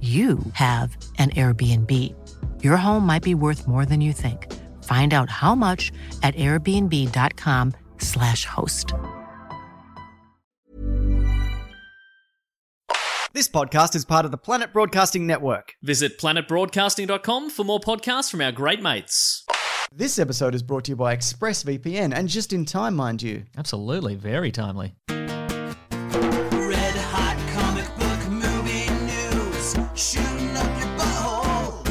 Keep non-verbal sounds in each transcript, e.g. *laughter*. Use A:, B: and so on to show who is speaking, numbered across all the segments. A: you have an Airbnb. Your home might be worth more than you think. Find out how much at airbnb.com/slash host.
B: This podcast is part of the Planet Broadcasting Network.
C: Visit planetbroadcasting.com for more podcasts from our great mates.
B: This episode is brought to you by ExpressVPN and just in time, mind you.
D: Absolutely, very timely. *laughs*
E: Red hot comic book movie news, shooting up your butthole.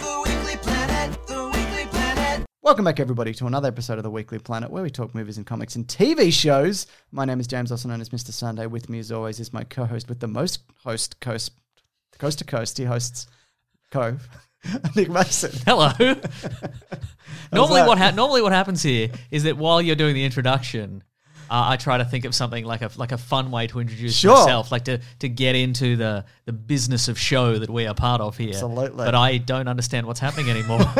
E: The Weekly Planet, The Weekly Planet.
B: Welcome back, everybody, to another episode of the Weekly Planet where we talk movies and comics and TV shows. My name is James, also known as Mr. Sunday. With me, as always, is my co host with the most host coast, coast to coast. He hosts Co. *laughs* Nick Mason.
D: Hello. *laughs* normally,
B: that?
D: what ha- normally what happens here is that while you're doing the introduction, uh, I try to think of something like a like a fun way to introduce
B: Sure.
D: myself, like to to get into the the business of show that we are part of here.
B: Absolutely.
D: But I don't understand what's happening anymore.
B: *laughs*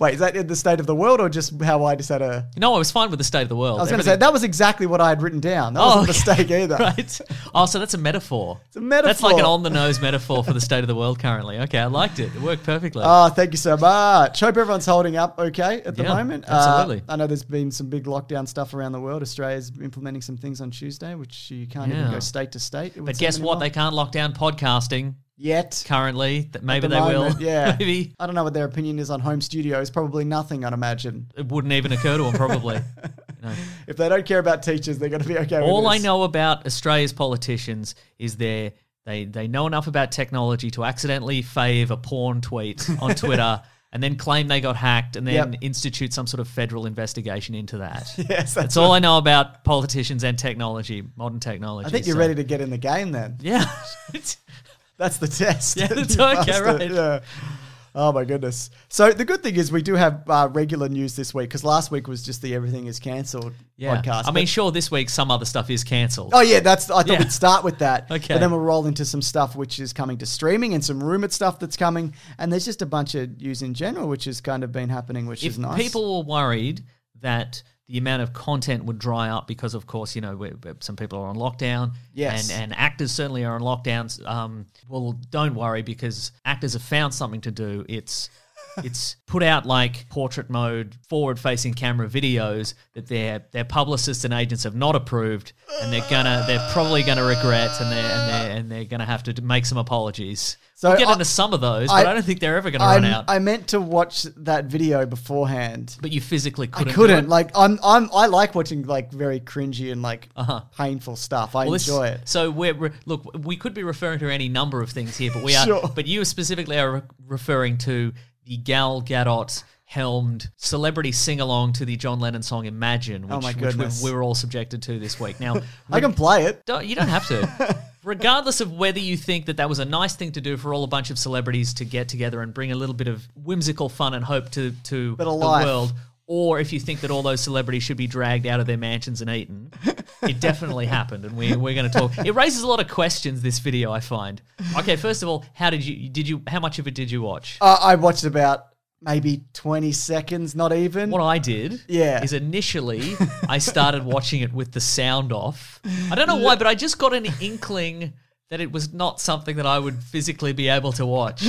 B: Wait, is that in the state of the world or just how I just had a.
D: no, I was fine with the state of the world.
B: I was going to say,
D: Everything-
B: that was exactly what I had written down. That
D: Oh,
B: wasn't a
D: okay.
B: mistake either.
D: *laughs* Right. Oh, so that's a metaphor. It's
B: a
D: That's like an
B: metaphor.
D: on the nose metaphor for the state of the world currently. Okay, I liked it. It worked perfectly.
B: Oh, thank you so much. Hope everyone's holding up okay at the
D: Yeah,
B: moment. Uh,
D: absolutely.
B: I know there's been some big lockdown stuff around the world. Australia's implementing some things on Tuesday, which you can't even
D: Yeah.
B: go state to state. it would
D: but
B: seem
D: guess what? They
B: anymore.
D: can't lock down podcasting
B: yet
D: currently. That maybe
B: at the
D: they
B: moment,
D: *laughs* will.
B: Yeah,
D: maybe.
B: I don't know what their opinion is on home studios. Probably nothing, I'd imagine.
D: it wouldn't even occur to him
B: *laughs*
D: probably.
B: If they don't care about teachers, they're going to be okay. with
D: All I
B: this.
D: know about Australia's politicians is they they they know enough about technology to accidentally fave a porn tweet
B: *laughs*
D: on Twitter and then claim they got hacked and then
B: Yep.
D: institute some sort of federal investigation
B: *laughs*
D: into that.
B: *laughs* Yes,
D: That's all I know about politicians and technology, modern technology.
B: I think you're ready to get in the game then.
D: *laughs* Yeah. *laughs*
B: That's the test.
D: Yeah,
B: *laughs*
D: that's
B: You
D: okay,
B: passed it,
D: right.
B: Yeah. Oh my goodness. So the good thing is we do have uh, regular news this week because last week was just the everything is cancelled
D: yeah.
B: podcast.
D: I mean,
B: but-
D: sure, this week some other stuff is cancelled.
B: Oh yeah, that's. I thought
D: Yeah.
B: we'd start with that.
D: *laughs* Okay.
B: But then we'll roll into some stuff which is coming to streaming and some rumored stuff that's coming. And there's just a bunch of news in general which has kind of been happening, which
D: if
B: is nice.
D: people were worried that the amount of content would dry up because, of course, you know, we we- some people are on lockdown.
B: Yes.
D: And, and actors certainly are on lockdowns. Um, well, don't worry because actors have found something to do. It's. It's put out like portrait mode, forward-facing camera videos that their their publicists and agents have not approved, and they're gonna they're probably gonna regret, and they're and they're and they're gonna have to d- make some apologies.
B: So
D: So we'll get
B: I-
D: into some of those, but
B: I-
D: I, don't think they're ever gonna run
B: I
D: out.
B: I meant to watch that video beforehand.
D: but you physically
B: I
D: couldn't. do it.
B: couldn't. Like I'm. I'm. I like watching like very cringy and like painful stuff. I
D: Uh-huh. Well, this-
B: enjoy it.
D: So we're, we're- look, we could be referring to any number of things here, but we are.
B: Sure.
D: But you specifically are re- referring to the Gal Gadot helmed celebrity sing along to the John Lennon song "Imagine," which,
B: Oh my
D: which we,
B: goodness.
D: we were all subjected to this week. Now,
B: *laughs* I can play it.
D: don't, you don't have
B: *laughs*
D: to. Regardless of whether you think that that was a nice thing to do for all a bunch of celebrities to get together and bring a little bit of whimsical fun and hope to, to
B: Bit
D: the
B: of life.
D: world, or if you think that all those celebrities should be dragged out of their mansions and eaten,
B: *laughs*
D: it definitely happened. And we, we're going to talk. It raises a lot of questions. This video, I find. Okay, first of all, how did you did you how much of it did you watch?
B: Uh, I watched about maybe 20 seconds, not even.
D: What I did
B: Yeah.
D: is initially I started watching it with the sound off. I don't know why, but I just got an inkling that it was not something that I would physically be able to watch.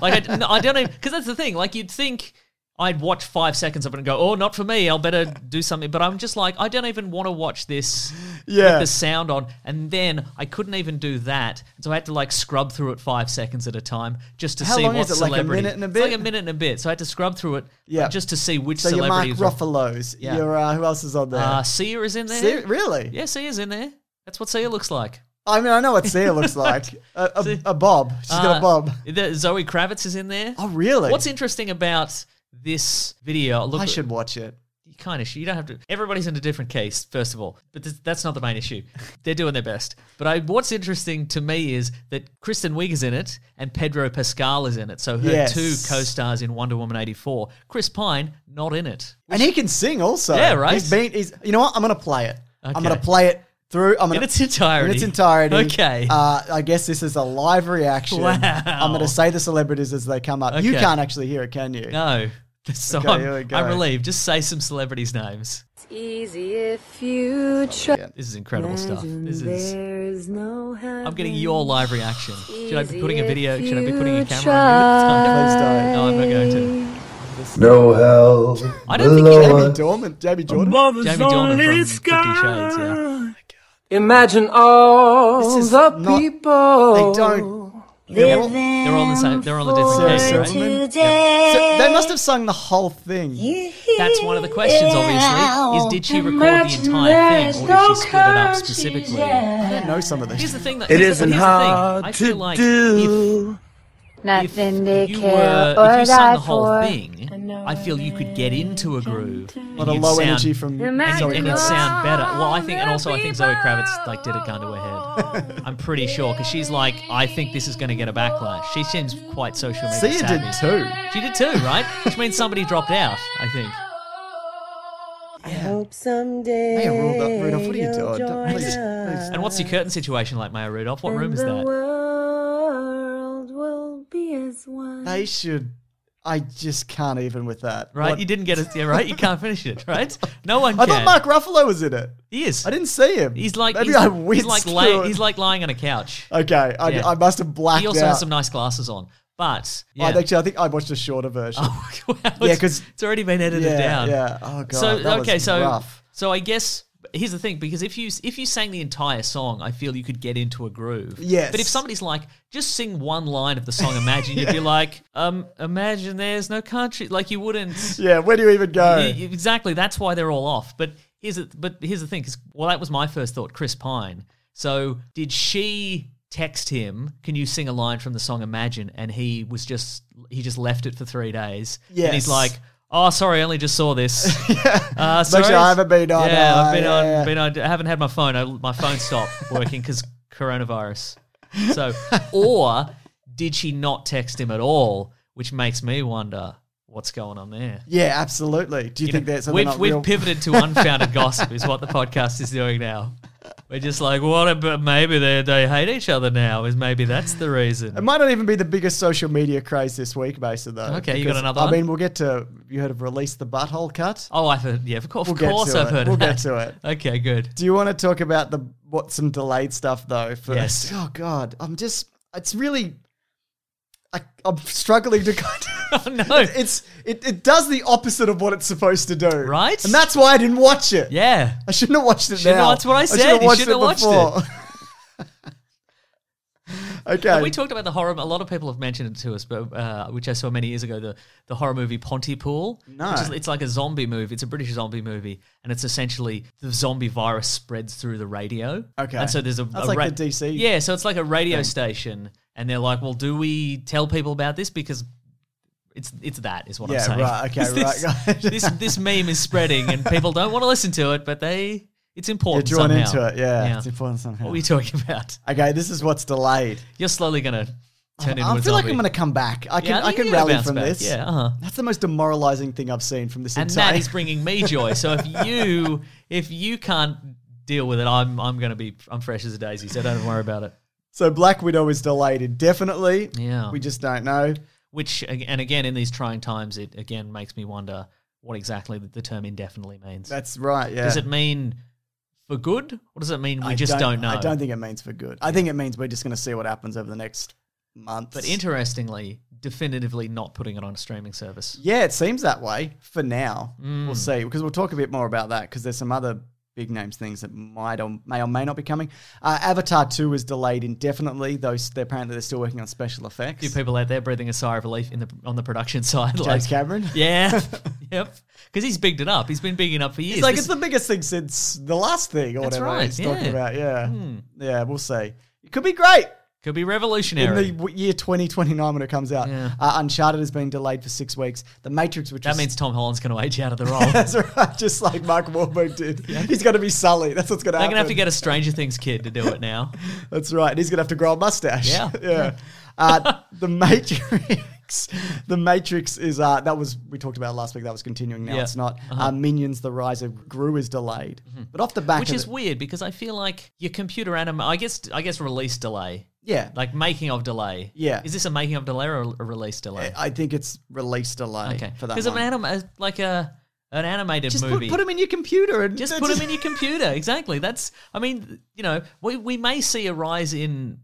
D: Like I, no, I don't know, because that's the thing. Like you'd think I'd watch five seconds of it and go, oh, not for me. I'll better do something. But I'm just like, I don't even want to watch this
B: Yeah.
D: with the sound on. And then I couldn't even do that. So I had to like scrub through it five seconds at a time just to
B: How
D: see
B: long
D: what
B: is it, like a
D: celebrity.
B: minute and a
D: It's like
B: bit?
D: a minute and a bit. So I had to scrub through it
B: Yeah.
D: just to see which
B: So your Mark
D: celebrity was. on.
B: Ruffalo's.
D: Yeah.
B: Your uh, who else is on there?
D: Uh, Sia is in there.
B: See, really?
D: Yeah, Sia's in there. That's what Sia looks like.
B: I mean, I know what Sia
D: *laughs*
B: looks like. A, a, a bob. She's got
D: Uh,
B: a bob.
D: the- Zoe Kravitz is in there.
B: Oh, really?
D: What's interesting about this video? Look,
B: I should watch it.
D: you kind of you don't have to. Everybody's in a different case, first of all, but th- that's not the main issue. *laughs* They're doing their best. But I, what's interesting to me is that Kristen Wiig is in it and Pedro Pascal is in it. So her
B: Yes.
D: two co-stars in Wonder Woman '84. Chris Pine not in it.
B: And he can sing also.
D: Yeah, right?
B: He's been. He's. You know what? I'm gonna play it. I'm
D: Okay.
B: gonna play it through. I'm gonna.
D: In its entirety.
B: In its entirety.
D: *laughs* Okay.
B: Uh, I guess this is a live reaction.
D: Wow.
B: I'm gonna say the celebrities as they come up. You
D: Okay.
B: can't actually hear it, can you?
D: No. *laughs* So
B: Okay, here we
D: I'm,
B: go.
D: I'm relieved. Just say some celebrities' names.
F: Easy if you try.
D: This is incredible stuff. This is.
F: There's no heaven.
D: I'm getting your live reaction. Should I be putting a
F: Easy
D: video?
F: if
D: Should I be putting a
F: you
D: camera on you? *laughs*
B: Please don't.
D: No, I'm not going to.
G: No hell.
D: I don't think you
B: Jamie Dorman. Jamie Jordan.
D: Jamie Dornan from Fifty Shades. Yeah.
H: Imagine all
B: This is
H: the
B: not-
H: people.
B: They don't. They're all-
D: They're all on the same. They're all on a different
B: Sarah
D: page,
B: Silverman.
D: right?
B: So they must have sung the whole thing.
D: That's one of the questions, obviously. Is did she record the entire thing, or did she split it up specifically?
B: I don't know some of this.
D: Here's the thing. That,
G: It
D: here's the-
G: isn't
D: here's the thing.
G: hard
D: I
G: to
D: feel like if
G: do.
F: Nothing to
D: you
F: kill
D: were,
F: or
D: if
F: die
D: you sang the whole
F: for.
D: thing, I feel you could get into a groove.
B: What a low energy from
D: and,
B: Zoe
D: you, and
B: Kravitz.
D: it'd sound better. Well, I think, and also I think Zoe Kravitz like did a gun to her head. I'm pretty sure because she's like, I think this is going to get a backlash. She seems quite social media.
B: Sia did
D: savvy.
B: too.
D: She did too, right? Which means somebody dropped out. I think.
B: Hey, Rudolph, Rudolph, what are you doing? Don't- Please, please.
D: And what's your curtain situation like, Maya Rudolph? What room is
F: The
D: that?
F: world will be as one.
B: They should. I just can't even with that.
D: Right,
B: What-
D: you didn't get it. Yeah, right. You can't finish it. Right. No one.
B: I
D: Can.
B: thought Mark Ruffalo was in it.
D: He is.
B: I didn't see him.
D: He's like.
B: maybe
D: he's,
B: I
D: he's
B: whizzed
D: like.
B: through
D: lay-
B: it.
D: he's like lying on
B: *laughs*
D: a couch.
B: Okay, I,
D: Yeah.
B: I must have blacked
D: He also
B: out.
D: has some nice glasses on, but yeah.
B: I actually, I think I watched a shorter version.
D: *laughs* Oh, wow,
B: Oh, Yeah,
D: it's-
B: 'cause-
D: it's already been edited
B: yeah,
D: down.
B: yeah. Oh god.
D: so
B: that
D: okay,
B: was
D: so
B: rough.
D: so I guess here's the thing because if you if you sang the entire song, I feel you could get into a groove.
B: Yes.
D: But if somebody's like, just sing one line of the song
B: *laughs*
D: Imagine, you'd be like, um, Imagine there's no country. Like you wouldn't.
B: yeah, where do you even go?
D: Y- y- Exactly. That's why they're all off. But here's it. But here's the thing. 'cause- well, that was my first thought. Chris Pine. So did she text him? Can you sing a line from the song Imagine? And he was just he just left it for three days. And
B: Yes.
D: he's like, Oh, sorry, I only just
B: *laughs*
D: saw this. uh,
B: Make
D: sorry,
B: sure I haven't been on.
D: Yeah,
B: uh,
D: I've been
B: yeah,
D: on.
B: yeah.
D: Been on. I haven't had my phone. I, my
B: *laughs*
D: phone stopped working because coronavirus. So, or did she not text him at all? Which makes me wonder what's going on there.
B: Yeah, absolutely. Do you,
D: You
B: think
D: know,
B: that's
D: we've,
B: not
D: we've
B: real?
D: pivoted to
B: *laughs*
D: unfounded gossip is what the podcast is doing now we're just like what about maybe they, they hate each other now is maybe that's the reason
B: It might not even be the biggest social media craze this week, Mason. Though.
D: Okay, you got
B: because,
D: another
B: I
D: one?
B: mean, we'll get to. You heard of release the butthole cut?
D: oh i've heard yeah of course,
B: We'll
D: of
B: get
D: course
B: to
D: i've
B: it.
D: heard
B: We'll
D: of
B: get
D: that
B: to it.
D: okay good
B: Do you want to talk about the what some delayed stuff though? First?
D: Yes.
B: *laughs* Oh God, I'm just. It's really. I, I'm struggling to kind of.
D: *laughs* no.
B: It's it, it does the opposite of what it's supposed to do.
D: Right?
B: And that's why I didn't watch it.
D: yeah
B: I shouldn't have watched it
D: Shouldn't-
B: now.
D: that's what I said.
B: should have
D: You
B: watched
D: shouldn't have watched
B: before. *laughs* okay.
D: we talked about the horror. A lot of people have mentioned it to us, but uh, which I saw many years ago. The the horror movie Pontypool.
B: No.
D: which is, it's like a zombie movie. It's a British zombie movie, and it's essentially the zombie virus spreads through the radio.
B: Okay.
D: and so there's a
B: That's
D: a
B: like the DC
D: Yeah, so it's like a radio station, and they're like, "Well, do we tell people about this because?" It's, it's that is what
B: Yeah,
D: I'm saying.
B: right, okay,
D: this,
B: right, gotcha.
D: this this meme is spreading and people don't want to listen to it, but they it's
B: You're
D: important.
B: drawn
D: somehow.
B: into it. Yeah,
D: Yeah.
B: It's important somehow.
D: What are we talking about?
B: okay, this is what's delayed.
D: You're slowly gonna turn into
B: I
D: a
B: feel like
D: zombie.
B: I'm going to come back. I can
D: Yeah, I
B: I,
D: think
B: can
D: you're gonna
B: rally
D: bounce
B: from
D: back.
B: this.
D: Yeah, uh-huh.
B: That's the most demoralizing thing I've seen from this
D: and
B: entire.
D: that is bringing me joy. So if you *laughs* if you can't deal with it, I'm I'm gonna be I'm fresh as a daisy. So don't worry about it.
B: so Black Widow is delayed indefinitely.
D: Yeah.
B: we just don't know.
D: Which ag- and again in these trying times, it again makes me wonder what exactly the term indefinitely means.
B: That's right. Yeah.
D: Does it mean for good, or does it mean we
B: I
D: just don't, know?
B: I don't think it means for good. I think it means we're just going to see what happens over the next months.
D: But interestingly, definitively not putting it on a streaming service.
B: Yeah, it seems that way for now.
D: Mm.
B: We'll see because we'll talk a bit more about that because there's some other big names things that might or may or may not be coming. Uh, Avatar two was delayed indefinitely, though s- they're, apparently they're still working on special
D: A few
B: effects.
D: people out there breathing a sigh of relief in the on the production *laughs* side.
B: James Cameron.
D: *laughs* Yeah. yep. Because he's bigged it up. He's been bigging up for years.
B: It's like
D: This-
B: it's the biggest thing since the last thing or
D: That's
B: whatever
D: right,
B: he's talking
D: yeah. Hmm.
B: about. Yeah, yeah, we'll see. It could be great.
D: could be
B: In
D: revolutionary.
B: the w- year 2029 when it comes out,
D: Yeah.
B: uh, Uncharted has been delayed for six weeks. The Matrix, which
D: that
B: is
D: means Tom Holland's going to age out of the role.
B: *laughs*
D: They're
B: That's right, just like Mark Wahlberg did. He's going to be Sully. That's what's going to
D: going
B: happen.
D: to have to get a Stranger Things kid to do
B: *laughs*
D: it now.
B: That's right. And he's going to have to grow a mustache.
D: Yeah.
B: *laughs* yeah. Uh,
D: *laughs*
B: the Matrix. The Matrix is uh, that was we talked about last week. That was continuing. Now
D: Yeah. Uh-huh. Mm-hmm.
B: it's not. uh Minions: The Rise of Gru is delayed, but off the back
D: Which
B: of
D: is
B: it-
D: weird because I feel like your computer anim. I guess I guess release delay,
B: yeah.
D: like making of delay.
B: Yeah.
D: Is this a making of delay or a release delay?
B: I think it's release delay
D: okay.
B: for that.
D: Because of
B: one.
D: an anim- a- like a an animated
B: just
D: movie.
B: put, put them in your computer and
D: just put them in your computer. Exactly. That's. I mean, you know, we we may see a rise in.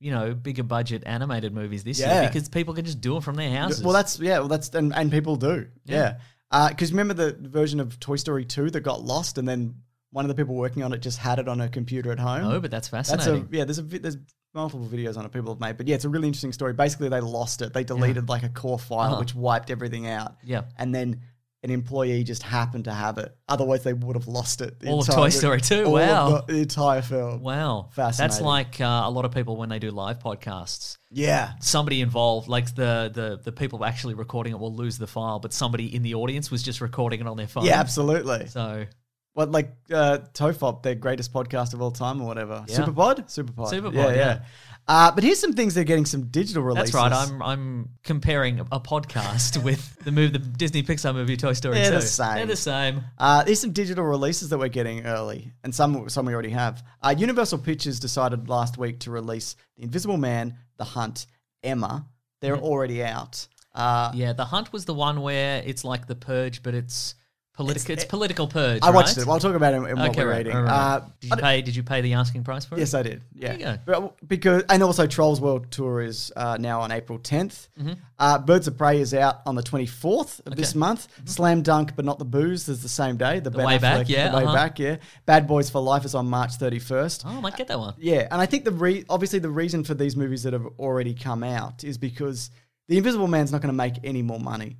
D: You know, bigger budget animated movies this
B: Yeah.
D: year because people can just do it from their
B: *laughs* Yeah,
D: houses.
B: Well, that's yeah. Well, that's and, and people do. Yeah.
D: Yeah.
B: Because remember the version of Toy Story two that got lost, and then one of the people working on it just had it on her computer at home.
D: no, but that's
B: that's a
D: fascinating.
B: yeah. There's a vi- there's multiple videos on it people have made, but yeah, it's a really interesting story. Basically, they lost it. They deleted like a core file
D: Uh-huh.
B: which wiped everything out.
D: Yeah.
B: And then an employee just happened to have it. Otherwise, they would have lost it. the
D: All of
B: entire-
D: Toy Story 2,
B: all of
D: wow.
B: the, the entire film.
D: wow, That's
B: Fascinating.
D: like uh, a lot of people when they do live podcasts.
B: Yeah.
D: somebody involved, like the, the the people actually recording it, will lose the file, but somebody in the audience was just recording it on their phone.
B: Yeah, absolutely.
D: So
B: What like uh, Tofop, their greatest podcast of all time, or whatever?
D: Yeah.
B: Superpod, Superpod,
D: Superpod,
B: yeah, yeah.
D: yeah.
B: Uh, but here's some things they're getting some digital
D: that's
B: releases.
D: right. I'm I'm comparing a podcast *laughs* with the movie, the Disney Pixar movie Toy Story.
B: They're the
D: 2.
B: same.
D: They're the same.
B: Uh, there's some digital releases that we're getting early, and some some we already have. Uh, Universal Pictures decided last week to release The Invisible Man, The Hunt, Emma. They're
D: Mm-hmm.
B: already out. Uh,
D: Yeah, The Hunt was the one where it's like The Purge, but it's political. It's,
B: it-
D: political purge.
B: I watched
D: right?
B: it. I'll talk about it in, in what
D: Okay,
B: we're
D: right,
B: reading.
D: right, right.
B: Uh,
D: did
B: I
D: you
B: don't-
D: pay? Did you pay the asking price for it?
B: Yes, I did. Yeah,
D: There you go.
B: But- because and also Trolls World Tour is uh, now on April 10th.
D: Mm-hmm.
B: Uh, Birds of Prey is out on the 24th of this month. Slam Dunk, but not the booze, is the same day. The, Ben
D: Mm-hmm. Way Back,
B: Affleck-
D: yeah,
B: the way
D: uh-huh.
B: back, yeah. Bad Boys for Life is on March 31st.
D: Oh, I might get that one.
B: Yeah, and I think the re- obviously the reason for these movies that have already come out is because The Invisible Man's not going to make any more money.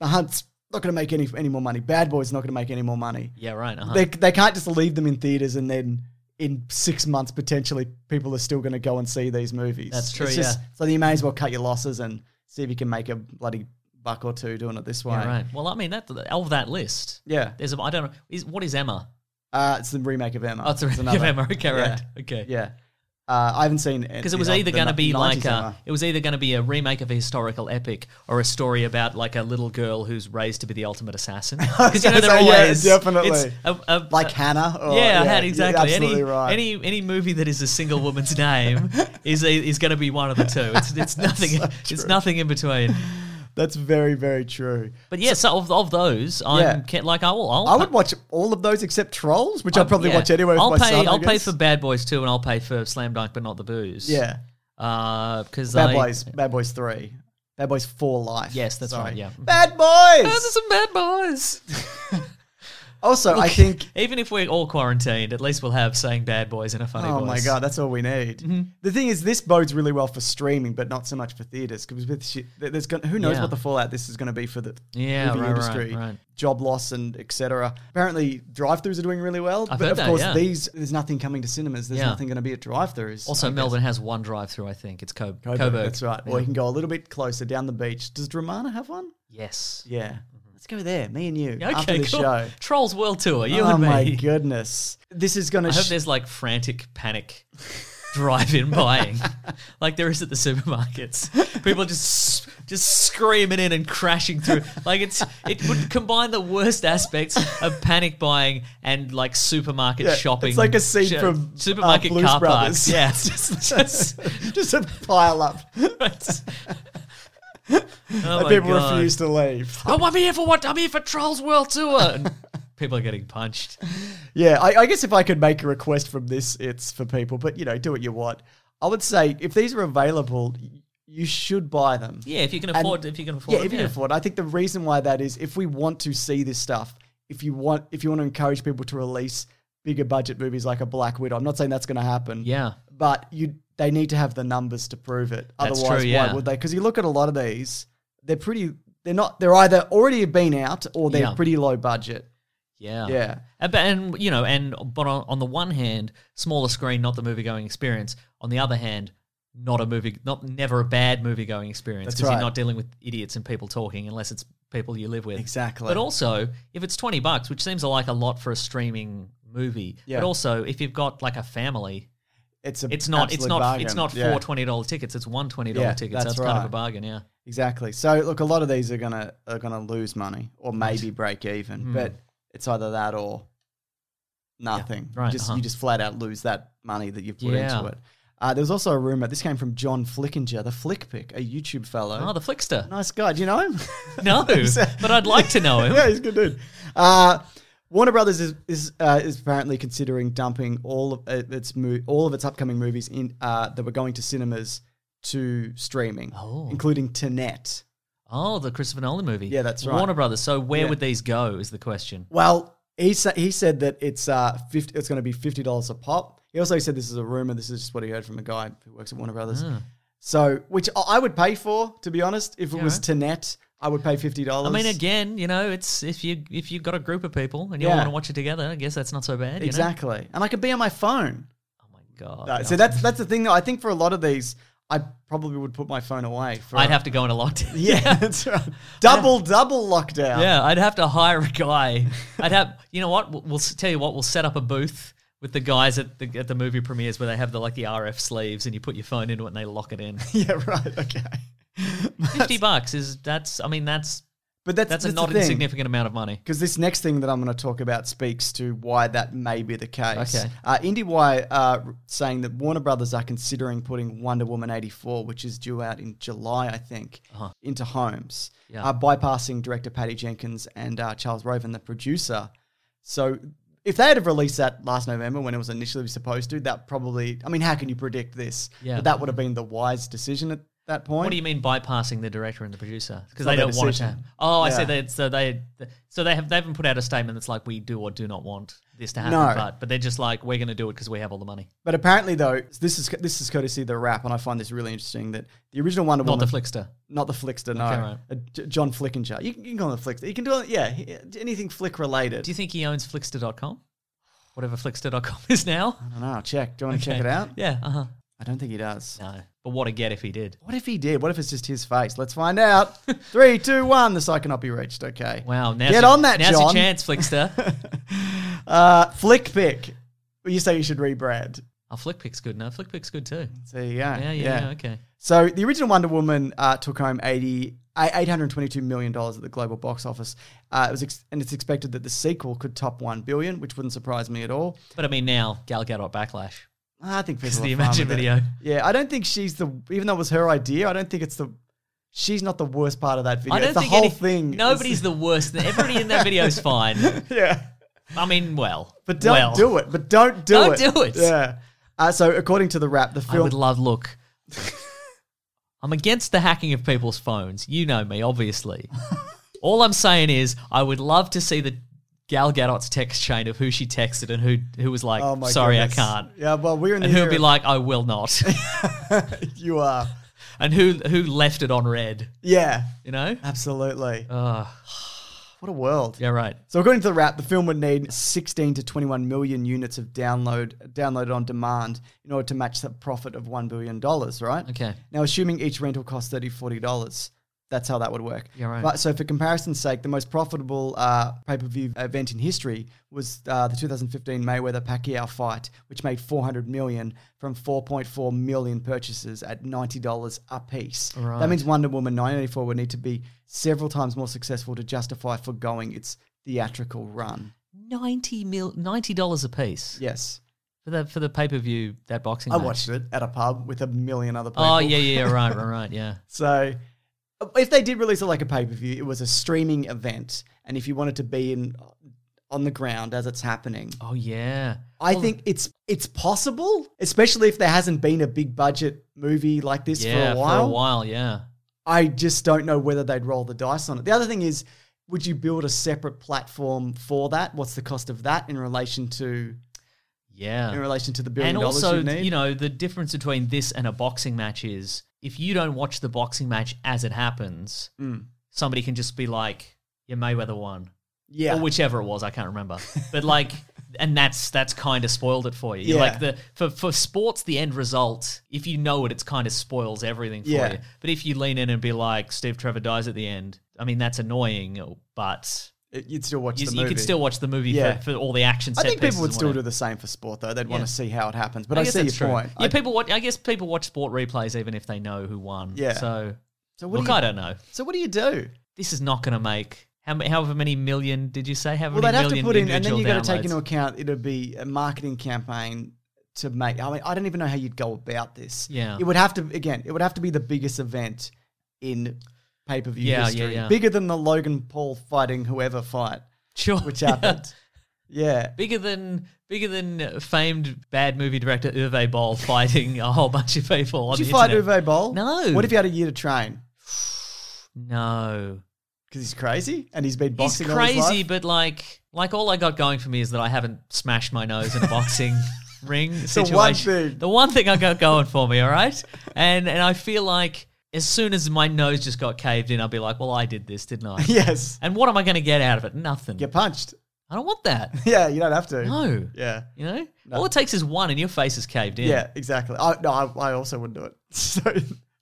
B: The Hunt's not going to make any any more money. Bad Boys not going to make any more money
D: Yeah, right. Uh-huh.
B: they, they can't just leave them in theaters and then in six months potentially people are still going to go and see these movies.
D: That's true,
B: It's just- So you may as well cut your losses and see if you can make a bloody buck or two doing it this way.
D: yeah, right. Well, I mean that of that list.
B: Yeah.
D: There's a, I don't know. Is what is Emma?
B: Uh, it's the remake of Emma.
D: Oh, it's a
B: another-
D: remake of Emma. Okay,
B: Yeah.
D: right. Okay.
B: Yeah. Uh, I haven't seen
D: Because it was either going to be like uh, a, it was either going to be a remake of a historical epic or a story about like a little girl who's raised to be the ultimate assassin.
B: *laughs*
D: Because you know they're
B: So, yeah,
D: always
B: definitely.
D: it's a- a-
B: like
D: a-
B: Hannah. Or,
D: yeah, Hannah, exactly.
B: You're Oh, absolutely
D: Any,
B: right.
D: any any movie that is a single woman's name is a, is going to be one of the two. It's
B: *laughs*
D: it's nothing. it's nothing in between.
B: That's very very true.
D: But yeah, so of, of those, I'm
B: Yeah.
D: ca- like I will. I'll
B: I
D: pa-
B: would watch all of those except Trolls, which I'll
D: I-
B: probably
D: Uh, um, yeah.
B: watch anyway. With
D: I'll
B: my
D: pay.
B: son, I
D: I'll pay
B: guess.
D: for Bad Boys too, and I'll pay for Slam Dunk, but not the
B: *laughs*
D: booze. Uh,
B: yeah.
D: because
B: Bad
D: I,
B: Boys, Bad Boys Three, Bad Boys Four Life.
D: Yes, that's
B: Sorry.
D: right, yeah.
B: Bad
D: Those are
B: Boys.
D: some bad boys.
B: Also, I think.
D: Even if we're all quarantined, at least we'll have saying bad boys in a funny
B: Oh
D: voice.
B: my god, that's all we need.
D: Mm-hmm.
B: The thing is, this bodes really well for streaming, but not so much for theaters because with shit, there- there's gonna, who knows
D: Yeah.
B: what the fallout this is going to be for the
D: Yeah,
B: movie
D: right, right,
B: industry,
D: right.
B: job loss, and etc. Apparently, drive-throughs are doing really well,
D: I've
B: but
D: heard
B: of
D: that,
B: course,
D: yeah.
B: these there's nothing coming to cinemas. There's
D: Yeah.
B: nothing going to be at drive-throughs.
D: Also,
B: I guess.
D: Melbourne has one drive-through. I think it's Co- Coburg.
B: Coburg, That's right. Or you can go a little bit closer down the beach. Does Dramana have one?
D: Yes.
B: Yeah. Let's go there, me and you,
D: Mm-hmm. Okay.
B: after the
D: cool.
B: show.
D: Trolls World Tour. *laughs* You
B: oh
D: and me.
B: my goodness. This is going
D: I
B: to.
D: hope
B: Sh-
D: there's like frantic panic drive-in
B: *laughs*
D: buying, like there is at the supermarkets. People just just screaming in and crashing through. Like it's it would combine the worst aspects of panic buying and like supermarket
B: Yeah,
D: shopping.
B: it's like a scene from, uh,
D: supermarket
B: Blues
D: car
B: Brothers.
D: parks.
B: *laughs*
D: Yeah,
B: *laughs* just a pile
D: *laughs*
B: up.
D: Right.
B: and
D: oh my
B: people
D: God.
B: refuse to leave.
D: Oh, I'm here for what? I'm here for Trolls World Tour. And people are getting punched.
B: Yeah, I, I guess if I could make a request from this, it's for people, but you know, do what you want. I would say if these are available, you should buy them.
D: Yeah, if you can
B: And-
D: afford, if you can afford,
B: yeah,
D: it,
B: if you can afford. it. I think the reason why that is, if we want to see this stuff, if you want, if you want to encourage people to release bigger budget movies like a Black Widow, I'm not saying that's going to happen.
D: Yeah.
B: but you, they need to have the numbers to prove it.
D: That's
B: Otherwise,
D: true, yeah.
B: why would they? Because you look at a lot of these, they're pretty. They're not. They're either already been out or they're
D: Yeah.
B: pretty low budget.
D: yeah,
B: Yeah.
D: And, Uh, but- and you know, and but on, on the one hand, smaller screen, not the movie going experience. On the other hand, not a movie, not never a bad movie going experience
B: That's
D: because
B: right.
D: you're not dealing with idiots and people talking unless it's people you live with.
B: Exactly.
D: But also, if it's twenty bucks, which seems like a lot for a streaming movie,
B: Yeah.
D: but also if you've got like a family,
B: It's a.
D: it's not it's
B: absolute
D: not
B: bargain.
D: it's not four
B: Yeah.
D: twenty dollar tickets. It's one twenty dollar
B: Yeah,
D: ticket.
B: that's
D: so it's kind of a
B: right.
D: bargain. Yeah,
B: Exactly. So look, a lot of these are gonna are gonna lose money or maybe break even,
D: Hmm.
B: but it's either that or nothing. You
D: right,
B: just
D: uh-huh.
B: you just flat out lose that money that you've put
D: Yeah.
B: into it. Uh, there was also a rumor. This came from John Flickinger, the Flick Pick, a YouTube fellow.
D: oh, the Flickster.
B: nice guy. Do you know him?
D: *laughs*
B: *laughs*
D: No, but I'd like to know him.
B: yeah, he's a good dude. Uh, Warner Brothers is is, uh, is apparently considering dumping all of uh, its mo- all of its upcoming movies in uh, that were going to cinemas to streaming,
D: Oh.
B: including Tenet.
D: Oh, the Christopher Nolan movie.
B: Yeah, that's right.
D: Warner Brothers. So where
B: Yeah.
D: would these go is the question.
B: Well, he sa- he said that it's uh 50, it's going to be fifty dollars a pop. He also said this is a rumor. This is just what he heard from a guy who works at Warner Brothers.
D: Ah.
B: So, which I- I would pay for, to be honest, if it was
D: right.
B: Tenet, I would pay fifty dollars.
D: I mean, again, you know, it's if you if you've got a group of people and you
B: Yeah.
D: all want to watch it together, I guess that's not so bad. you know?
B: exactly, and I could be on my phone.
D: Oh my god.
B: Uh,
D: no.
B: So that's that's the thing. Though I think for a lot of these, I probably would put my phone away. For
D: I'd have to go into lockdown.
B: *laughs* yeah, that's right. Double double lockdown.
D: *laughs* Yeah, I'd have to hire a guy. I'd have, you know what? We'll, we'll s- tell you what. We'll set up a booth with the guys at the at the movie premieres where they have the like the RF sleeves and you put your phone into it and they lock it in.
B: *laughs* yeah, right. Okay, *laughs*
D: Fifty bucks is that's. I mean, that's
B: but that's
D: that's,
B: that's
D: a not
B: the thing.
D: insignificant amount of money.
B: Because this next thing that I'm going to talk about speaks to why that may be the case.
D: Okay.
B: Uh, IndieWire uh, r- saying that Warner Brothers are considering putting Wonder Woman 84, which is due out in July, I think, into homes,
D: Uh-huh. Yeah.
B: uh, bypassing director Patty Jenkins and uh, Charles Roven, the producer. So if they had have released that last November when it was initially supposed to, that probably, I mean, how can you predict this?
D: Yeah.
B: But that would have been the wise decision at that point.
D: What do you mean bypassing the director and the producer because
B: not
D: they
B: their
D: don't want it to?
B: decision.
D: happen. Oh, I
B: Yeah.
D: see. That, so they so they have they haven't put out a statement that's like we do or do not want this to happen.
B: No.
D: But but they're just like we're going to do it because we have all the money.
B: But apparently, though, this is this is courtesy of the rap, and I find this really interesting that the original Wonder
D: Not
B: Woman.
D: the Flickster.
B: Not the Flickster, no.
D: Okay, right.
B: Uh, J- John Flickinger. You, can- you can call him the Flickster. You can do it, yeah, he- anything Flick related.
D: Do you think he owns Flickster.com? Whatever Flickster.com is now.
B: I don't know, check. Do you want to check it out?
D: Yeah. Uh huh.
B: I don't think he does.
D: No. But what a get if he did.
B: What if he did? What if it's just his face? Let's find
D: *laughs*
B: out. Three, two, one. The site cannot be reached. Okay.
D: Wow. Now's
B: Get
D: your-
B: on that,
D: Now's
B: John.
D: your chance, Flickster.
B: *laughs* Uh, Flick pick. Well, you say you should rebrand.
D: oh, Flickpick's good. No, Flickpick's good too.
B: There you go.
D: Yeah. Yeah. yeah. okay.
B: So the original Wonder Woman uh, took home 80, $822 million at the global box office. Uh, it was ex- and it's expected that the sequel could top $1 billion, which wouldn't surprise me at all.
D: But I mean, now Gal Gadot backlash.
B: I think people
D: It's
B: are
D: the
B: fine
D: Imagine
B: with it.
D: video.
B: Yeah, I don't think she's the. Even though it was her idea, I don't think it's the. She's not the worst part of that video.
D: I don't
B: it's the
D: think
B: whole
D: any-
B: thing. is-
D: Nobody's the worst. Everybody in that video is fine.
B: *laughs* yeah,
D: I mean, well,
B: but don't
D: well,
B: do it. But don't do
D: Don't
B: it.
D: do it.
B: Yeah. Uh, so according to the rap, the
D: I
B: film.
D: would love look. *laughs* I'm against the hacking of people's phones. You know me, obviously.
B: *laughs*
D: All I'm saying is, I would love to see the Gal Gadot's text chain of who she texted and who who was like,
B: oh my
D: "Sorry,
B: goodness.
D: I can't,"
B: Yeah, well, we're in
D: and
B: the.
D: who'd be
B: era-
D: like, "I
B: *laughs*
D: will not,"
B: you are.
D: and who who left it on red.
B: Yeah,
D: You know?
B: absolutely.
D: Ugh.
B: what a world.
D: yeah, right.
B: So according to the rap, the film would need 16 to 21 million units of download downloaded on demand in order to match the profit of one billion dollars, right?
D: Okay.
B: Now, assuming each rental costs 30 dollars, that's how that would work.
D: Yeah, right.
B: But so for comparison's sake, the most profitable uh, pay per view event in history was uh, the 2015 Mayweather Pacquiao fight, which made 400 million from 4.4 million purchases at 90 dollars a piece. That means Wonder Woman 1984 would need to be several times more successful to justify foregoing its theatrical run.
D: Ninety mil, ninety dollars a piece
B: Yes,
D: for the for the pay per view that boxing.
B: I
D: match.
B: watched it at a pub with a million other people.
D: Oh yeah, yeah, right, right, right, yeah.
B: So uh, if they did release it like a pay per view, it was a streaming event, and if you wanted to be in uh, on the ground as it's happening.
D: Oh yeah.
B: I
D: Well,
B: think it's it's possible, especially if there hasn't been a big budget movie like this
D: yeah,
B: for, a while.
D: yeah.
B: I just don't know whether they'd roll the dice on it. The other thing is, would you build a separate platform for that? What's the cost of that in relation to
D: Yeah.
B: in relation to the billion
D: and
B: dollars
D: also,
B: you need?
D: you know, the difference between this and a boxing match is if you don't watch the boxing match as it happens,
B: Mm.
D: somebody can just be like, "Yeah, Mayweather won,"
B: yeah,
D: or whichever it was. I can't
B: *laughs*
D: remember, but like, and that's that's kind of spoiled it for you. You're Like the for for sports, the end result, if you know it, it's kind of spoils everything for
B: Yeah.
D: you. But if you lean in and be like, "Steve Trevor dies at the end," I mean, that's annoying, but
B: It- you'd still watch
D: you,
B: the
D: you
B: movie.
D: could still watch the movie
B: Yeah.
D: for, for all the action.
B: I
D: set
B: think people
D: pieces
B: would
D: and
B: still
D: whatever.
B: do the same for sport, though. They'd want
D: Yeah.
B: to see how it happens. But I,
D: guess
B: see your
D: that's true.
B: point.
D: Yeah,
B: I-
D: people watch. I guess people watch sport replays even if they know who won.
B: Yeah.
D: So
B: so what
D: look,
B: do you,
D: I don't know.
B: So what do you do?
D: This is not going to make how ma- however many million did you say? How
B: Well,
D: many
B: they'd have to
D: million
B: put in, and then
D: individual
B: you got to take
D: downloads?
B: into account it'd be a marketing campaign to make. I mean, I don't even know how you'd go about this.
D: Yeah.
B: it would have to again. It would have to be the biggest event in pay per view
D: Yeah, yeah,
B: history,
D: yeah.
B: bigger than the Logan Paul fighting whoever fight,
D: *laughs* Sure.
B: which
D: yeah.
B: happened. yeah.
D: *laughs* Bigger than bigger than famed bad movie director Uwe Boll fighting a whole bunch of people on
B: Did you
D: the
B: fight
D: internet.
B: Uwe Boll?
D: No.
B: What if you had a year to train?
D: No,
B: Because he's crazy and he's been
D: he's
B: boxing. all his
D: crazy,
B: life?
D: but like like all I got going for me is that I haven't smashed my nose in
B: *laughs*
D: a boxing ring situation.
B: one thing.
D: The one thing I got going for me, all right? And and I feel like as soon as my nose just got caved in, I'll be like, well, I did this,
B: *laughs*
D: didn't I?
B: *laughs* yes,
D: And what am I going to get out of it? Nothing.
B: get punched. *laughs*
D: I don't want that.
B: Yeah, you don't have to.
D: No.
B: Yeah.
D: You know? All it takes is one and your face is caved in.
B: Yeah, exactly. I, no, I, I also wouldn't do it. *laughs* So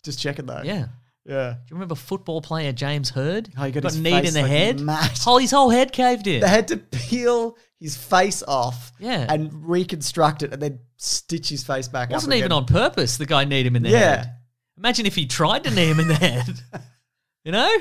B: just checking though.
D: Yeah.
B: Yeah.
D: Do you remember football player James Hurd?
B: Oh, he got his
D: kneed
B: face,
D: in the
B: like,
D: head.
B: mashed.
D: Oh, his whole head caved in.
B: They had to peel his face off
D: Yeah.
B: and reconstruct it and then stitch his face back
D: It wasn't
B: up.
D: even
B: again.
D: on purpose. The guy kneed him in the
B: Yeah.
D: head. Imagine if he tried to knee him in
B: *laughs*
D: the head. You know?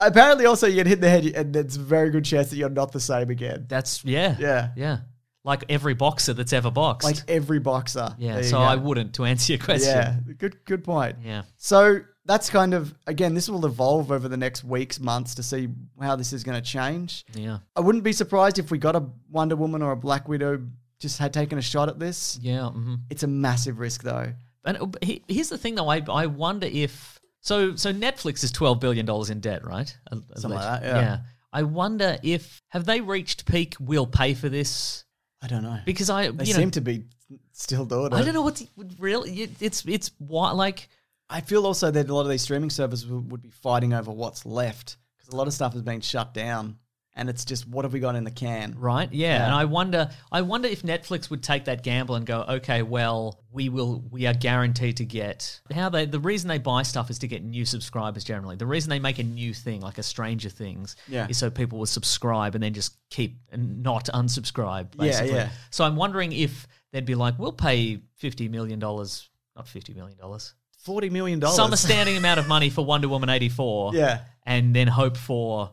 B: Apparently, also, you get hit in the head and it's a very good chance that you're not the same again.
D: That's yeah.
B: Yeah.
D: Yeah. Like every boxer that's ever boxed.
B: Like every boxer.
D: yeah.
B: There you
D: So
B: go.
D: I wouldn't to answer your question.
B: Yeah. Good, good point.
D: Yeah.
B: So that's kind of, again, this will evolve over the next weeks, months to see how this is going to change.
D: Yeah.
B: I wouldn't be surprised if we got a Wonder Woman or a Black Widow just had taken a shot at this.
D: Yeah. mhm.
B: It's a massive risk, though.
D: And uh, but he- here's the thing though, I I wonder if so so Netflix is twelve billion dollars in debt, right?
B: Something like
D: Alleged-
B: that, yeah.
D: I wonder if have they reached peak we'll pay for this?
B: I don't know.
D: Because I
B: They
D: you
B: seem
D: know,
B: to be still doing it.
D: I don't know what's really it- it's it's what like
B: I feel also that a lot of these streaming services would would be fighting over what's left because a lot of stuff has been shut down, and it's just what have we got in the can?
D: right? Yeah. and I wonder, I wonder if Netflix would take that gamble and go, okay, well, we will, we are guaranteed to get how they. The reason they buy stuff is to get new subscribers. Generally, the reason they make a new thing like a Stranger Things
B: Yeah.
D: is so people will subscribe and then just keep and not unsubscribe.
B: Yeah,
D: Basically.
B: yeah.
D: So I'm wondering if they'd be like, we'll pay fifty million dollars, not fifty million dollars,
B: Forty million dollars.
D: some astounding amount of money for Wonder Woman eighty
B: *laughs*
D: four,
B: yeah,
D: and then hope for.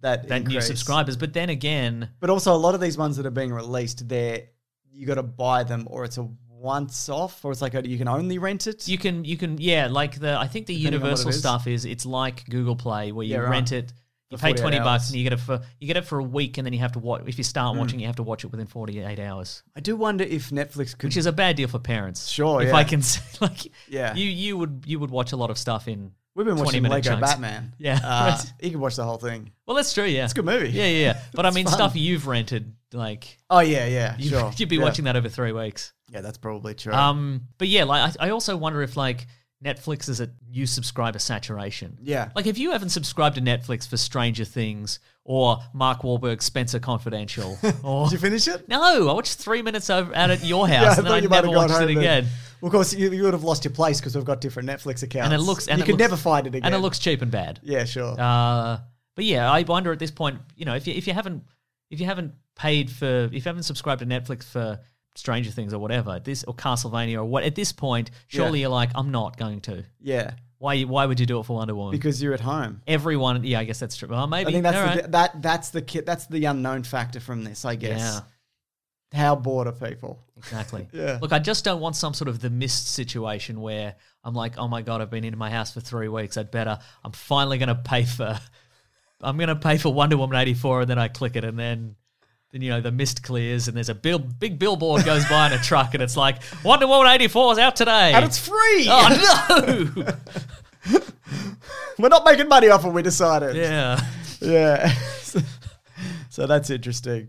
B: that
D: That new
B: increase.
D: subscribers, but then again,
B: But also a lot of these ones that are being released, they're you got to buy them, or it's a once off, or it's like a, you can only rent it.
D: You can, you can, yeah. Like the, I think the
B: Depending on what
D: universal
B: it is.
D: stuff is it's like Google Play where you
B: Yeah, right.
D: rent it, you
B: For
D: pay
B: 48
D: twenty bucks,
B: hours. Hmm.
D: and you get it for you get it for a week, and then you have to watch. If you start watching, you have to watch it within forty eight hours,
B: I do wonder if Netflix could.
D: which is a bad deal for parents.
B: Sure,
D: if
B: yeah.
D: I can say, *laughs* like,
B: Yeah.
D: you you would you would watch a lot of stuff in.
B: we've been
D: 20
B: watching
D: minute
B: Lego
D: chunks.
B: *laughs* Batman.
D: Yeah,
B: uh,
D: right.
B: you can watch the whole thing.
D: Well, that's true. Yeah, it's
B: a good movie.
D: Yeah, yeah.
B: *laughs*
D: yeah. But I mean,
B: fun.
D: stuff you've rented, like
B: Oh yeah, yeah, *laughs*
D: you,
B: sure.
D: *laughs* you'd be
B: yeah.
D: watching that over three weeks.
B: Yeah, that's probably true.
D: Um, but yeah, like I, I also wonder if like Netflix is at new subscriber saturation.
B: yeah,
D: Like, if you haven't subscribed to Netflix for Stranger Things or Mark Wahlberg's Spencer Confidential, or
B: *laughs* did you finish it?
D: no, I watched three minutes over at
B: *laughs*
D: it your house, and then I
B: might
D: never
B: have gone
D: watched it
B: home then.
D: again.
B: Well, of course, you, you would have lost your place because we've got different Netflix accounts.
D: And it looks, and
B: you
D: it
B: could
D: looks-
B: never find it again.
D: and it looks cheap and bad.
B: yeah, sure.
D: Uh, but yeah, I wonder at this point, you know, if you if you haven't if you haven't paid for if you haven't subscribed to Netflix for Stranger Things or whatever, at this or Castlevania or what, at this point, surely you're like, I'm not going to.
B: yeah,
D: Why? Why would you do it for Wonder Woman?
B: because you're at home.
D: everyone, yeah, I guess that's true. Well, maybe
B: I think that's
D: all
B: the,
D: right.
B: that that's the ki- that's the unknown factor from this. I guess.
D: yeah.
B: How bored are people?
D: Exactly.
B: *laughs* Yeah.
D: Look, I just don't want some sort of the mist situation where I'm like, oh my god, I've been into my house for three weeks. I'd better. I'm finally going to pay for I'm gonna pay for Wonder Woman eighty four, and then I click it, and then. Then, you know the mist clears and there's a bill, big billboard goes by in a truck and it's like Wonder Woman 84 is out today *laughs*
B: And it's free.
D: oh no
B: *laughs* We're not making money off it, we decided.
D: yeah
B: Yeah. *laughs* so that's interesting.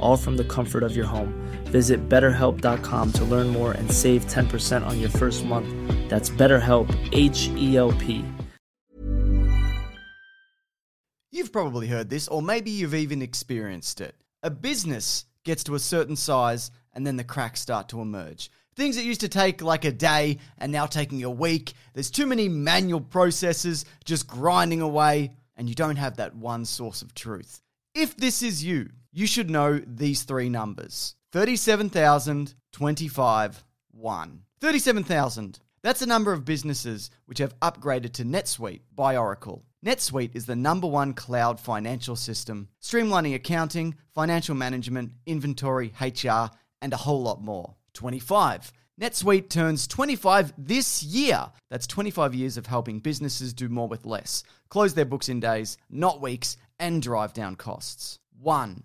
I: all from the comfort of your home. Visit betterhelp.com to learn more and save 10% on your first month. That's BetterHelp, H E L P.
B: You've probably heard this, or maybe you've even experienced it. A business gets to a certain size, and then the cracks start to emerge. Things that used to take like a day are now taking a week. There's too many manual processes just grinding away, and you don't have that one source of truth. If this is you, you should know these three numbers 37,025 one. 37,000. That's the number of businesses which have upgraded to NetSuite by Oracle. NetSuite is the number one cloud financial system, streamlining accounting, financial management, inventory, HR, and a whole lot more. 25. NetSuite turns 25 this year. That's 25 years of helping businesses do more with less, close their books in days, not weeks, and drive down costs. One,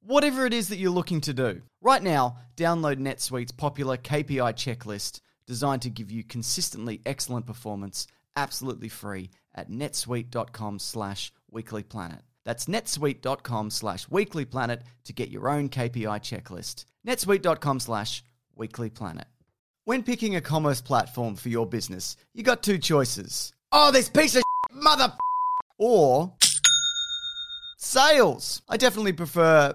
B: whatever it is that you're looking to do. Right now, download NetSuite's popular KPI checklist designed to give you consistently excellent performance absolutely free at netsuite.com slash weeklyplanet. That's netsuite.com slash weeklyplanet to get your own KPI checklist. netsuite.com slash weeklyplanet. When picking a commerce platform for your business, you got two choices. Oh, this piece of mother f- or sales. I definitely prefer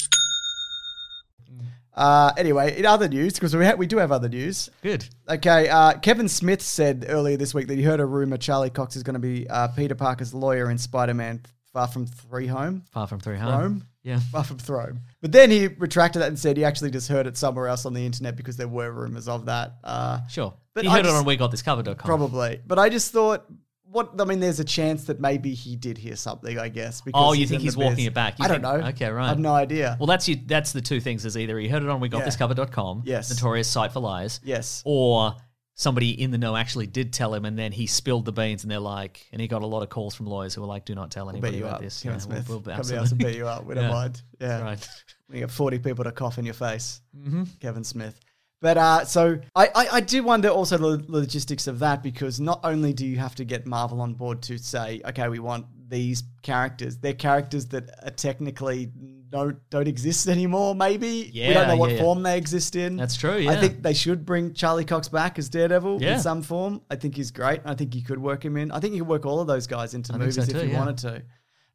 B: Uh, anyway, in other news, because we, ha- we do have other news.
D: Good.
B: Okay, uh, Kevin Smith said earlier this week that he heard a rumor Charlie Cox is going to be uh, Peter Parker's lawyer in Spider Man Far From Three Home.
D: Far from three home.
B: Rome?
D: Yeah.
B: Far From Throne. But then he retracted that and said he actually just heard it somewhere else on the internet because there were rumors of that. Uh,
D: Sure.
B: But
D: you
B: I
D: heard
B: just-
D: it on WeGotThisCovered.com.
B: Probably. But I just thought, what? I mean, there's a chance that maybe he did hear something, I guess. Because
D: Oh, you
B: in
D: think
B: the
D: he's walking
B: biz.
D: it back? You
B: I don't
D: think-
B: know.
D: okay, right.
B: I have no idea.
D: Well, that's you. That's the two things: is either he heard it on WeGotThisCovered.com,
B: Yes.
D: notorious site for liars,
B: Yes.
D: or somebody in the know actually did tell him, and then he spilled the beans, and they're like, and he got a lot of calls from lawyers who were like, "Do not tell
B: Beat
D: anybody
B: you
D: about
B: up,
D: this."
B: Kevin
D: Yeah,
B: Smith.
D: we'll- we'll-
B: Somebody else will
D: absolutely.
B: beat you up. We don't
D: Yeah.
B: mind. Yeah.
D: Right.
B: When you get 40 people to cough in your face.
D: Mhm.
B: Kevin Smith. But uh, so I, I, I do wonder also the lo- logistics of that because not only do you have to get Marvel on board to say, okay, we want these characters, they're characters that are technically no, don't exist anymore, maybe. we don't
D: Yeah,
B: know what
D: yeah, yeah.
B: form they exist in.
D: *laughs* That's true,
B: I
D: yeah.
B: think they should bring Charlie Cox back as Daredevil
D: Yeah.
B: in some form. I think he's great. I think you could work him in. I think you could work all of those guys into
D: I think
B: movies
D: so
B: if
D: too,
B: you
D: yeah.
B: wanted to.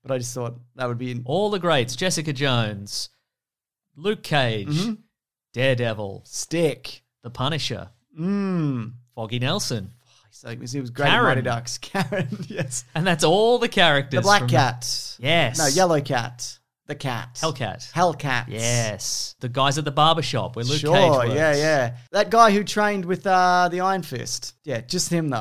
B: But I just thought that would be
D: All the greats: Jessica Jones, Luke Cage,
B: Mhm.
D: Daredevil,
B: stick.
D: The Punisher,
B: Mmm.
D: Foggy Nelson,
B: So he was he was great at
D: Karen.
B: Mighty Ducks. *laughs* Karen, yes.
D: and that's all the characters.
B: The Black
D: from-
B: Cat.
D: Yes.
B: No, Yellow Cat. The Cat.
D: Hellcat.
B: Hellcat.
D: Yes, the guys at the barber shop where Luke
B: sure,
D: Cage works.
B: yeah, yeah. That guy who trained with uh, the Iron Fist. Yeah, just him though.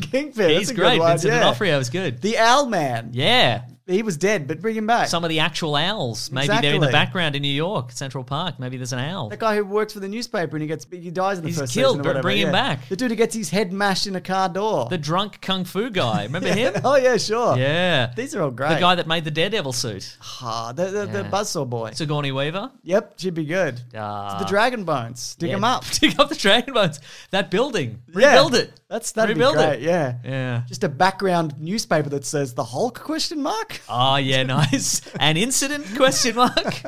B: *laughs* Kingpin.
D: He's
B: that's a good
D: great.
B: one,
D: Vincent
B: yeah.
D: D'Onofrio is good.
B: The Owl Man.
D: yeah.
B: He was dead, but bring him back.
D: Some of the actual owls. Maybe they're in the
B: Exactly.
D: background in New York, Central Park. Maybe there's an owl.
B: That guy who works for the newspaper and he gets he dies in the
D: He's
B: first
D: killed,
B: season or
D: br-
B: whatever,
D: bring him
B: yeah.
D: back.
B: The dude who gets his head mashed in a car door.
D: The drunk kung fu guy. Remember him?
B: oh *laughs* yeah, sure.
D: Yeah.
B: These are all great.
D: The guy that made the Daredevil suit.
B: Ah, the, the, the
D: Yeah.
B: buzzsaw boy.
D: Sigourney Weaver.
B: Yep, she'd be good.
D: Ah.
B: the dragon bones. Dig
D: Yeah.
B: them up.
D: Dig up the dragon bones. That building.
B: Yeah.
D: *laughs* Rebuild it.
B: That's that'd
D: Rebuild
B: be great.
D: it.
B: Yeah.
D: Yeah.
B: Just a background newspaper that says the Hulk question mark. *laughs*
D: Oh yeah, nice. An incident question mark.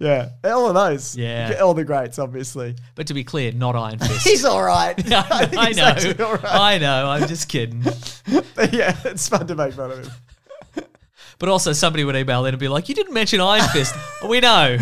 B: Yeah, all of those.
D: Yeah.
B: all the greats, obviously.
D: But to be clear, not
B: *laughs*
D: Iron Fist.
B: He's all right.
D: Yeah, I know.
B: think
D: *laughs*
B: *laughs*
D: I
B: he's
D: know.
B: actually all right.
D: I know. I'm just kidding.
B: But yeah, it's fun to make fun of him.
D: But also, somebody would email in and be like, "You didn't mention Iron
B: *laughs*
D: Fist." we know.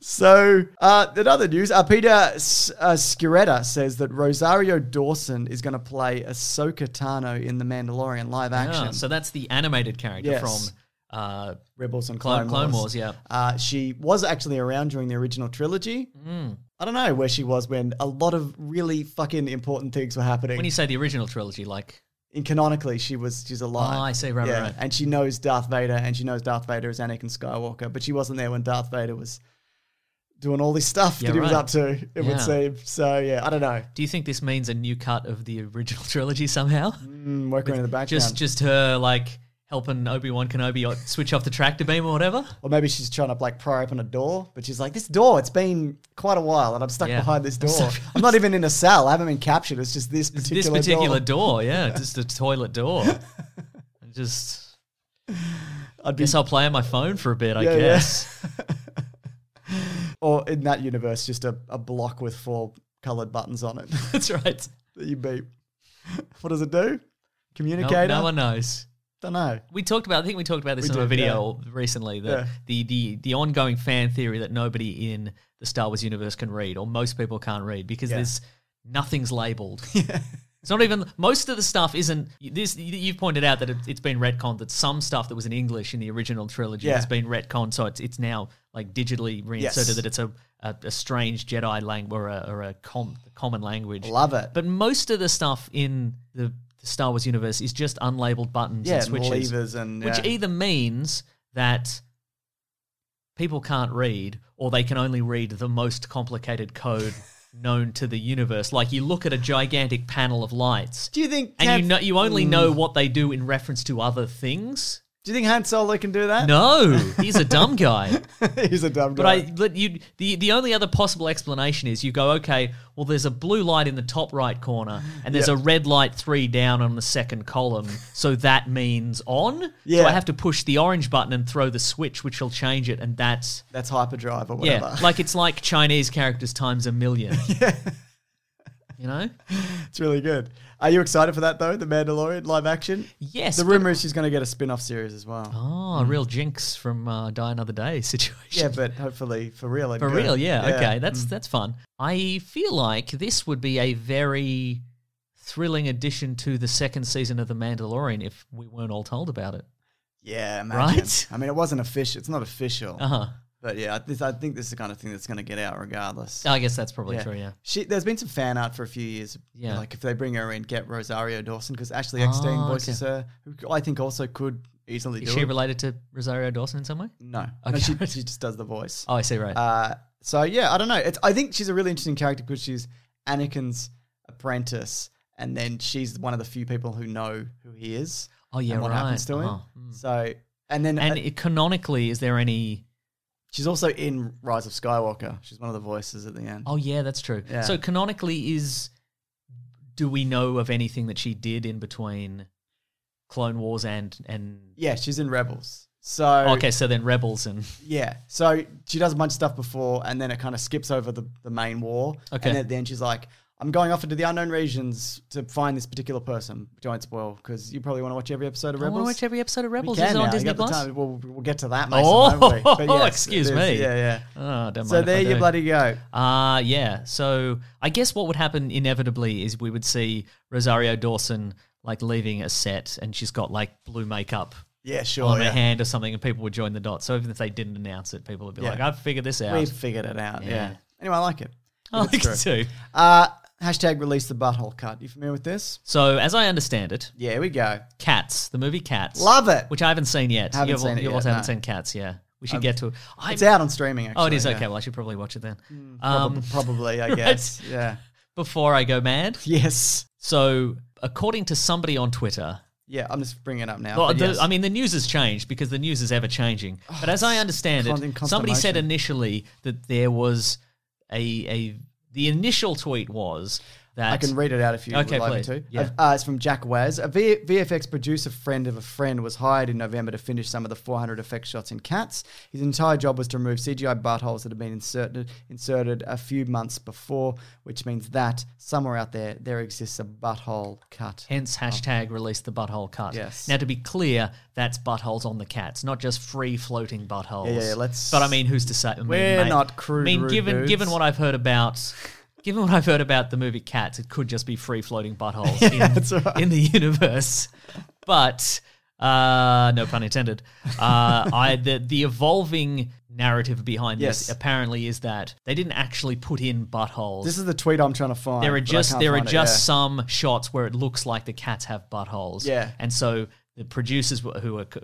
B: So, uh, in other news, uh, Peter S- uh, Sciretta says that Rosario Dawson is going to play Ahsoka Tano in The Mandalorian live action.
D: Ah, so that's the animated character
B: Yes.
D: from uh,
B: Rebels and Clone,
D: Clone, Clone Wars. Yeah.
B: Uh, she was actually around during the original trilogy.
D: Hmm.
B: I don't know where she was when a lot of really fucking important things were happening.
D: When you say the original trilogy, like
B: and canonically, she was she's alive.
D: Oh, I see. Right, right, right.
B: And she knows Darth Vader, and she knows Darth Vader is Anakin Skywalker, but she wasn't there when Darth Vader was doing all this stuff
D: Yeah,
B: that he was
D: right.
B: up to. It would
D: Yeah.
B: seem. So yeah, I don't know.
D: do you think this means a new cut of the original *laughs* trilogy somehow?
B: Mm, working in the background,
D: Just, just her like helping Obi Wan Kenobi o- switch off the tractor beam or whatever.
B: or maybe she's trying to like pry open a door, but she's like, "This door, it's been quite a while, and I'm stuck
D: Yeah.
B: behind this
D: *laughs* I'm
B: door.
D: stuck-
B: I'm not even in a cell. I haven't been captured. It's just this particular,
D: this particular
B: door. *laughs*
D: door. yeah, just a toilet door. just.
B: I'd be
D: Guess I'll play on my phone for a bit. I
B: Yeah, yeah. *laughs*
D: guess.
B: or in that universe, just a, a block with four coloured buttons on it *laughs*
D: That's right.
B: that you beep. *laughs* What does it do?
D: No,
B: Communicator?
D: no one knows.
B: Don't know.
D: We talked about. I think we talked about this
B: We
D: in a
B: did,
D: video recently. That
B: Yeah.
D: the, the the ongoing fan theory that nobody in the Star Wars universe can read, or most people can't read, because
B: Yeah.
D: there's nothing's
B: *laughs*
D: labeled. It's not even most of the stuff isn't. This you've pointed out that it, it's been retconned. That some stuff that was in English in the original trilogy
B: Yeah.
D: has been retconned, so it's it's now like digitally reinserted
B: Yes.
D: that it's a, a, a strange Jedi language or a, or a com- common language.
B: Love it.
D: But most of the stuff in the, the Star Wars universe is just unlabeled buttons
B: yeah,
D: and
B: and
D: switches,
B: levers and
D: which e-
B: yeah.
D: either means that people can't read or they can only read the most
B: *laughs*
D: complicated code known to the universe. Like you look at a gigantic panel of lights
B: Do you Mm. think?
D: and
B: Han-
D: you know you only know what they do in reference to other things.
B: Do you think Han Solo can do that?
D: No, he's a dumb guy.
B: *laughs* he's a dumb
D: But
B: guy.
D: I, but you, the the only other possible explanation is you go, okay, well, there's a blue light in the top right corner, and there's
B: Yeah.
D: a red light three down on the second column, so that means on.
B: Yeah.
D: So I have to push the orange button and throw the switch, which will change it, and that's
B: That's hyperdrive or
D: yeah,
B: whatever.
D: like it's like Chinese characters times a million. you know?
B: *laughs* It's really good. Are you excited for that though? The Mandalorian live action?
D: Yes,
B: The
D: but-
B: rumor is she's going to get a spin-off series as well.
D: Oh, a real jinx from uh, Die Another Day situation.
B: Yeah, but hopefully for real. and
D: For
B: good.
D: real, yeah. Okay, that's
B: Mm.
D: that's fun. I feel like this would be a very thrilling addition to the second season of The Mandalorian if we weren't all told about it.
B: Yeah, imagine.
D: Right?
B: I mean, it wasn't official. It's not official.
D: Uh-huh.
B: But yeah, I, this, I think this is the kind of thing that's going to get out regardless.
D: I guess that's probably true, yeah.
B: She, there's been some fan art for a few years.
D: Yeah.
B: Like if they bring her in, get Rosario Dawson because Ashley Eckstein
D: Oh,
B: voices her, who I think also could easily
D: Is
B: do
D: she
B: it.
D: related to Rosario Dawson in some way?
B: No. No,
D: Okay.
B: she, she just does the voice.
D: Oh, I see, right.
B: Uh, so yeah, I don't know. It's I think she's a really interesting character because she's Anakin's apprentice, and then she's one of the few people who know who he is.
D: Oh, yeah,
B: and what
D: right.
B: happens to him?
D: Oh,
B: So and then
D: and
B: uh,
D: it, canonically, is there any?
B: she's also in Rise of Skywalker. She's one of the voices at the end.
D: Oh yeah, that's true.
B: Yeah.
D: So canonically, is do we know of anything that she did in between Clone Wars and and?
B: Yeah, she's in Rebels. So
D: okay, so then Rebels and
B: Yeah. So she does a bunch of stuff before, and then it kind of skips over the, the main war.
D: Okay.
B: And then at the end, she's like, I'm going off into the unknown regions to find this particular person, which I won't spoil because you probably want to watch every episode of
D: I
B: Rebels.
D: want to watch every episode of
B: We
D: Rebels.
B: can
D: Is it on
B: now, you
D: Disney
B: got the
D: Plus?
B: time. We'll, we'll get to that, Mason, won't we?
D: Oh, *laughs*
B: But yes,
D: excuse
B: it is.
D: me.
B: Yeah, yeah.
D: Oh, don't
B: so
D: mind if I
B: there you
D: do.
B: bloody go.
D: Uh, yeah. So I guess what would happen inevitably is we would see Rosario Dawson like leaving a set and she's got like blue makeup
B: Yeah, sure.
D: on her
B: Oh, yeah.
D: hand or something and people would join the dots. So even if they didn't announce it, people would be
B: Yeah.
D: like, I've figured this out.
B: We
D: *laughs*
B: figured it out. Yeah.
D: Yeah.
B: Anyway, I like it.
D: I
B: It's
D: like it
B: true.
D: too.
B: Uh, hashtag release the butthole cut. You familiar with this?
D: So as I understand it,
B: Yeah, here we go.
D: Cats, the movie Cats.
B: Love it.
D: Which I haven't seen yet.
B: Haven't
D: You've-
B: seen it
D: you
B: yet,
D: also haven't
B: no. Um,
D: seen Cats, yeah. We should get to it. I-
B: it's out on streaming. Actually,
D: Oh, it is?
B: yeah.
D: Okay, well, I should probably watch it then.
B: Probab-
D: Um,
B: probably, I
D: *laughs* right.
B: guess. Yeah.
D: Before I go mad.
B: Yes.
D: So, according to somebody on Twitter,
B: Yeah, I'm just bringing it up now.
D: well,
B: but
D: the,
B: Uh, yes. Oh,
D: I mean, the news has changed because the news is ever changing. But as I understand
B: con- in
D: it,
B: constant
D: somebody said
B: motion.
D: initially that there was a a the initial tweet was that
B: I can read it out if you
D: Okay,
B: would like
D: please.
B: me to.
D: Yeah.
B: Uh, it's from Jack Waz. A v- VFX producer friend of a friend was hired in November to finish some of the 400 effect shots in Cats. His entire job was to remove CGI buttholes that had been inserted inserted a few months before, which means that somewhere out there there exists a butthole cut.
D: Hence, hashtag release the butthole cut.
B: Oh. Yes.
D: Now, to be clear, that's buttholes on the cats, not just free floating buttholes.
B: Yeah, yeah, yeah, let's-
D: But I mean, who's to say? I mean,
B: We're
D: mate-
B: not crude,
D: I mean,
B: rude
D: given
B: dudes.
D: given what I've heard about, given what I've heard about the movie Cats, it could just be free floating
B: *laughs*
D: buttholes
B: that's
D: in,
B: right.
D: in the universe. But uh, no pun intended. Uh, I the the evolving narrative behind
B: Yes.
D: this apparently is that they didn't actually put in buttholes.
B: This is the tweet I'm trying to find.
D: There are
B: but I
D: just
B: can't
D: there are
B: find it,
D: just
B: yeah.
D: some shots where it looks like the cats have buttholes.
B: Yeah.
D: and so the producers were- who are c-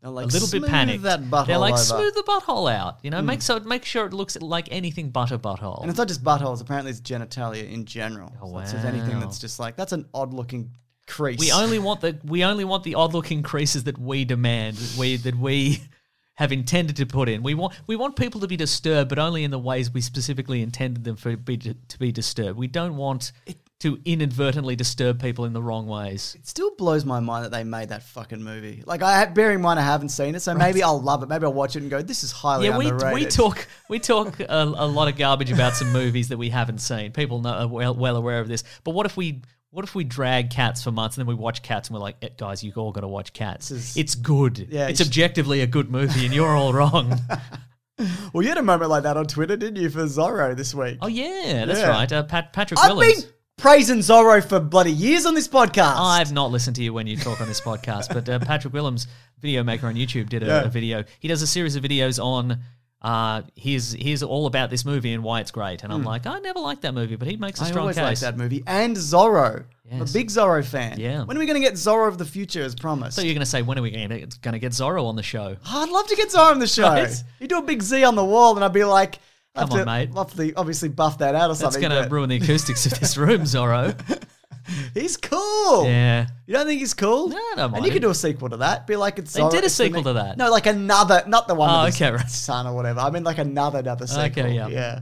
B: They're like,
D: a little bit
B: "Smooth
D: panicked,
B: That butthole
D: they're like
B: over." Hmm.
D: smooth the butthole out. You know, make so make sure it looks like anything but a butthole.
B: And it's not just buttholes. Apparently, it's genitalia in general.
D: Oh,
B: So it's just anything
D: wow.
B: that's just like that's an odd looking crease.
D: we only want the we only want the odd looking creases that we demand that we that we *laughs* have intended to put in. We want we want people to be disturbed, but only in the ways we specifically intended them for be, to be disturbed. We don't want to inadvertently disturb people in the wrong ways.
B: It still blows my mind that they made that fucking movie. Like, I bearing in mind I haven't seen it, so maybe I'll love it. Maybe I'll watch it and go, "This is highly
D: yeah, we,
B: underrated."
D: we talk we talk a, a lot of garbage about some movies that we haven't seen. People know, are well, well aware of this. But what if we what if we drag Cats for months and then we watch Cats and we're like, "Eh, guys, you all got to watch Cats.
B: This is-
D: it's good.
B: Yeah,
D: it's
B: you sh-
D: objectively a good movie, and you're
B: *laughs*
D: all wrong.
B: Well, you had a moment like that on Twitter, didn't you, for Zorro this week?
D: oh yeah, that's
B: Yeah.
D: right. Uh, Pat, Patrick
B: I've
D: Willis.
B: been praising Zorro for bloody years on this podcast.
D: I've not listened to you when you talk on this podcast, but uh, Patrick Willems, video maker on YouTube, did a,
B: Yeah.
D: a video. He does a series of videos on. Uh, here's here's all about this movie and why it's great, and I'm like, I never liked that movie, but he makes a
B: Hmm. I
D: strong
B: always
D: case.
B: liked that movie and Zorro. I'm a
D: Yes.
B: big Zorro fan.
D: Yeah.
B: When are we going to get Zorro of the future as promised?
D: So you're going to say, when are we going to get Zorro on the show?
B: Oh, I'd love to get Zorro on the show.
D: Right?
B: You do a big Z on the wall, and I'd be like, I'd have
D: Come on,
B: to
D: mate.
B: Obviously, obviously buff that out or
D: That's
B: something.
D: going to
B: but
D: ruin the acoustics of this room, Zorro.
B: *laughs* He's cool.
D: Yeah.
B: You don't think he's cool?
D: No, I don't
B: And
D: mind
B: you could
D: him.
B: do a sequel to that. Be like it's.
D: They
B: Zorro-
D: did a
B: it's the
D: sequel to that.
B: No, like another, not the one.
D: Oh,
B: with his
D: okay, right.
B: Son or whatever. I mean, like another, another sequel.
D: Okay, yeah.
B: yeah.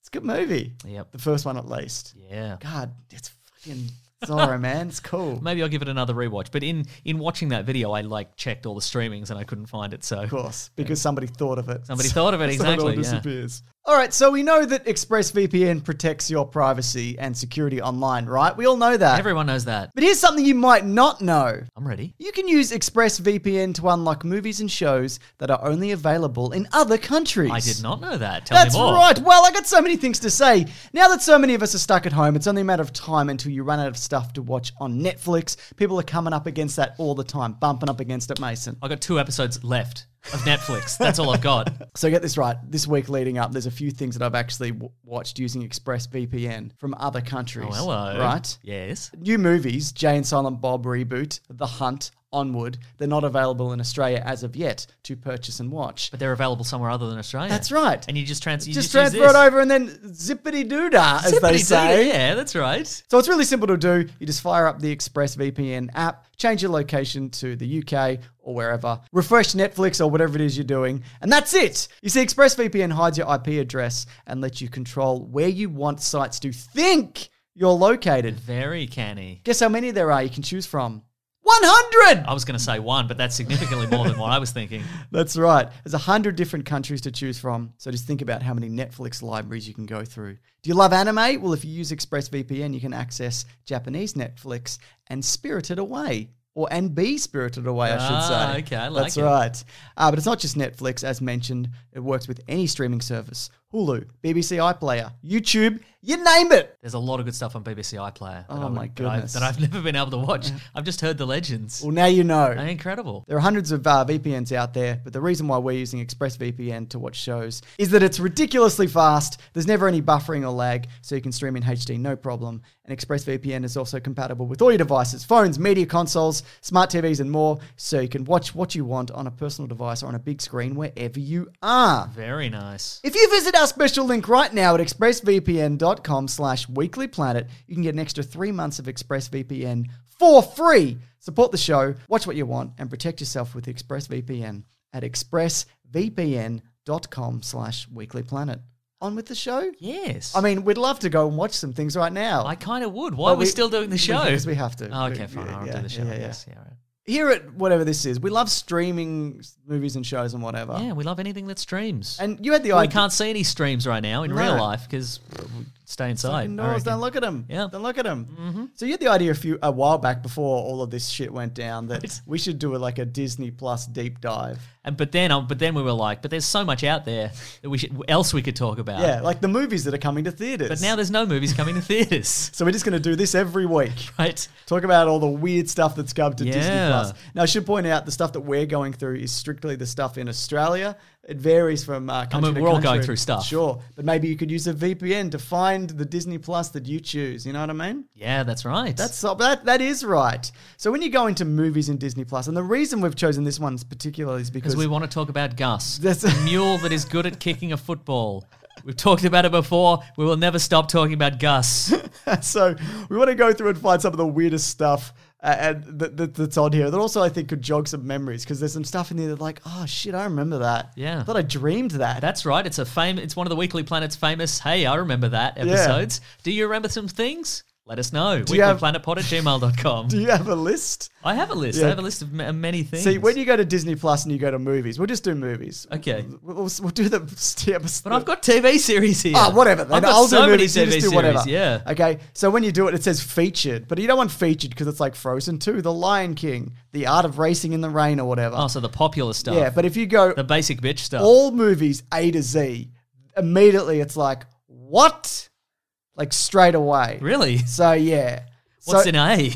B: It's a good movie.
D: Yep.
B: The first one, at least.
D: Yeah.
B: God, it's fucking
D: *laughs*
B: Zorro, man. It's cool.
D: Maybe I'll give it another rewatch. But in in watching that video, I like checked all the streamings and I couldn't find it. So
B: Of course, because somebody thought of it. *laughs*
D: Somebody thought of it,
B: So it all
D: exactly, yeah.
B: disappears. All right, so we know that ExpressVPN protects your privacy and security online, right? We all know that.
D: Everyone knows that.
B: But here's something you might not know.
D: I'm ready.
B: You can use ExpressVPN to unlock movies and shows that are only available in other countries.
D: I did not know that. Tell
B: That's
D: me more.
B: right. Well, I got so many things to say. Now that so many of us are stuck at home, it's only a matter of time until you run out of stuff to watch on Netflix. People are coming up against that all the time, bumping up against it, Mason.
D: I got two episodes left of Netflix. That's all
B: *laughs*
D: I've got.
B: So get this right. This week leading up, there's a few things that I've actually w- watched using ExpressVPN from other countries.
D: Oh, hello.
B: Right?
D: Yes.
B: New movies, Jay and Silent Bob reboot, The Hunt, Onward, they're not available in Australia as of yet to purchase and watch.
D: But they're available somewhere other than Australia.
B: That's right.
D: And you just trans. You
B: just
D: just,
B: transfer
D: use
B: it over and then zippity doo dah, as
D: this.
B: they say.
D: Yeah, that's right.
B: So it's really simple to do. You just fire up the ExpressVPN app, change your location to the UK or wherever, refresh Netflix or whatever it is you're doing, and that's it. You see, ExpressVPN hides your IP address and lets you control where you want sites to think you're located.
D: Very canny.
B: Guess how many there are you can choose from? 100!
D: I was going to say one, but that's significantly more than what I was thinking.
B: That's right. There's a hundred different countries to choose from. So just think about how many Netflix libraries you can go through. Do you love anime? Well, if you use ExpressVPN, you can access Japanese Netflix and Spirited Away. Or and be spirited away, I should
D: Ah,
B: say.
D: okay, I like
B: That's
D: it.
B: right. Uh, but it's not just Netflix, as mentioned. It works with any streaming service: Hulu, BBC iPlayer, YouTube, you name it.
D: There's a lot of good stuff on BBC iPlayer. that
B: Oh my
D: I that I-
B: goodness.
D: That I've *laughs* never been able to watch. I've just heard the legends.
B: Well, now you know.
D: They're incredible.
B: There are hundreds of uh, VPNs out there, but the reason why we're using ExpressVPN to watch shows is that it's ridiculously fast. There's never any buffering or lag, so you can stream in HD no problem. And ExpressVPN is also compatible with all your devices phones, media consoles, smart TVs, and more, so you can watch what you want on a personal device or on a big screen wherever you are.
D: Very nice.
B: If you visit our special link right now at expressvpn.com slash weeklyplanet, you can get an extra three months of ExpressVPN for free. Support the show, watch what you want, and protect yourself with ExpressVPN at expressvpn.com slash weeklyplanet. On with the show?
D: Yes.
B: I mean, we'd love to go and watch some things right now.
D: I kind of would. Why are we, still doing the show?
B: Because we have to.
D: Oh,
B: We-
D: okay, fine. I'll
B: yeah,
D: do the show.
B: yeah, yeah.
D: Yes. Yeah, all right.
B: Here at whatever this is, we love streaming movies and shows and whatever.
D: Yeah, we love anything that streams.
B: And you had the
D: Well, we
B: idea.
D: can't see any streams right now in
B: No.
D: real life because we stay inside.
B: Fucking
D: I
B: Norris,
D: reckon.
B: don't look at him.
D: Yeah. Mm-hmm.
B: Don't look at him. So you had the idea a few a while back before all of this shit went down that we should do a, like a Disney Plus deep dive.
D: And but then, um, but then we were like, but there's so much out there that we should else we could talk about.
B: Yeah, like the movies that are coming to theaters.
D: Ah. But now there's no movies coming to theaters, *laughs*
B: so we're just going to do this every week.
D: right?
B: Talk about all the weird stuff that's come to Disney
D: Yeah.
B: Plus. Now I should point out the stuff that we're going through is strictly the stuff in Australia. It varies from uh, country
D: mean,
B: to
D: we're all
B: country.
D: going through stuff.
B: Sure, but maybe you could use a VPN to find the Disney Plus that you choose. You know what I mean?
D: Yeah, that's right.
B: That's that. That is right. So when you go into movies in Disney Plus, and the reason we've chosen this one particularly is because
D: because we want to talk about Gus,
B: *laughs* That's-
D: the mule that is good at kicking a football. We've talked about it before. We will never stop talking
B: *laughs*
D: about Gus.
B: so we want to go through and find some of the weirdest stuff uh, and that, that, that's on here that also I think could jog some memories because there's some stuff in there that like oh shit I remember that
D: Yeah.
B: I thought I dreamed that
D: That's right. It's a fame. It's one of the Weekly Planet's famous. Hey, I remember that episodes. Do you remember some things? Let us know.
B: you have-
D: WeeklyPlanetPod at
B: *laughs*
D: gmail.com.
B: do *laughs* you have a list
D: I have a list.
B: Yeah.
D: I have a list of ma- uh, many things.
B: see when you go to Disney Plus and you go to movies we'll just do movies
D: Okay.
B: we'll, we'll, we'll do the *laughs*
D: But I've got TV series here.
B: Ah, whatever.
D: I've
B: Then
D: got
B: I'll
D: so
B: do
D: many
B: movies.
D: TV
B: you just
D: series.
B: do whatever.
D: Yeah.
B: Okay. So when you do it, it says featured, but you don't want featured because it's like Frozen Two, The Lion King, The Art of Racing in the Rain, or whatever.
D: Oh, so the popular stuff.
B: yeah. But if you go
D: the basic bitch stuff.
B: all movies A to Z, immediately it's like what? Like straight away. *laughs*
D: really?
B: So yeah.
D: What's
B: so,
D: in A?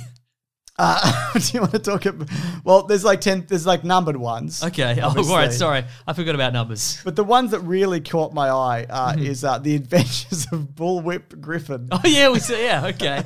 B: Uh, *laughs* do you want to talk about? Well, there's like ten. There's like numbered ones.
D: *laughs* Okay. Oh, all
B: obviously.
D: right. Sorry, I forgot about numbers. *laughs*
B: But the ones that really caught my eye uh,
D: Mm-hmm.
B: is uh, the Adventures of Bullwhip
D: *laughs*
B: Griffin.
D: Oh yeah, we said yeah. Okay.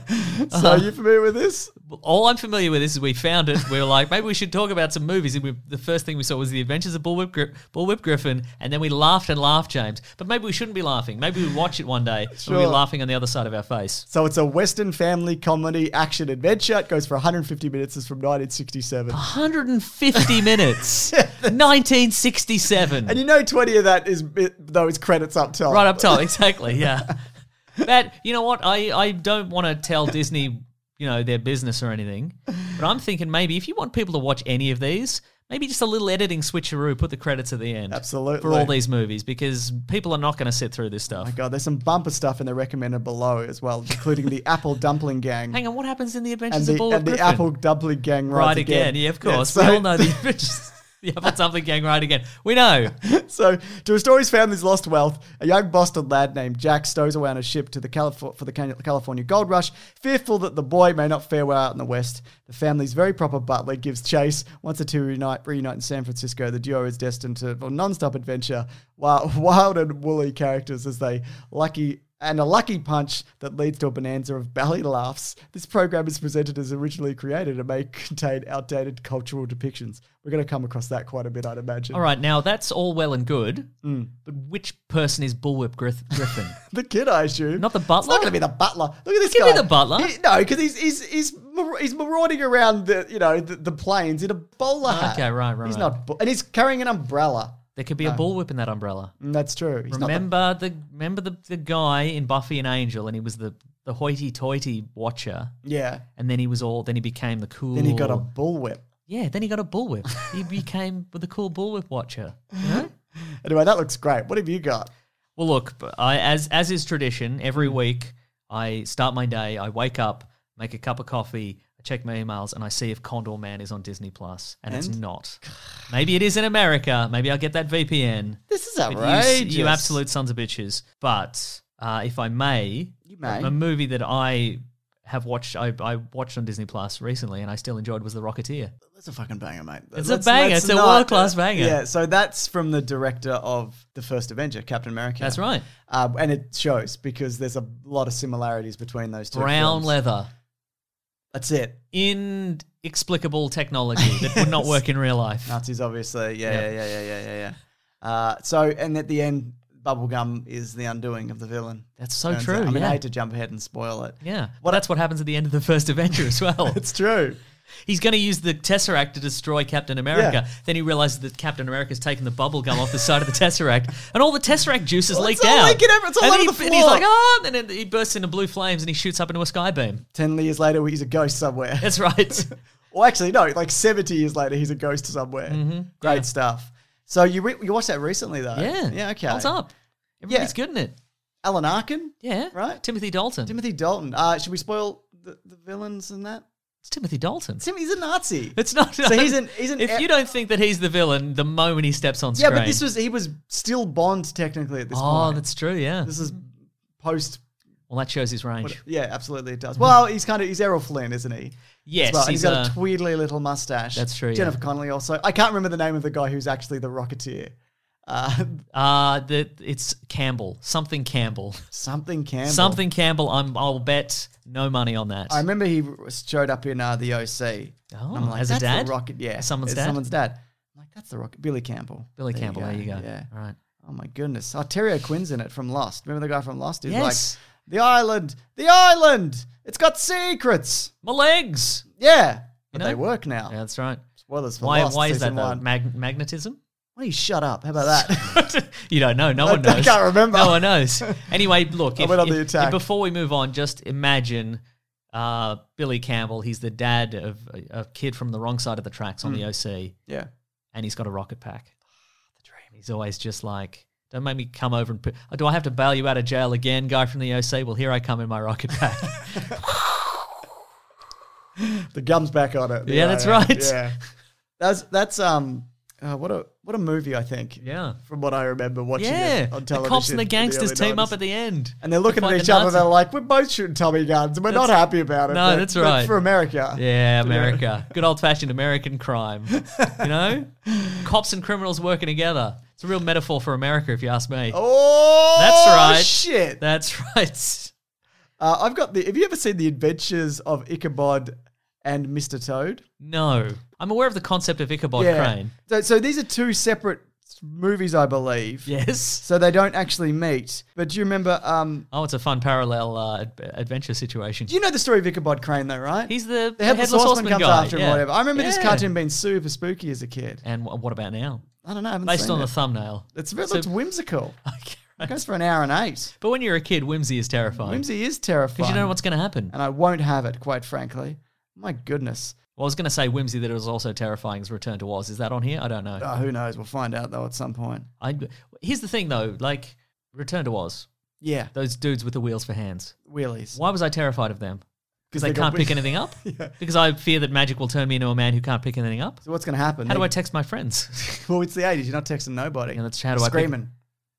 D: Uh,
B: So are you familiar with this?
D: All I'm familiar with is we found it. We were like, maybe we should talk about some movies. And we, the first thing we saw was The Adventures of Bullwhip, Gri- Bullwhip Griffin, and then we laughed and laughed, James. But maybe we shouldn't be laughing. Maybe we watch it one day and
B: Sure.
D: we're laughing on the other side of our face.
B: So it's a Western family comedy action adventure. It goes for 150 minutes. It's from 1967.
D: Ah. 150 minutes, 1967.
B: And you know 20 of that is though it's credits up top.
D: Right up top, exactly. Yeah. But you know what? I, I don't want to tell Disney, you know, their business or anything. But I'm thinking maybe if you want people to watch any of these, maybe just a little editing switcheroo, put the credits at the end.
B: Absolutely.
D: For all these movies, because people are not going to sit through this stuff.
B: Oh My God, there's some bumper stuff in the recommended below as well, including the Apple Dumpling Gang.
D: Hang on, what happens in the
B: and
D: Adventures
B: the,
D: of Ball
B: and
D: of
B: the
D: Griffin?
B: Apple Dumpling Gang rides
D: right again. Yeah, of course. we all know the Adventures. *laughs* The Apple Dumpling Gang right again. We know.
B: *laughs* so, to restore his family's lost wealth, a young Boston lad named Jack stows away on a ship to the Calif- for the Can- California Gold Rush, fearful that the boy may not fare well out in the West. The family's very proper butler gives chase. Once the two reunite, reunite in San Francisco, the duo is destined to a non-stop adventure, while wild and woolly characters as they lucky and a lucky punch that leads to a bonanza of belly laughs. This program is presented as originally created and may contain outdated cultural depictions. We're going to come across that quite a bit, I'd imagine.
D: All right, now that's all well and good,
B: Mm.
D: but which person is Bullwhip
B: *laughs*
D: Grif- Griffin?
B: The kid, I assume.
D: Not the
B: It's
D: butler.
B: not going to be the butler. Look at this
D: Give
B: guy.
D: me the butler.
B: He- no, because he's he's he's mar- he's marauding around the you know the, the plains in a bowler hat.
D: Okay, right, right,
B: He's
D: right.
B: not, bu- and he's carrying an umbrella.
D: There could be a
B: No.
D: bullwhip in that umbrella.
B: Mm, That's true. He's not the-
D: remember the, remember the, the guy in Buffy and Angel, and he was the the hoity-toity watcher,
B: yeah.
D: and then he was all. Then he became the cool.
B: Then he got a bullwhip.
D: yeah. Then he got a bullwhip. *laughs* he became the cool bullwhip watcher. you know?
B: Anyway, that looks great. What have you got?
D: Well, look, I, as as is tradition, every week I start my day. I wake up, make a cup of coffee, I check my emails, and I see if Condor Man is on Disney Plus, and, it's
B: And?
D: not. Maybe it is in America. Maybe I'll get that VPN.
B: This is
D: But you s-
B: outrageous.
D: You, absolute sons of bitches. But uh, if I may,
B: You may.
D: a movie that I have watched, I, I watched on Disney Plus recently, and I still enjoyed was The Rocketeer.
B: That's a fucking banger, mate.
D: It's a banger. It's a world-class banger.
B: Yeah, so that's from the director of the first Avenger, Captain America.
D: That's right.
B: Um, and it shows because there's a lot of similarities between those two.
D: Brown
B: films.
D: leather,
B: That's it.
D: inexplicable technology that would not
B: *laughs* Yes.
D: work in real life.
B: Nazis, obviously. Yeah, yeah,
D: Yeah.
B: yeah, yeah, yeah, yeah. yeah. Uh, so, and at the end, bubblegum is the undoing of the villain.
D: That's so
B: Turns
D: true,
B: out. I mean,
D: yeah.
B: I hate to jump ahead and spoil it.
D: Yeah. Well, that's what happens at the end of the first *laughs* adventure as well.
B: It's true.
D: He's going to use the Tesseract to destroy Captain America.
B: Yeah.
D: Then he realizes that Captain America's taken the bubble gum off the side of the
B: *laughs*
D: Tesseract, and all the Tesseract juice is
B: Well,
D: leaked
B: it's all
D: out.
B: leaking everywhere. It's all
D: and
B: over
D: he,
B: the
D: And he's
B: floor.
D: like, oh, and then he bursts into blue flames and he shoots up into a sky beam.
B: Ten years later, he's a ghost somewhere.
D: That's right.
B: *laughs* Well, actually, no, like 70 years later, he's a ghost somewhere. Great
D: Mm-hmm. Yeah.
B: stuff. So you re- you watched that recently, though?
D: yeah.
B: Yeah, okay.
D: What's up? Everybody's good in it.
B: Alan Arkin?
D: Yeah.
B: Right?
D: Timothy Dalton.
B: Timothy Dalton. Uh, should we spoil the, the villains and that?
D: it's Timothy Dalton.
B: Tim, he's a Nazi.
D: it's not.
B: So he's an- he's an- e-
D: if you don't think that he's the villain, the moment he steps on
B: yeah,
D: screen.
B: but this was he was still Bond technically at this
D: Oh,
B: point.
D: that's true. Yeah.
B: This is post.
D: well, that shows his range.
B: what- yeah, absolutely, it does. Well, he's kind of he's Errol Flynn, isn't he?
D: Yes,
B: As well, and
D: he's
B: he's got
D: a-
B: a tweedly little mustache.
D: That's true, yeah.
B: Jennifer Connelly also. I can't remember the name of the guy who's actually the Rocketeer. Uh, *laughs*
D: Uh the it's Campbell, something Campbell,
B: something Campbell.
D: something Campbell. I'm I'll bet no money on that.
B: I remember he showed up in uh, the OC.
D: Oh,
B: And I'm like,
D: as a
B: that's
D: dad?
B: The rocket, yeah,
D: As someone's
B: as
D: dad?
B: Someone's dad. I'm like, that's the rocket. Billy Campbell.
D: Billy Campbell. there you go.
B: Yeah.
D: All right.
B: Oh my goodness. Oh, Terry O'Quinn's in it from Lost. Remember the guy from Lost? He's
D: Yes.
B: like, the island, the island. It's got secrets.
D: My legs.
B: Yeah. But
D: know?
B: they work now.
D: Yeah, that's right.
B: Spoilers for
D: Why
B: Lost
D: why is that
B: season
D: though?
B: one.
D: Mag- magnetism?
B: Why don't you shut up? How about that?
D: you don't know. *laughs*
B: *laughs*
D: No
B: I-
D: one knows.
B: I can't remember.
D: No
B: *laughs*
D: one knows. Anyway, look.
B: I
D: If,
B: went on
D: if-
B: the attack.
D: if before we move on, just imagine uh, Billy Campbell. He's the dad of a, a kid from the wrong side of the tracks on
B: Hmm.
D: the OC.
B: yeah.
D: and he's got a rocket pack.
B: Ah,
D: The dream. He's always just like, don't make me come over and put. Oh, do I have to bail you out of jail again, guy from the OC? Well, here I come in my rocket pack.
B: The gum's back on it. The
D: Yeah, that's
B: island.
D: right.
B: Yeah. That's that's um uh, what a what a movie I think.
D: Yeah.
B: From what I remember watching
D: yeah.
B: it on
D: The
B: television.
D: cops and the
B: in
D: gangsters
B: early
D: team
B: 90s.
D: up at the end.
B: And they're looking
D: To
B: at
D: find
B: each
D: the
B: other and
D: Nazis.
B: they're like, we're both shooting Tommy guns and we're not
D: That's-
B: happy about it.
D: No,
B: but-
D: that's
B: but
D: right.
B: for America.
D: Yeah, America. Good old fashioned American crime. You
B: *laughs*
D: know? cops and criminals working together. It's a real metaphor for America, if you ask me.
B: Oh,
D: That's right.
B: Shit.
D: That's *laughs* right.
B: Uh, I've got the. Have you ever seen the Adventures of Ichabod and Mr. Toad?
D: No. I'm aware of the concept of Ichabod Crane.
B: So, so these are two separate movies, I believe.
D: Yes.
B: So they don't actually meet. But do you remember? Um,
D: Oh, it's a fun parallel uh, ad- adventure situation.
B: do you know the story of Ichabod Crane though, right?
D: He's the,
B: the headless, horseman, comes
D: guy.
B: after him,
D: yeah.
B: or whatever. I remember this
D: Yeah.
B: cartoon being super spooky as a kid.
D: And wh- what about now?
B: I don't know. I haven't
D: Based
B: seen
D: on
B: it.
D: the thumbnail. *laughs*
B: it's it
D: so-
B: looks whimsical.
D: Okay,
B: It
D: *laughs* right.
B: goes for an hour and eight.
D: But when you're a kid, whimsy is terrifying.
B: Whimsy is
D: Because
B: terrifying.
D: you don't know what's going to happen.
B: and I won't have it, quite frankly. My goodness.
D: Well, I was going to say whimsy that it was also terrifying's Return to Oz. Is that on here? I don't know.
B: Oh, who knows? We'll find out though at some point.
D: I here's the thing though, like Return to Oz.
B: Yeah.
D: Those dudes with the wheels for hands.
B: Wheelies.
D: Why was I terrified of them? Because they,
B: they got
D: can't pick
B: whe- *laughs*
D: anything up. Because I fear that magic will turn me into a man who can't pick anything up.
B: So what's going to happen?
D: How do
B: They-
D: I text my friends? *laughs*
B: *laughs* Well, it's the 80s. You're not texting nobody.
D: Yeah, that's- how do I pick-
B: Screaming.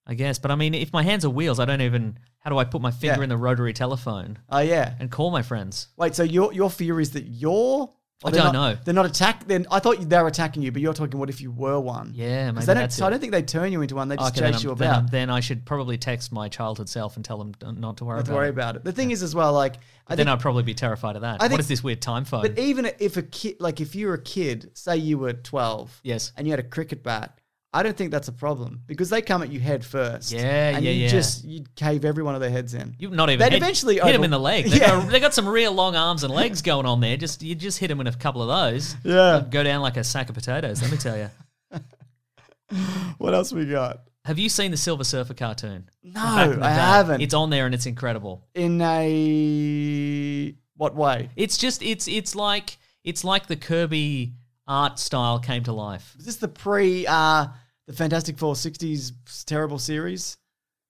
D: I guess, but I mean, if my hands are wheels, I don't even. How do I put my finger
B: Yeah.
D: in the rotary telephone
B: Oh, yeah.
D: and call my friends?
B: Wait, so your your fear is that you're. oh,
D: I
B: they're not-
D: don't know.
B: They're not attack. Then I thought they're attacking you, but you're talking. What if you were one?
D: Yeah,
B: 'Cause
D: maybe
B: they don't,
D: that's
B: So
D: it.
B: I don't think they turn you into one. They just
D: Okay, Ah, then
B: chase
D: I'm-
B: you
D: then I'm-
B: about.
D: Then, I should probably text my childhood self and tell them d- not to worry
B: Not to
D: about
B: worry
D: it.
B: about it. The thing is, as well, like I
D: then
B: think,
D: I'd probably be terrified of that.
B: I
D: what
B: think-
D: is this weird time phone?
B: but even if a kid, like if you were a kid, say you were 12,
D: yes.
B: and you had a cricket bat, I don't think that's a problem because they come at you head first.
D: Yeah,
B: and
D: yeah,
B: you
D: yeah.
B: Just you'd cave every one of their heads in.
D: You not even
B: They'd
D: hit,
B: eventually
D: hit him
B: over-
D: in the leg. They,
B: Yeah.
D: got, they got some real long arms and legs going on there. Just you just hit him in a couple of those.
B: Yeah.
D: Go down like a sack of potatoes. Let me tell you.
B: *laughs* What else we got?
D: Have you seen the Silver Surfer cartoon?
B: No,
D: Back in the
B: I
D: day.
B: haven't.
D: It's on there and it's incredible.
B: In a what way?
D: It's just it's it's like it's like the Kirby art style came to life.
B: Is this the pre uh the Fantastic Four sixties terrible series?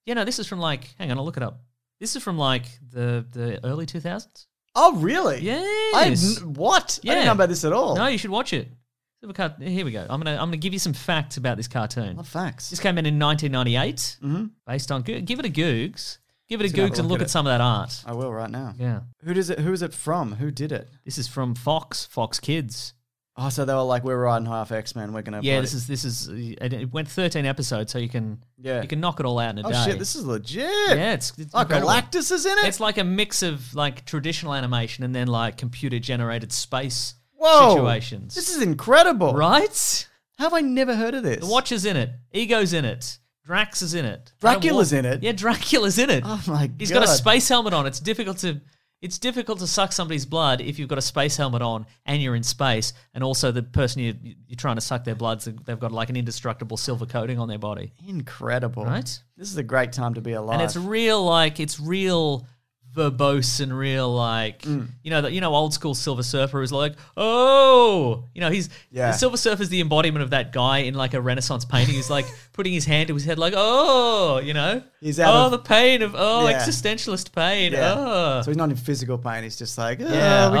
D: Yeah, no, this is from like hang on, I'll look it up. This is from like the the early two thousands.
B: Oh really? I
D: Yes.
B: didn't- what? I
D: Yeah.
B: didn't know about this at all.
D: No, you should watch it. Silver cart- Here we go. I'm gonna I'm gonna give you some facts about this cartoon.
B: What facts.
D: This came in in 1998,
B: Mhm.
D: based on Goo- give it a googs, give it
B: Just
D: a
B: gonna have
D: googs
B: a Uh, look
D: and look
B: at
D: at,
B: it.
D: some of that art.
B: I will right now.
D: Yeah,
B: Who does it who is it from? Who did it?
D: this is from Fox, Fox Kids.
B: Oh, so they were like, We're riding half X Men, we're gonna
D: Yeah,
B: bloody-
D: this is this is it it went 13 episodes, so you can
B: Yeah.
D: you can knock it all out in a
B: Oh
D: day.
B: shit, this is legit.
D: yeah, it's, it's
B: Oh
D: incredible.
B: Galactus is in it?
D: It's like a mix of like traditional animation and then like computer generated space
B: Whoa.
D: situations.
B: This is incredible.
D: *laughs* right.
B: How have I never heard of this?
D: The Watcher's in it. Ego's in it. Drax is in it.
B: Dracula's
D: Adam War-
B: in it?
D: Yeah, Dracula's in it.
B: Oh my
D: He's
B: god.
D: got a space helmet on. It's difficult to it's difficult to suck somebody's blood if you've got a space helmet on and you're in space, and also the person you you're trying to suck their blood, they've got like an indestructible silver coating on their body,
B: Incredible.
D: right?
B: This is a great time to be alive.
D: And it's real, like it's real verbose and real, like
B: Mm.
D: you know that you know old school Silver Surfer is like, oh, you know he's
B: Yeah.
D: the Silver Surfer's the embodiment of that guy in like a Renaissance painting who's like *laughs* putting his hand to his head, like oh, you know,
B: He's out
D: oh
B: of-
D: the pain of oh
B: Yeah.
D: existentialist pain,
B: Yeah. *laughs*
D: oh.
B: So he's not in physical pain, he's just like, oh,
D: Yeah. Oh,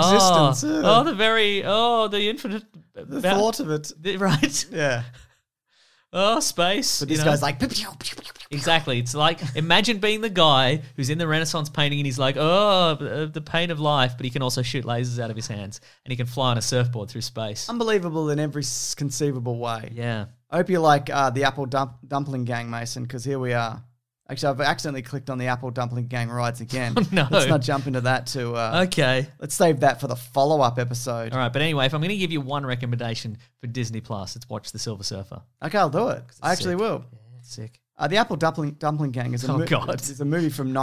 B: existence. ugh."
D: Oh, the very oh, the infinite.
B: the thought of it.
D: the- right.
B: Yeah.
D: Oh, space.
B: But
D: you
B: this
D: know.
B: guy's like, pew, pew, pew, pew, pew.
D: Exactly. It's like imagine being the guy who's in the Renaissance painting and he's like, oh, uh, the pain of life, but he can also shoot lasers out of his hands and he can fly on a surfboard through space.
B: Um, unbelievable in every s- conceivable way.
D: yeah.
B: I hope you like uh, the Apple Dump- Dumpling Gang, Mason, because here we are. Actually, I've accidentally clicked on the Apple Dumpling Gang rides again.
D: *laughs* no.
B: Let's not jump into that too. Uh,
D: Okay.
B: Let's save that for the follow up episode.
D: All right. But anyway, if I'm going to give you one recommendation for Disney Plus, it's watch The Silver Surfer.
B: Okay, I'll do it. I actually
D: sick.
B: will.
D: Sick.
B: Uh, the Apple Dumpling, Dumpling Gang is a,
D: Oh,
B: mo-
D: God.
B: is a movie from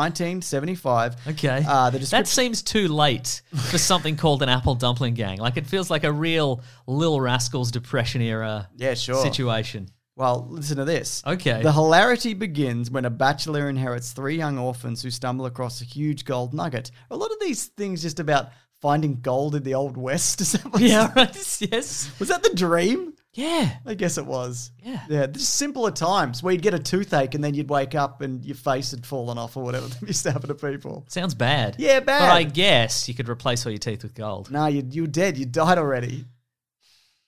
B: 1975.
D: Okay.
B: Uh, the
D: that
B: description.
D: seems too late for something called an Apple Dumpling Gang. Like it feels like a real Lil Rascals Depression era
B: Yeah, sure. *laughs*
D: situation.
B: Well, listen to this.
D: Okay.
B: The hilarity begins when a bachelor inherits three young orphans who stumble across a huge gold nugget. A lot of these things just about finding gold in the old west. *laughs* Is that what-
D: Yeah. Right. yes.
B: Was that the dream?
D: Yeah.
B: I guess it was.
D: Yeah.
B: Yeah. Just simpler times where you'd get a toothache and then you'd wake up and your face had fallen off or whatever *laughs* that used to happen to people.
D: Sounds bad.
B: Yeah, bad.
D: But I guess you could replace all your teeth with gold.
B: No, you you were dead. You died already. *laughs*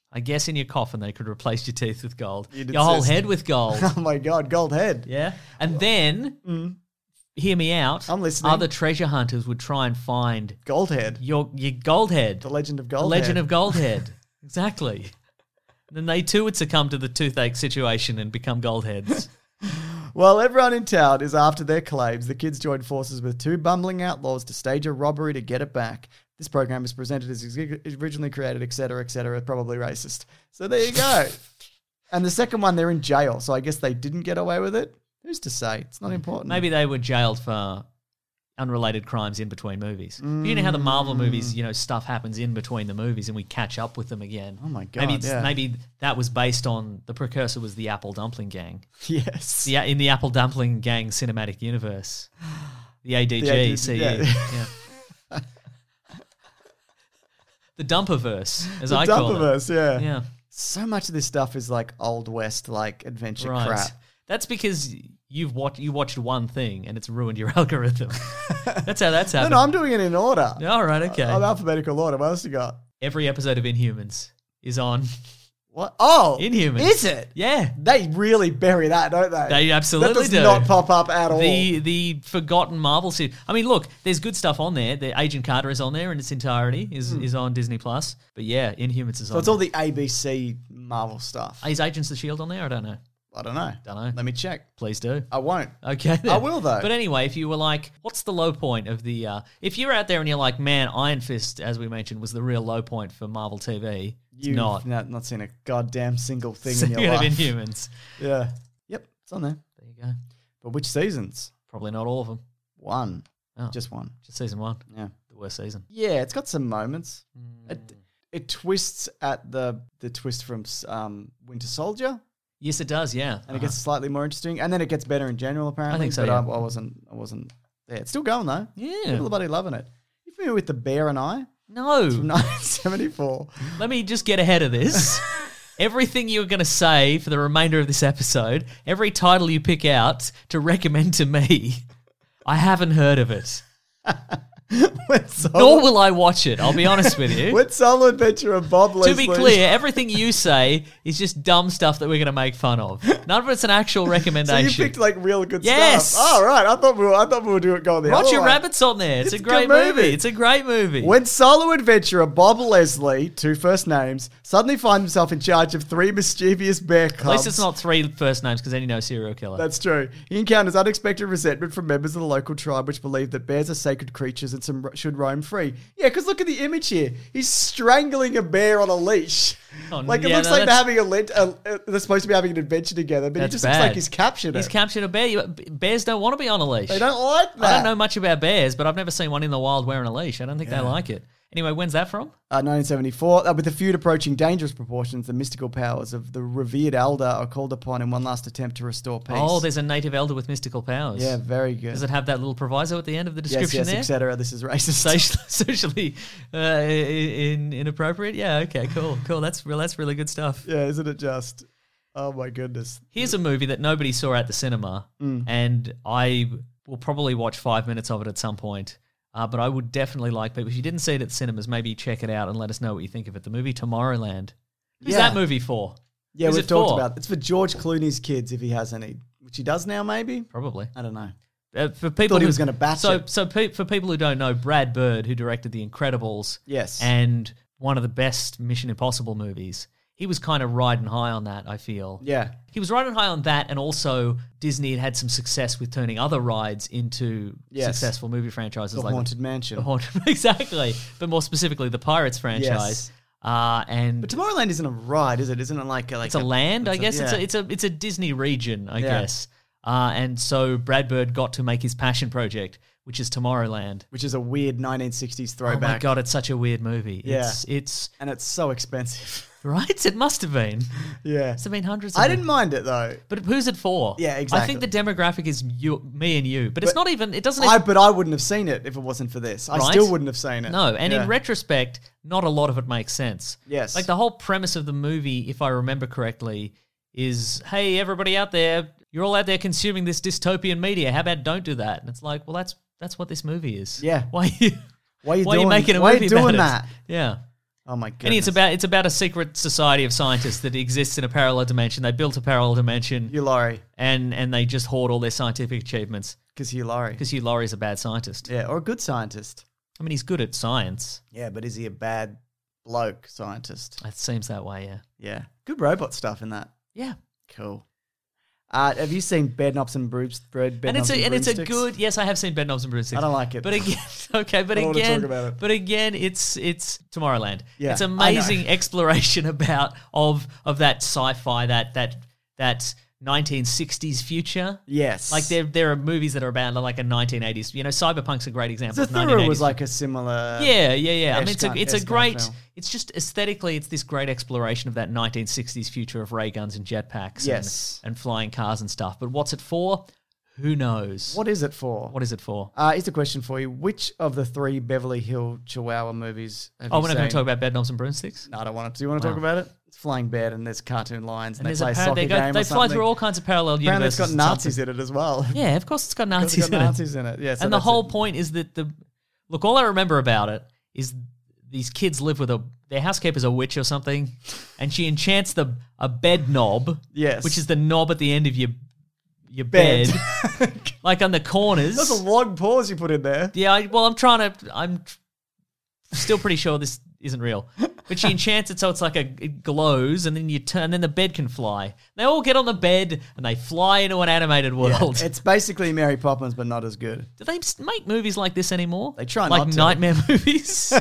D: I guess in your coffin they could replace your teeth with gold.
B: You'd
D: your whole
B: insist.
D: head with gold.
B: *laughs* Oh my god, gold head.
D: yeah. And then, hear me out.
B: Mm. I'm listening.
D: Other treasure hunters would try and find
B: Gold head.
D: your your gold head.
B: The legend of
D: The
B: gold.
D: legend of gold head. *laughs* exactly. Then they too would succumb to the toothache situation and become gold heads.
B: While everyone in town is after their claims, the kids join forces with two bumbling outlaws to stage a robbery to get it back. This program is presented as ex- originally created, etc., etc., probably racist. So there you
D: *laughs*
B: go. and the second one, they're in jail, so I guess they didn't get away with it. Who's to say? It's not important.
D: Maybe they were jailed for unrelated crimes in between movies. You know how the Marvel movies, you know, stuff happens in between the movies and we catch up with them again.
B: Oh my
D: Maybe
B: God,
D: it's,
B: yeah.
D: maybe that was based on the precursor was the Apple Dumpling Gang.
B: *laughs* Yes.
D: Yeah, in the Apple Dumpling Gang cinematic universe. The
B: The
D: ADG,
B: ADG, *laughs*
D: CE.
B: yeah.
D: yeah. the Dumperverse, as
B: The
D: I call
B: Dumperverse,
D: it.
B: yeah.
D: yeah,
B: So much of this stuff is like old west, like adventure
D: right.
B: crap.
D: That's because you've watched you watched one thing and it's ruined your
B: *laughs*
D: *laughs* algorithm. that's how that's
B: No,
D: happened.
B: no, I'm doing it in order.
D: All right, okay.
B: I'm alphabetical order. What else you got?
D: Every episode of Inhumans is on
B: What? Oh,
D: Inhumans.
B: Is it?
D: Yeah.
B: They really bury that, don't they?
D: They absolutely
B: that does
D: do.
B: not pop up at all.
D: The the forgotten Marvel series. I mean, look, there's good stuff on there. The Agent Carter is on there in its entirety. Is is on Disney Plus. But yeah, Inhumans is
B: Hmm. so
D: on.
B: it's all the ABC Marvel stuff.
D: there. Is Agents of Shield on there? I don't know.
B: I don't know.
D: Don't know.
B: Let me check.
D: Please do.
B: I won't.
D: Okay.
B: I
D: then.
B: will though.
D: But anyway, if you were like, what's the low point of the? Uh, if you're out there and you're like, man, Iron Fist, as we mentioned, was the real low point for Marvel TV. It's
B: You've
D: not.
B: not not seen a goddamn single thing
D: *laughs*
B: in your
D: Speaking of
B: life.
D: Inhumans,
B: Yeah. Yep. It's on there.
D: there you go.
B: But which seasons?
D: Probably not all of them.
B: One.
D: Oh.
B: Just one.
D: Just season one,
B: Yeah.
D: the worst season.
B: Yeah. It's got some moments. It,
D: Hmm.
B: it twists at the the twist from um, Winter Soldier,
D: Yes, it does. Yeah,
B: and it gets sligely more interesting, and then it gets better in general. Apparently,
D: Uh-huh. think so,
B: But
D: yeah.
B: I, I wasn't. I wasn't. Yeah, it's still going though.
D: Yeah.
B: People are bloody loving it. You familiar with the Bear and I? *laughs*
D: No.
B: From 1974.
D: *laughs* Let me just get ahead of this. Everything you're going to say for the remainder of this episode, every title you pick out to recommend to me, I haven't heard of it.
B: *laughs* when, Sol-
D: Nor will I watch it. I'll be
B: *laughs*
D: honest with you.
B: when Solo Adventure and Bob
D: to
B: Leslie.
D: be clear, everything you say is just dumb stuff that we're going to make fun of. None of it's an
B: *laughs*
D: actual
B: So you
D: recommendation.
B: picked like real good
D: Yes.
B: stuff. All right, I thought we were. I thought we were doing going the
D: Roger
B: other way.
D: Rabbit's on there. It's,
B: It's
D: a
B: a
D: great
B: good
D: movie.
B: movie.
D: It's a great movie.
B: When solo adventurer Bob Leslie, two first names, suddenly finds himself in charge of three mischievous bear
D: At
B: cubs.
D: least it's not three first names because then you know serial killer.
B: That's true. He encounters unexpected resentment from members of the local tribe, which believe that bears are sacred creatures and some should roam free. Yeah, because look at the image here. He's strangling a bear on a leash.
D: *laughs* Oh,
B: like it
D: yeah,
B: looks
D: no,
B: like they're
D: that's-
B: having a, lent- a, a- they're supposed to be having an adventure together, but it
D: That's
B: just
D: bad.
B: looks like he's captured it.
D: He's captured a bear. You- Bears don't want to be on a leash.
B: they don't like that.
D: I don't know much about bears, but I've never seen one in the wild wearing a leash. I don't think they like it. Anyway, when's that from?
B: Uh, 1974, uh, with the feud approaching dangerous proportions, the mystical powers of the revered elder are called upon in one last attempt to restore peace.
D: Oh, there's a native elder with mystical powers.
B: yeah, very good.
D: Does it have that little proviso at the end of the
B: yes,
D: description
B: yes, etc. This is racist.
D: there? Soci- *laughs* Socially uh, i- in, inappropriate. Yeah. Okay. Cool. Cool. That's real. That's really good stuff.
B: *laughs* yeah, isn't it just? Oh my goodness.
D: Here's a movie that nobody saw at the cinema,
B: Mm.
D: and I will probably watch five minutes of it at some point. Uh, but I would definitely like people. If you didn't see it at cinemas, maybe check it out and let us know what you think of it. The movie Tomorrowland. Who's
B: Yeah.
D: that movie for?
B: Yeah,
D: Who's
B: we've
D: it
B: talked
D: for?
B: about it's for George Clooney's kids if he has any, which he does now maybe.
D: Probably.
B: I don't know.
D: Uh, for people
B: Thought he
D: who-
B: was gonna batch
D: so
B: it.
D: so pe- for people who don't know, Brad Bird, who directed The Incredibles,
B: Yes.
D: and one of the best Mission Impossible movies, he was kind of riding high on that. I feel.
B: yeah,
D: He was riding high on that, and also Disney had had some success with turning other rides into
B: Yes.
D: successful movie franchises
B: the
D: like
B: haunted mansion.
D: *laughs* The Haunted, exactly, but more specifically the Pirates
B: Yes.
D: franchise. Uh, and
B: but Tomorrowland isn't a ride, is it? Isn't it like a, like
D: it's a land, I
B: it's a-
D: guess. It's
B: yeah.
D: a it's a it's a Disney region, I
B: Yeah.
D: guess. Uh, and so Brad Bird got to make his passion project, which is Tomorrowland.
B: which is a weird 1960s
D: Oh
B: throwback.
D: my god, it's such a weird movie.
B: Yeah.
D: It's it's
B: And it's so expensive. *laughs*
D: right. *laughs* It must have been.
B: yeah.
D: Must have been hundreds. Of
B: I
D: them.
B: didn't mind it though.
D: But who's it for?
B: Yeah,
D: I think
B: exactly.
D: the demographic is you, me and you. But, it's
B: But
D: not even. It doesn't.
B: I,
D: Even,
B: but I wouldn't have seen it if it wasn't for this. I
D: Right?
B: still wouldn't have seen it.
D: no, and
B: Yeah.
D: in retrospect, not a lot of it makes sense.
B: Yes.
D: like the whole premise of the movie, if I remember correctly, is hey everybody out there, you're all out there consuming this dystopian media. How about don't do that? And it's like, well, that's that's what this movie is.
B: Yeah.
D: *laughs* why you
B: why are you
D: why
B: doing?
D: are you making a
B: why
D: movie
B: are you doing
D: about
B: that?
D: it? Yeah.
B: Oh my god!
D: And it's about it's about a secret society of scientists that exists in a parallel dimension. They built a parallel dimension,
B: Hugh Laurie
D: and and they just hoard all their scientific achievements.
B: because Hugh Laurie.
D: Because Hugh Laurie's a bad scientist.
B: Yeah, or a good scientist.
D: I mean, he's good at science.
B: Yeah, but is he a bad bloke scientist?
D: It seems that way, yeah.
B: Yeah, good robot stuff in that.
D: Yeah.
B: Cool. Uh, have you seen Bed Knobs and Brooms? Bread, bed
D: and it's
B: Knobs
D: a and it's a
B: Broomsticks?
D: good yes, I have seen Bed Knobs and Broomsticks.
B: I don't like it.
D: But again *laughs* okay, but
B: I don't wanna
D: again
B: talk about it.
D: but again it's it's Tomorrowland.
B: Yeah,
D: it's
B: I know.
D: amazing *laughs* exploration about of of that sci-fi, that that that nineteen sixties future.
B: Yes,
D: Like there there are movies that are about like a nineteen eighties. You know, Cyberpunk's a great example of nineteen
B: Zathura was
D: eighties.
B: like a similar.
D: yeah, yeah, yeah. I mean,
B: Ash
D: it's a,
B: Gun-
D: it's a
B: Ash Gun
D: great.
B: film.
D: It's just aesthetically, it's this great exploration of that 1960s future of ray guns and jetpacks,
B: Yes.
D: and, and flying cars and stuff. But what's it for? Who knows?
B: What is it for?
D: What is it for?
B: Uh, here's a question for you. Which of the three Beverly Hill Chihuahua movies have
D: oh,
B: you
D: we're not
B: seen?
D: going to talk about bed knobs and broomsticks.
B: No, I don't want to. Do you want to talk
D: Wow.
B: about it? It's Flying Bed and there's cartoon lions and,
D: there's
B: they play a
D: par-
B: soccer
D: they,
B: game
D: they
B: or
D: fly
B: something.
D: through all kinds of parallel
B: Apparently it's
D: universes.
B: got
D: and
B: Nazis
D: something.
B: in it as well.
D: *laughs* Yeah, of course it's got
B: Because
D: Nazis
B: it's got
D: in
B: Nazis
D: it.
B: in it. Yeah, so
D: and the
B: that's
D: whole
B: it.
D: point is that the look. All I remember about it is these kids live with a their housekeeper's a witch or something, and she enchants the a bed knob.
B: Yes.
D: which is the knob at the end of your your bed,
B: *laughs*
D: like on the corners.
B: That's a long pause you put in there.
D: Yeah, I, well, I'm trying to. I'm tr- still pretty sure this isn't real.
B: *laughs*
D: But she enchants it so it's like a it glows, and then you turn, and then the bed can fly. They all get on the bed and they fly into an animated world.
B: It's basically Mary Poppins, but not as good.
D: Do they s- make movies like this anymore?
B: They try
D: like
B: not to.
D: nightmare *laughs*
B: *laughs*
D: movies.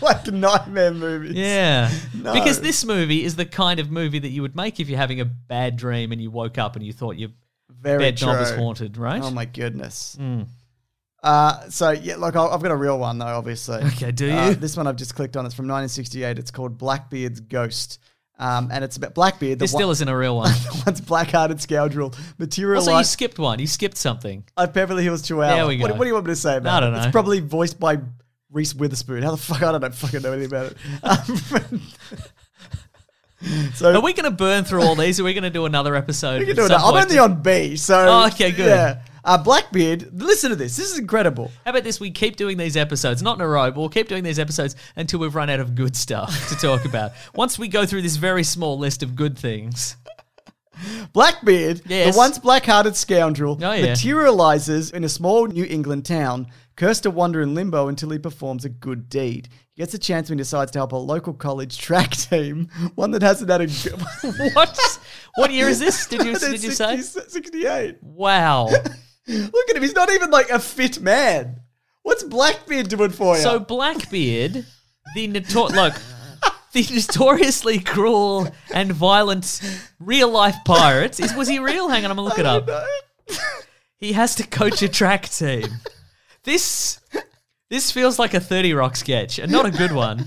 B: like nightmare movies.
D: yeah,
B: No.
D: because this movie is the kind of movie that you would make if you're having a bad dream and you woke up and you thought your
B: Very
D: bed knob
B: true.
D: was haunted, Mm. right?
B: Oh my goodness. Uh, so yeah, look, I'll- I've got a real one though, obviously.
D: Okay, do
B: Uh,
D: you?
B: this one I've just clicked on. It's from 1968. It's called Blackbeard's Ghost, um, and it's about Blackbeard. The
D: this still
B: one-
D: isn't a
B: *laughs*
D: real one.
B: the one's black-hearted scoundrel, materialized.
D: also, you skipped one. You skipped something.
B: of Beverly Hills Chihuahua.
D: There we
B: What,
D: go.
B: what do you want me to say about
D: I don't
B: it?
D: know.
B: It's probably voiced by Reese Witherspoon. How the fuck? I don't know, fucking know anything
D: *laughs*
B: about it. Um, *laughs* so
D: Are we going to burn through all these? Are we going to do another episode?
B: we can
D: at
B: do it.
D: some
B: I'm
D: point?
B: only on B, so
D: Oh, okay, good.
B: Yeah. Uh, Blackbeard, listen to this. This is incredible.
D: How about this? We keep doing these episodes, not in a row, but we'll keep doing these episodes until we've run out of good stuff to talk
B: *laughs*
D: about. Once we go through this very small list of good things, *laughs*
B: Blackbeard,
D: Yes.
B: the once black-hearted scoundrel,
D: Oh, yeah.
B: materializes in a small New England town, cursed to wander in limbo until he performs a good deed. He gets a chance when he decides to help a local college track team, *laughs* one that hasn't had a good. *laughs*
D: what? What year is this? Did you did you say?
B: 60 68. *laughs*
D: Wow.
B: Oh, Look at him. He's not even like a fit man. What's Blackbeard doing for you?
D: So Blackbeard, the notor- look, the notoriously cruel and violent real life pirate is was he real? Hang on, I'm gonna look it up. He has to coach a track team. This this feels like a 30 Rock sketch and not a good one.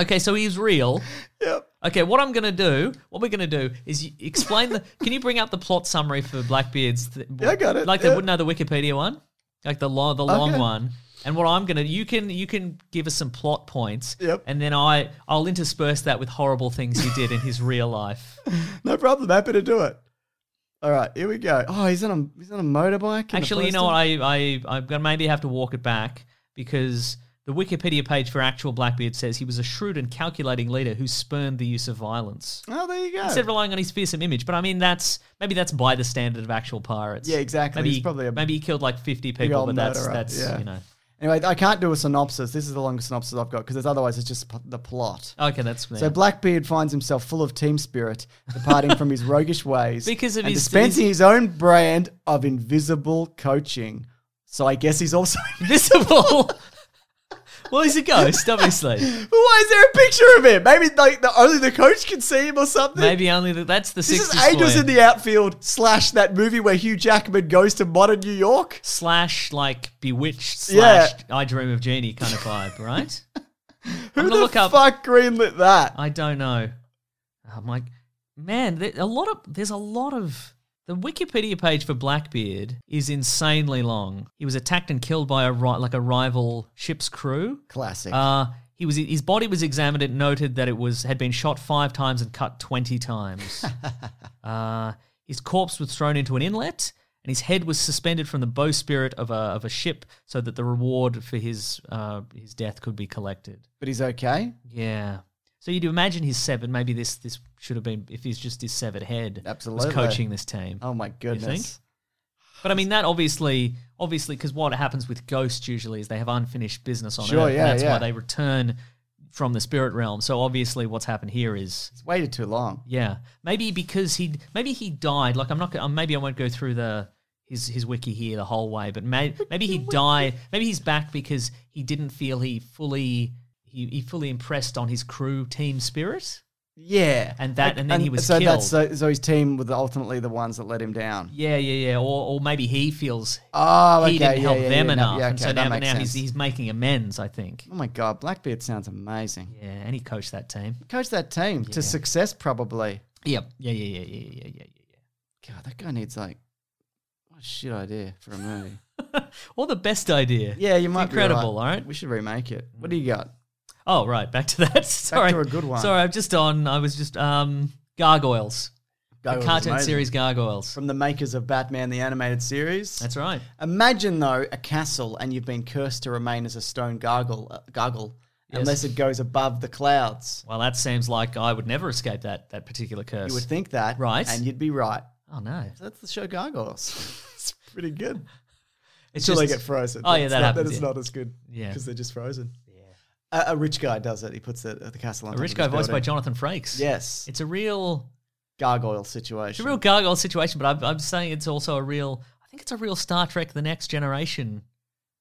D: Okay, so he's real.
B: Yep.
D: Okay, what I'm gonna do, what we're gonna do is you explain the. Can you bring up the plot summary for Blackbeard's? Th-
B: Yeah, I got it,
D: Like
B: yeah.
D: they wouldn't know the Wikipedia one, like the long, the long
B: Okay.
D: one. And what I'm gonna, you can, you can give us some plot points.
B: Yep.
D: And then I, I'll intersperse that with horrible things he did in his real life.
B: no problem. Happy to do it. All right, here we go. Oh, he's on a he's on a motorbike. in a
D: Actually, you know what?
B: Preston?
D: I, I, I'm gonna maybe have to walk it back because the Wikipedia page for actual Blackbeard says he was a shrewd and calculating leader who spurned the use of violence.
B: Oh, there you go.
D: instead of relying on his fearsome image. But I mean, that's maybe that's by the standard of actual pirates.
B: Yeah, exactly.
D: Maybe
B: He's probably a
D: maybe he killed like fifty
B: big
D: people,
B: old
D: but that's
B: murderer,
D: that's
B: yeah.
D: you know.
B: Anyway, I can't do a synopsis. This is the longest synopsis I've got because otherwise it's just p- the plot.
D: Okay, that's Oh, yeah.
B: So Blackbeard finds himself full of team spirit, departing from his roguish ways
D: *laughs* Because of
B: and
D: his-
B: dispensing his own brand of invisible coaching. So I guess he's also *laughs*
D: invisible. *laughs* well, he's a
B: *laughs*
D: ghost, obviously.
B: But why is there a picture of him? Maybe like the, only the coach can see him or something.
D: Maybe only the, that's the
B: this is
D: 60
B: Angels
D: square.
B: in the Outfield slash that movie where Hugh Jackman goes to modern New York.
D: slash like bewitched
B: Yeah.
D: slash I dream of Jeannie kind of vibe, right?
B: Who
D: gonna
B: the
D: look up- Oh.
B: fuck greenlit that?
D: I don't know. I'm like, man, there, a lot of there's a lot of the Wikipedia page for Blackbeard is insanely long. He was attacked and killed by a ri- like a rival ship's crew.
B: Classic.
D: Uh, he was his body was examined and noted that it was had been shot five times and cut twenty times. uh, his corpse was thrown into an inlet, and his head was suspended from the bowsprit of a of a ship so that the reward for his uh, his death could be collected.
B: but he's okay.
D: Yeah. So you'd imagine his severed. Maybe this this should have been if he's just his severed head.
B: Absolutely.
D: Was coaching this team.
B: Oh my goodness.
D: But I mean that obviously, obviously, because what happens with ghosts usually is they have unfinished business on
B: Sure,
D: Earth. and
B: yeah,
D: that's
B: yeah.
D: why they return from the spirit realm. So obviously, what's happened here is
B: It's waited too long.
D: yeah. Maybe because he maybe he died. Like I'm not. gonna- Maybe I won't go through the his his wiki here the whole way. But may, maybe he died. Maybe he's back because he didn't feel he fully he, he fully impressed on his crew team spirit.
B: Yeah.
D: And that- and then he was
B: so
D: killed.
B: That's, so, so his team were the, ultimately the ones that let him down.
D: Yeah, yeah, yeah. Or or maybe he feels
B: Oh, okay.
D: he didn't
B: yeah,
D: help
B: yeah,
D: them
B: yeah, no,
D: enough.
B: yeah,
D: and
B: okay,
D: so
B: that
D: now,
B: makes
D: now he's
B: sense.
D: he's making amends. I think.
B: Oh my God, Blackbeard sounds amazing.
D: Yeah, and he coached that team.
B: Coach that team to success, probably.
D: Yep. Yeah, yeah, yeah, yeah, yeah, yeah, yeah.
B: God, that guy needs like a shit idea for a
D: *laughs*
B: movie.
D: Or the best idea.
B: Yeah, you
D: It's
B: might be
D: incredible, Mm.
B: right.
D: all right?
B: We should remake it. What do you got?
D: Oh, right, back to that. *laughs* Sorry.
B: to a good one.
D: Sorry, I'm just on. I was just um Gargoyles.
B: Gargoyles
D: the
B: is
D: cartoon
B: amazing.
D: series Gargoyles.
B: From the makers of Batman the Animated Series.
D: That's right.
B: Imagine though a castle, and you've been cursed to remain as a stone gargle, uh, gargle,
D: Yes.
B: unless it goes above the clouds.
D: Well, that seems like I would never escape that that particular curse.
B: You would think that,
D: Right.
B: And you'd be right.
D: Oh no.
B: So that's the show Gargoyles. *laughs* it's pretty good.
D: It's
B: Until they
D: just-
B: get frozen.
D: Oh yeah,
B: It's
D: that
B: not,
D: happens.
B: That is
D: yeah.
B: not as good.
D: Yeah.
B: because they're just frozen. Yeah. A, a rich guy does it. He puts the, the castle on.
D: A
B: top
D: rich
B: of
D: guy
B: his
D: voiced by
B: building.
D: Jonathan Frakes.
B: Yes,
D: It's a real
B: gargoyle
D: it's a
B: situation.
D: real gargoyle situation, but I'm, I'm saying it's also a real I think it's a real Star Trek the Next Generation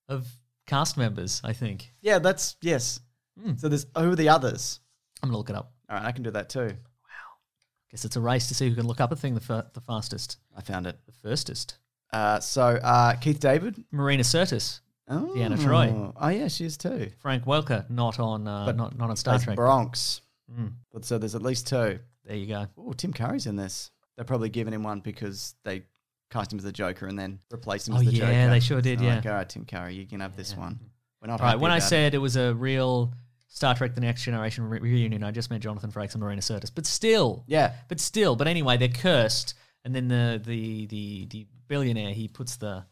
D: of cast members, I think.
B: yeah, that's yes.
D: Hmm.
B: So there's who are the others?
D: I'm gonna look it up.
B: All right, I can do that too.
D: Guess it's a race to see who can look up a thing the, fa- the fastest,
B: I found it.
D: the firstest.
B: Uh, so uh, Keith David,
D: Marina Sirtis,
B: oh.
D: Deanna Troi,
B: Oh yeah, she is too.
D: Frank Welker, not on uh,
B: But
D: not not on Star
B: There's
D: Trek.
B: Bronx.
D: Mm.
B: But so there's at least two.
D: There you go.
B: Oh, Tim Curry's in this. They're probably giving him one because they cast him as the Joker and then replaced him
D: Oh,
B: as the
D: yeah,
B: Joker.
D: they sure did,
B: So
D: yeah. Mm.
B: Like, all right, Tim Curry, you can have this one. We're not
D: All right,
B: happy
D: when I
B: about it.
D: said it. was a real Star Trek: The Next Generation re- reunion, I just meant Jonathan Frakes and Marina Sirtis. But still,
B: yeah,
D: but still, but anyway, they're cursed, and then the the the, the billionaire he puts the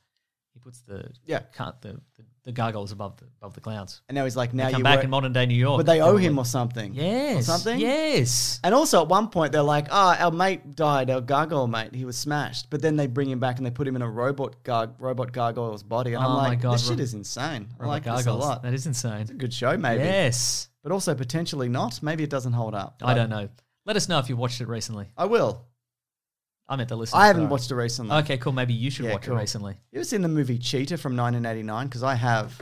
D: he puts the
B: Yeah.
D: cut the, the the gargoyles above the above the clouds.
B: and now he's like,
D: They
B: now
D: come
B: you
D: back
B: work-
D: in modern day New York,
B: but they owe him
D: probably.
B: or something.
D: yes
B: or something.
D: Yes,
B: And also at one point they're like, ah, our mate died, our gargoyle mate, he was smashed. But then they bring him back and they put him in a robot gar- robot gargoyle's body, and
D: Oh
B: I'm
D: my
B: like,
D: God,
B: this
D: ro-
B: shit is insane. I
D: Robert
B: like this a
D: Gargoyles.
B: lot.
D: That is insane.
B: It's a good show, maybe.
D: Yes,
B: But also potentially not. Maybe it doesn't hold up.
D: I don't know. Let us know if you've watched it recently.
B: I will.
D: I meant the listeners.
B: I haven't
D: sorry.
B: watched it recently.
D: Okay, cool. Maybe you should
B: Yeah,
D: watch
B: cool.
D: it recently.
B: You ever seen the movie Cheetah from 1989? Because I have.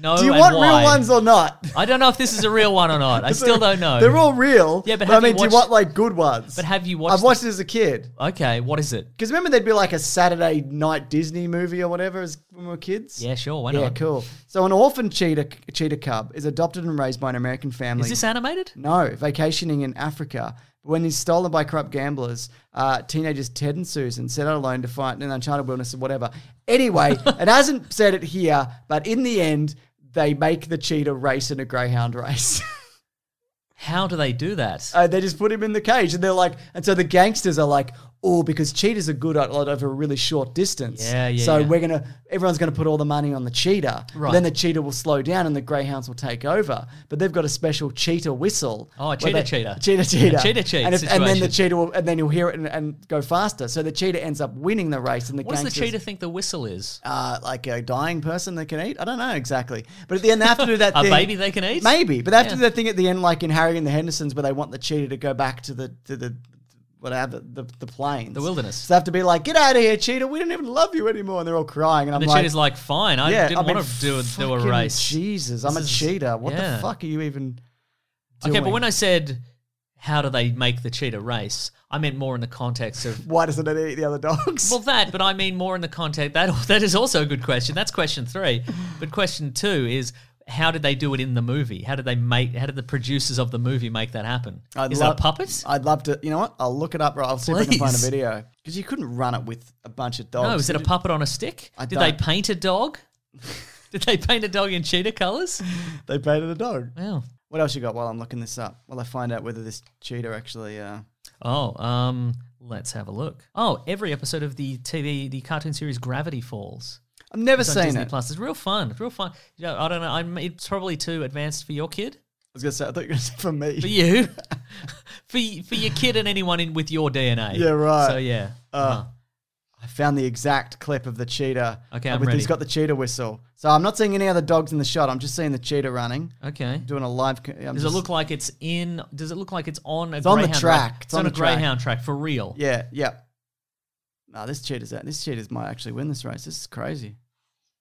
D: No,
B: Do you
D: Oh, and
B: want
D: why?
B: real ones or not?
D: I don't know if this is a real one or not. I *laughs* still don't know.
B: *laughs* They're all real.
D: Yeah, but
B: I
D: have you
B: mean, do you want
D: watched-
B: like good ones?
D: But have you watched?
B: I've watched it as a kid.
D: Okay, what is it?
B: Because remember, there'd be like a Saturday night Disney movie or whatever as when we were kids.
D: Yeah, sure. Why
B: yeah,
D: not?
B: cool. So an orphan cheetah cheetah cub is adopted and raised by an American family.
D: Is this animated?
B: No, vacationing in Africa. When he's stolen by corrupt gamblers, uh, teenagers Ted and Susan set out alone to fight an uncharted wilderness or whatever. Anyway, it hasn't said it here, but in the end, they make the cheetah race in a greyhound race. *laughs*
D: How do they do that?
B: uh, they just put him in the cage, and they're like, and so the gangsters are like, oh, because cheetahs are good at a lot over a really short distance.
D: Yeah, yeah,
B: So
D: yeah.
B: we're gonna, everyone's gonna put all the money on the cheetah.
D: Right.
B: Then the cheetah will slow down, and the greyhounds will take over. But they've got a special cheetah whistle.
D: Oh, a
B: where
D: cheetah
B: they-
D: cheater.
B: cheetah cheetah,
D: A cheetah cheat
B: and, if- and then the
D: situation.
B: cheetah will, and then you'll hear it and, and go faster. So the cheetah ends up winning the race, and the
D: what does the
B: gangsters.
D: cheetah think the whistle is?
B: Uh, like a dying person they can eat. I don't know exactly, but at the end they have
D: *laughs*
B: to do that.
D: A
B: thing.
D: baby they can eat?
B: Maybe, but they have to
D: Yeah.
B: do that thing at the end, like in Harry and the Hendersons, where they want the cheetah to go back to the to the whatever the the plains,
D: The wilderness.
B: So they have to be like, "Get out of here, cheetah! We don't even love you anymore." And they're all crying, and,
D: And the
B: I'm like,
D: cheetah's like, fine, I
B: "Yeah,
D: didn't
B: I mean,
D: want to do a, do a
B: fucking
D: race.
B: Jesus, I'm a
D: This is-
B: cheetah. What
D: yeah.
B: the fuck are you even?"
D: okay, but
B: doing?
D: when I said, how do they make the cheetah race, I meant more in the context of.
B: why doesn't it eat the other dogs? *laughs*
D: Well, that, but I mean more in the context. That *laughs* that is also a good question. That's question three. But question two is, how did they do it in the movie? How did they make? How did the producers of the movie make that happen?
B: I'd
D: is
B: love-
D: that a puppet?
B: I'd love to. You know what? I'll look it up. Right, I'll see if I can find a
D: Please.
B: video because you couldn't run it with a bunch of dogs.
D: No, is it a
B: Did-
D: puppet on a stick?
B: I
D: Did they
B: don't-
D: paint
B: *laughs*
D: a dog? Did they paint a dog in cheetah colours?
B: They painted a dog.
D: Wow.
B: What else you got while I'm looking this up? While I find out whether this cheetah actually. Uh,
D: Oh, um, let's have a look. Oh, every episode of the TV, the cartoon series Gravity Falls.
B: I've never
D: It's on
B: seen
D: Disney
B: it.
D: Plus. It's real fun. It's real fun. You know, I don't know. I'm, it's probably too advanced for
B: *laughs*
D: your kid,
B: I was gonna say. I thought you were gonna say for me.
D: for you, *laughs* for y- for your kid and anyone in with your DNA.
B: Yeah, right.
D: So yeah. Uh-huh.
B: Uh, I found the exact clip of the cheetah.
D: Okay,
B: Uh,
D: I'm
B: with-
D: ready.
B: He's got the cheetah whistle. So I'm not seeing any other dogs in the shot. I'm just seeing the cheetah running.
D: Okay.
B: Doing a live. co- I'm
D: Does
B: just-
D: it look like it's in? Does it look like it's on a
B: It's on the
D: greyhound
B: track.
D: It's, on, a
B: the track.
D: greyhound track for real.
B: Yeah. Yeah. No, this cheetah's out. This cheetah's might actually win this race. This is crazy.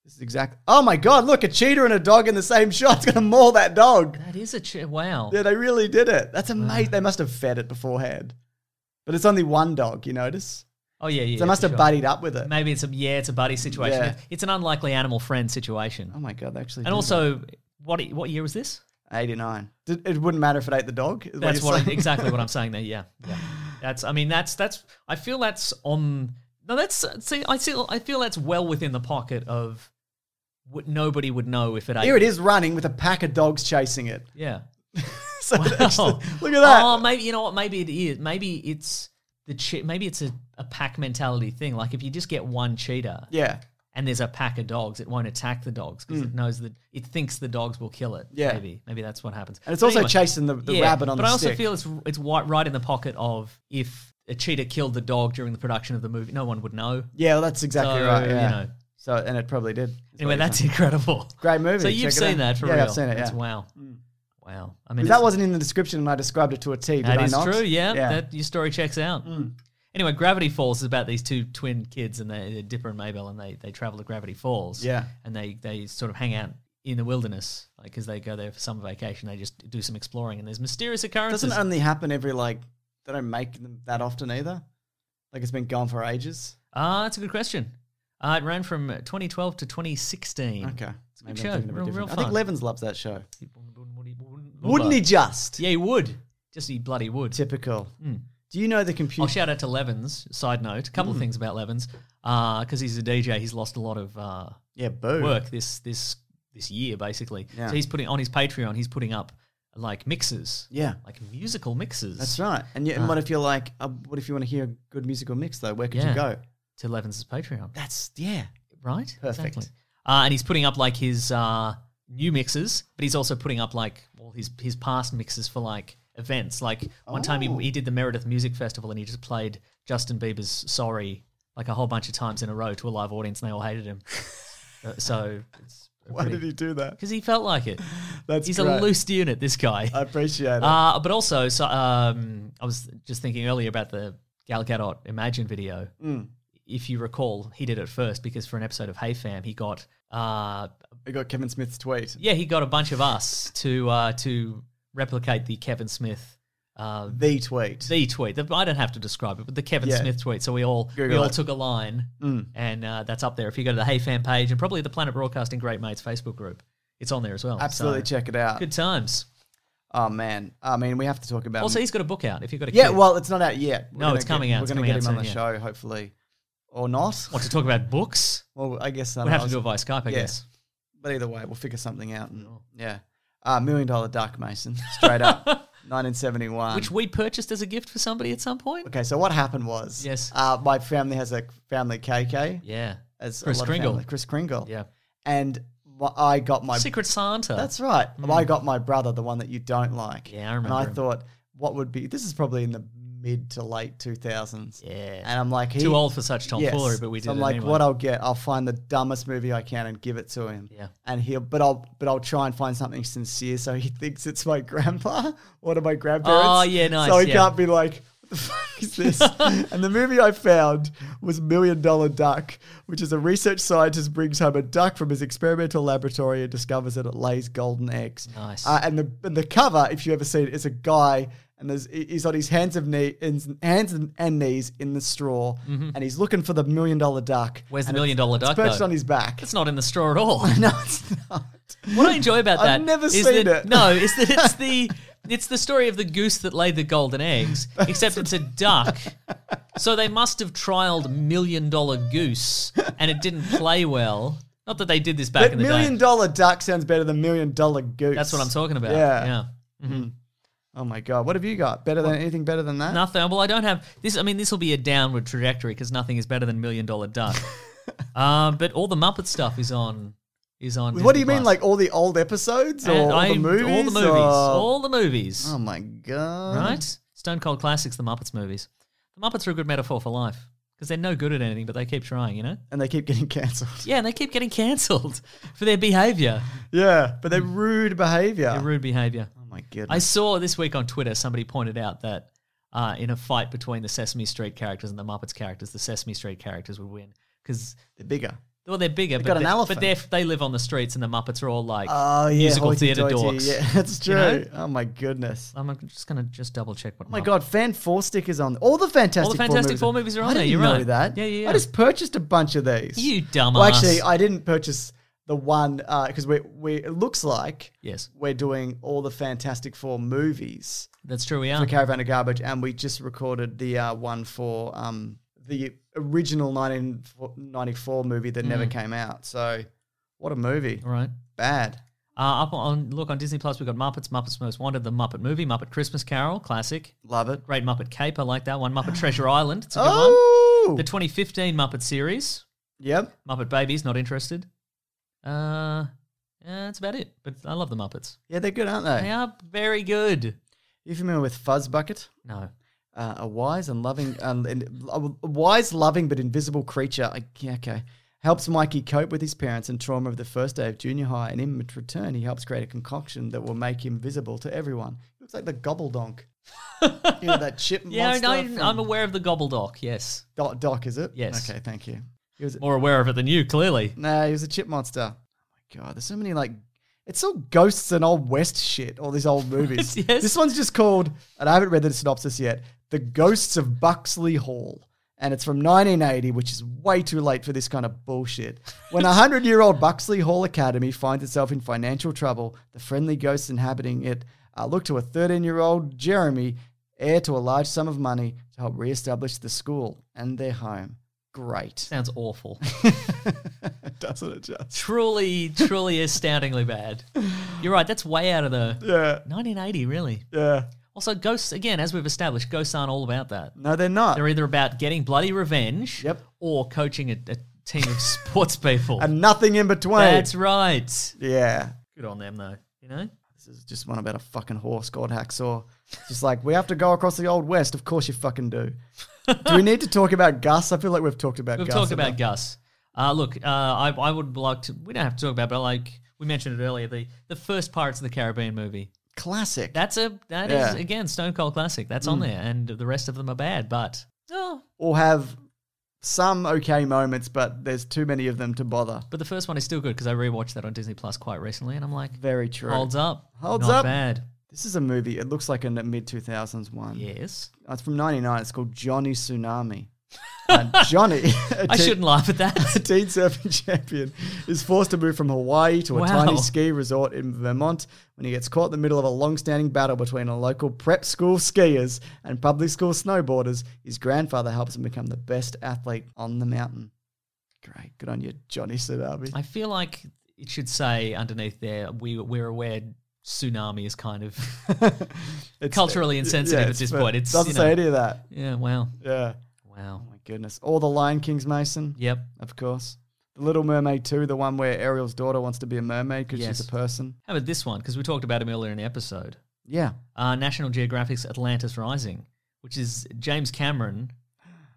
B: This is exact. Oh my god! Look, a cheetah and a dog in the same shot. *laughs* It's gonna maul that dog.
D: That is a che- wow.
B: Yeah, they really did it. That's amazing. They must have fed it beforehand. But it's only one dog, you notice?
D: Oh yeah, yeah.
B: So they must
D: for
B: have
D: sure.
B: buddied up with it.
D: Maybe it's a yeah, it's a buddy situation.
B: Yeah.
D: It's an unlikely animal friend situation.
B: Oh my god, they actually.
D: and also, what e, what year was this?
B: 89. Did, it wouldn't matter if it ate the dog. is *laughs*
D: That's
B: you're
D: what
B: saying?
D: exactly what I'm saying there. Yeah, yeah. That's I mean that's that's I feel that's on No, that's see. I feel I feel that's well within the pocket of what nobody would know if it.
B: Here it is running with a pack of dogs chasing it.
D: Yeah.
B: *laughs* So that's- look at that.
D: Oh, maybe you know what? Maybe it is. Maybe it's the che- maybe it's a, a pack mentality thing. Like if you just get one cheetah,
B: Yeah.
D: and there's a pack of dogs, it won't attack the dogs because it
B: Mm.
D: knows that it thinks the dogs will kill it.
B: Yeah.
D: maybe maybe that's what happens.
B: And it's
D: But
B: also chasing the- the rabbit on
D: But
B: the
D: I also
B: stick.
D: feel it's it's wi- right in the pocket of if a cheetah killed the dog during the production of the movie, no one would know.
B: Yeah, well, that's exactly
D: So,
B: right.
D: you
B: Yeah.
D: know.
B: So and it probably did.
D: Anyway, that's incredible.
B: Great movie.
D: So
B: Check it
D: you've seen
B: out.
D: that for
B: yeah,
D: real?
B: I've seen it.
D: That's
B: yeah.
D: wow, wow. I
B: Because
D: it's-
B: that wasn't in the description, and I described it to a T. Did
D: That
B: I
D: is
B: not? Mm.
D: true. Yeah, that your story checks out. Anyway, Gravity Falls is about these two twin kids, and they, Dipper and Maybell, and they they travel to Gravity Falls.
B: Yeah.
D: and they they sort of hang out in the wilderness, like because they go there for summer vacation. They just do some exploring, and there's mysterious occurrences.
B: doesn't only happen every like. They don't make them that often either. Like it's been gone for ages.
D: Ah, that's a good question. Uh, it ran from 2012 to 2016.
B: Okay.
D: it's a good
B: Maybe I'm
D: show.
B: thinking of a
D: Real, real
B: different-
D: fun.
B: I think Levens loves that show. Wouldn't he just?
D: Yeah, he would. Just he bloody would.
B: Typical.
D: Mm.
B: Do you know the computer?
D: I'll shout out to Levens. Side note, a couple of
B: Mm.
D: things about Levens, because he's a DJ. He's lost a lot of uh,
B: Yeah, boo.
D: work this this this year, basically.
B: Yeah.
D: So he's putting on his Patreon. He's putting up like mixes,
B: Yeah.
D: like musical mixes.
B: That's right. And, you, and
D: Ah.
B: what if you're like, uh, what if you want to hear a good musical mix though? Where could
D: Yeah.
B: you go?
D: to Levens' Patreon,
B: That's yeah.
D: right?
B: Perfect.
D: Uh, and he's putting up like his uh, new mixes, but he's also putting up like all his his past mixes for like events. Like one time
B: Oh.
D: he, he did the Meredith Music Festival and he just played Justin Bieber's "Sorry" like a whole bunch of times in a row to a live audience, and they all hated
B: *laughs*
D: him. Uh, so it's a
B: Why
D: pretty-
B: did he do
D: *laughs*
B: that?
D: Because he felt like it.
B: That's
D: He's
B: great.
D: a loose unit, this guy.
B: I appreciate it.
D: Uh, but also, so, um, I was just thinking earlier about the Gal Gadot Imagine video.
B: Mm.
D: If you recall, he did it first because for an episode of Hey Fam, he got uh,
B: I got Kevin Smith's tweet.
D: yeah, he got a bunch of us to uh, to replicate the Kevin Smith. Uh,
B: The tweet.
D: the tweet. The- I don't have to describe it, but the Kevin
B: Yeah.
D: Smith tweet. So we all we
B: Google
D: all
B: it.
D: took a line,
B: Mm.
D: and uh, that's up there. If you go to the Hey Fam page and probably the Planet Broadcasting Great Mates Facebook group, it's on there as well. So,
B: Absolutely check it out.
D: good times.
B: Oh man, I mean, we have to talk about.
D: also, he's got a book out. If you've got a
B: Um, yeah,
D: kid.
B: well, it's not out yet.
D: No,
B: gonna
D: it's coming
B: get,
D: out.
B: We're
D: It's
B: gonna
D: coming
B: get
D: out
B: him on the
D: soon,
B: show, hopefully, or not.
D: want to talk about books?
B: Well, I guess
D: We'll
B: um,
D: have
B: I
D: to
B: was-
D: do it via Skype, I
B: yeah.
D: guess.
B: But either way, we'll figure something out. And, yeah, uh, million dollar duck, Mason, straight up,
D: *laughs*
B: 1971.
D: Which we purchased as a gift for somebody at some point.
B: okay, so what happened was,
D: Yes.
B: uh, my family has a family KK
D: Yeah.
B: as a
D: Kris
B: lot of
D: Kringle.
B: family- Kris Kringle,
D: Yeah.
B: and wh- I got my
D: Secret Santa.
B: That's right. I got my brother, the one that you don't like.
D: Yeah, I remember
B: And I
D: him.
B: thought, what would be? This is probably in the mid to late 2000s.
D: Yeah.
B: And I'm like, he,
D: Too old for such tomfoolery,
B: Yes.
D: but we did
B: So I'm
D: it
B: like,
D: anyway.
B: what I'll get, I'll find the dumbest movie I can and give it to him.
D: Yeah.
B: And he'll, but I'll, but I'll try and find something sincere so he thinks it's my *laughs* grandpa, one of my grandparents.
D: Oh, yeah, nice,
B: So he
D: yeah.
B: can't be like. What the fuck is
D: *laughs*
B: this? and the movie I found was Million Dollar Duck, which is a research scientist brings home a duck from his experimental laboratory and discovers that it lays golden eggs.
D: Nice.
B: Uh, and the and the cover, if you ever seen it, is a guy and there's, he- he's on his hands of knee, ins- hands and, and knees in the straw, and he's looking for the million dollar duck.
D: Mm-hmm. Where's the
B: And
D: million
B: it's-
D: dollar duck,
B: It's perched
D: though?
B: on his back.
D: It's not in the straw at all.
B: *laughs*
D: *laughs*
B: no, it's not.
D: What I enjoy about
B: I've
D: that
B: never
D: is
B: seen it. *laughs*
D: that, No, is that it's the it's the story of the goose that laid the golden eggs,
B: *laughs*
D: except it's a duck. So they must have trialed million dollar goose, and it didn't play well. Not that they did this back
B: But
D: in the
B: million
D: day.
B: dollar duck sounds better than million dollar goose.
D: That's what I'm talking about.
B: Yeah.
D: yeah.
B: Oh my god, what have you got? Better than anything? Better than that?
D: Nothing. Well, I don't have this. I mean, this will be a downward trajectory because nothing is better than Million
B: *laughs*
D: Dollar Duck. um, but all the Muppet stuff is on. Is on.
B: What do
D: Disney
B: you mean,
D: Plus.
B: like all the old episodes or
D: And
B: all,
D: I-
B: the movies,
D: All the movies.
B: or-
D: All the movies.
B: Oh my god!
D: right? Stone Cold Classics, the Muppets movies. The Muppets are a good metaphor for life because they're no good at anything, but they keep trying. You know.
B: And they keep getting *laughs* cancelled.
D: Yeah, and they keep getting cancelled *laughs* for their behaviour,
B: Yeah, but they're rude behavior.
D: their Hmm. rude behaviour.
B: Oh my goodness!
D: I saw this week on Twitter somebody pointed out that uh, in a fight between the Sesame Street characters and the Muppets characters, the Sesame Street characters would win because
B: they're bigger.
D: well they're bigger, but
B: got
D: they
B: an elephant.
D: but they they live on the streets and the Muppets are all like
B: Oh yeah,
D: musical
B: hoity
D: theatre
B: toity.
D: dorks.
B: Yeah, *laughs* that's true.
D: You know?
B: Oh my goodness.
D: I'm just gonna just double check what.
B: Oh my god, Fan Four stickers on all the Fantastic
D: All the Fantastic Four movies are on
B: I
D: there,
B: didn't
D: you're
B: know
D: right.
B: That
D: Yeah, yeah, yeah.
B: I just purchased a bunch of these.
D: You
B: Well, actually,
D: dumbass.
B: I didn't purchase the one because we we it looks like
D: Yes,
B: we're doing all the Fantastic Four movies
D: that's true. We are.
B: for Caravan of Garbage, and we just recorded the uh, one for um the original 1994 movie that never
D: Mm.
B: came out. So, what a movie!
D: All right.
B: Bad.
D: Uh, up on look on Disney Plus, we've got Muppets, Muppets Most Wanted, the Muppet Movie, Muppet Christmas Carol, classic,
B: love it.
D: Great Muppet Cape, I like that one. Muppet Treasure Island, it's a good
B: oh,
D: one. The 2015 Muppet series,
B: yep.
D: Muppet Babies, not interested. Uh, yeah, that's about it. But I love the Muppets.
B: Yeah, they're good, aren't they?
D: They are very good.
B: You familiar with Fuzz Bucket?
D: No,
B: Uh, a wise and loving, um, and a wise, loving but invisible creature. I, yeah, okay. Helps Mikey cope with his parents and trauma of the first day of junior high, and in return, he helps create a concoction that will make him visible to everyone. Looks like the Gobbledonk. you know that chip
D: *laughs* yeah,
B: monster.
D: no, I'm
B: from
D: aware of the Gobbledoc. Yes,
B: Do- Doc, is it?
D: Yes.
B: Okay, thank you. He was
D: more aware of it than you, clearly.
B: Nah, he was a chip monster. Oh my god, there's so many like it's all ghosts and old west shit, all these old movies.
D: Yes.
B: This one's just called, and I haven't read the synopsis yet, The Ghosts of Buxley Hall. And it's from 1980, which is way too late for this kind of bullshit. When a 100 year old Buxley Hall Academy finds itself in financial trouble, the friendly ghosts inhabiting it uh, look to a 13 year old Jeremy, heir to a large sum of money, to help re establish the school and their home. Great.
D: Sounds awful.
B: *laughs* Doesn't it just?
D: *laughs* truly, truly astoundingly bad. You're right. That's way out of the
B: Yeah.
D: 1980, really.
B: Yeah.
D: Also, ghosts, again, as we've established, ghosts aren't all about that.
B: No, they're not.
D: They're either about getting bloody revenge
B: Yep.
D: or coaching a, a team of *laughs* sports people.
B: and nothing in between.
D: That's right.
B: yeah.
D: Good on them, though. You know?
B: This is just one about a fucking horse called Hacksaw. It's Just like, we have to go across the old west. Of course you fucking
D: *laughs*
B: do. do we need to talk about Gus? I feel like we've talked about
D: We've
B: Gus.
D: talked about
B: enough.
D: Gus. Uh, look, uh, I, I would like to, we don't have to talk about it, but like we mentioned it earlier, the, the first Pirates of the Caribbean movie.
B: Classic.
D: That's a, that is
B: Yeah. Hmm.
D: again, Stone Cold Classic. That's on there. And the rest of them are bad, but, oh,
B: or have some okay moments, but there's too many of them to bother.
D: But the first one is still good because I rewatched that on Disney Plus quite recently, and I'm like,
B: Very true.
D: holds up,
B: Holds
D: Not
B: up.
D: bad.
B: This is a movie. It looks like a mid 2000s one.
D: Yes,
B: It's from 99. It's called Johnny Tsunami. Uh, Johnny. *laughs* a
D: I
B: teen-
D: shouldn't laugh at
B: a *laughs*
D: *laughs* that.
B: teen surfing champion is forced to move from Hawaii to a
D: Wow.
B: tiny ski resort in Vermont when he gets caught in the middle of a long-standing battle between a local prep school skiers and public school snowboarders. His grandfather helps him become the best athlete on the mountain. Great, good on you, Johnny Tsunami.
D: I feel like it should say underneath there, we we're aware tsunami is
B: *laughs*
D: kind of
B: *laughs*
D: *laughs*
B: It's-
D: culturally insensitive at
B: it's-
D: this point. It's
B: doesn't
D: you know-
B: say any of that.
D: yeah, wow,
B: Yeah.
D: wow,
B: Oh my goodness! All the Lion King's Mason.
D: yep.
B: Of course. The Little Mermaid 2, the one where Ariel's daughter wants to be a mermaid because
D: Yes.
B: she's a person.
D: How about this one? Because we talked about him earlier in the episode.
B: Yeah.
D: uh, National Geographic's Atlantis Rising, which is James Cameron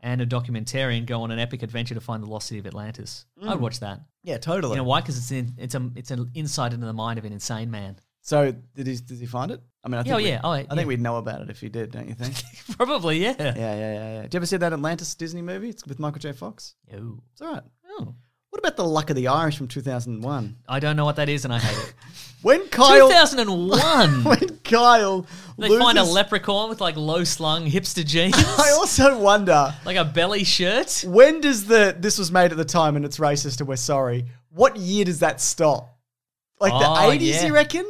D: and a documentarian go on an epic adventure to find the lost city of Atlantis. I'd watch that.
B: Mm. Yeah, totally.
D: You know why? Because it's in, it's a it's an insight into the mind of an insane man. *laughs*
B: So did he? Did he find it? I mean, I think
D: oh,
B: we'd-
D: yeah. Oh,
B: I
D: yeah.
B: think we'd know about it if he did, don't you
D: *laughs*
B: think?
D: Probably, yeah.
B: yeah, yeah, yeah, yeah. Did you ever see that Atlantis Disney movie? It's with Michael J. Fox.
D: Oh.
B: It's all right.
D: Oh.
B: What about the Luck of the Irish from two thousand and one?
D: I don't know what that is, and I hate
B: *laughs*
D: it.
B: When Kyle,
D: 2001.
B: *laughs* when Kyle,
D: they
B: loses,
D: find a leprechaun with like low slung hipster
B: *laughs*
D: jeans,
B: I also wonder
D: like a belly shirt.
B: when does the this was made at the time and it's racist and we're sorry. What year does that stop? Like
D: Oh,
B: the eighties,
D: yeah.
B: you reckon?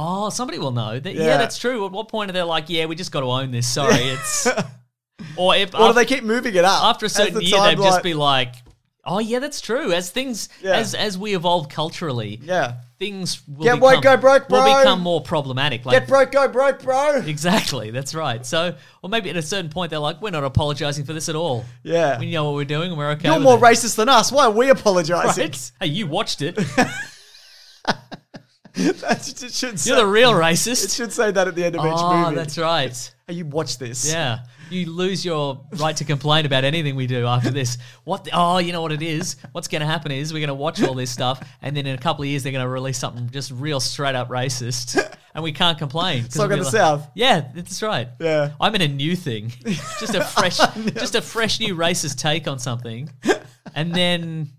D: Oh, somebody will know. That, yeah.
B: Yeah.
D: that's true. At what point are they like, yeah, we just got to own this?
B: *laughs*
D: Sorry, it's. Or if
B: Or do
D: after-
B: they keep moving it up
D: after a
B: as
D: certain
B: the
D: year, they'd
B: timeline-
D: just be like, "Oh yeah, that's true." As things
B: Yeah.
D: as as we evolve culturally,
B: yeah,
D: things will
B: Get
D: become,
B: woke, go broke,
D: will
B: bro.
D: become more problematic. Like
B: get broke, go broke,
D: *laughs*
B: bro.
D: exactly, that's right. So, or maybe at a certain point, they're like, "We're not apologizing for this at all.
B: Yeah.
D: We know what we're doing, and we're okay."
B: You're
D: with
B: more
D: it."
B: racist than us. Why are we apologising?
D: *laughs* Right? Hey, you
B: *laughs*
D: watched it.
B: That's, it, should say,
D: You're the real
B: it
D: racist.
B: should say that at the end of each
D: Oh,
B: movie.
D: that's right.
B: Hey, you watch this.
D: *laughs* Yeah. You lose your right to complain about anything we do after this. What? The, oh, you know what it is? What's going to happen is we're going to watch all this stuff, and then in a couple of years, they're going to release something just real straight
B: *laughs*
D: up racist, and we can't complain. 'cause
B: Song
D: we'll
B: of
D: be
B: the South.
D: Yeah, that's right.
B: Yeah.
D: I'm in a
B: *laughs*
D: new thing. Just a fresh, just a fresh new racist take on something. And then.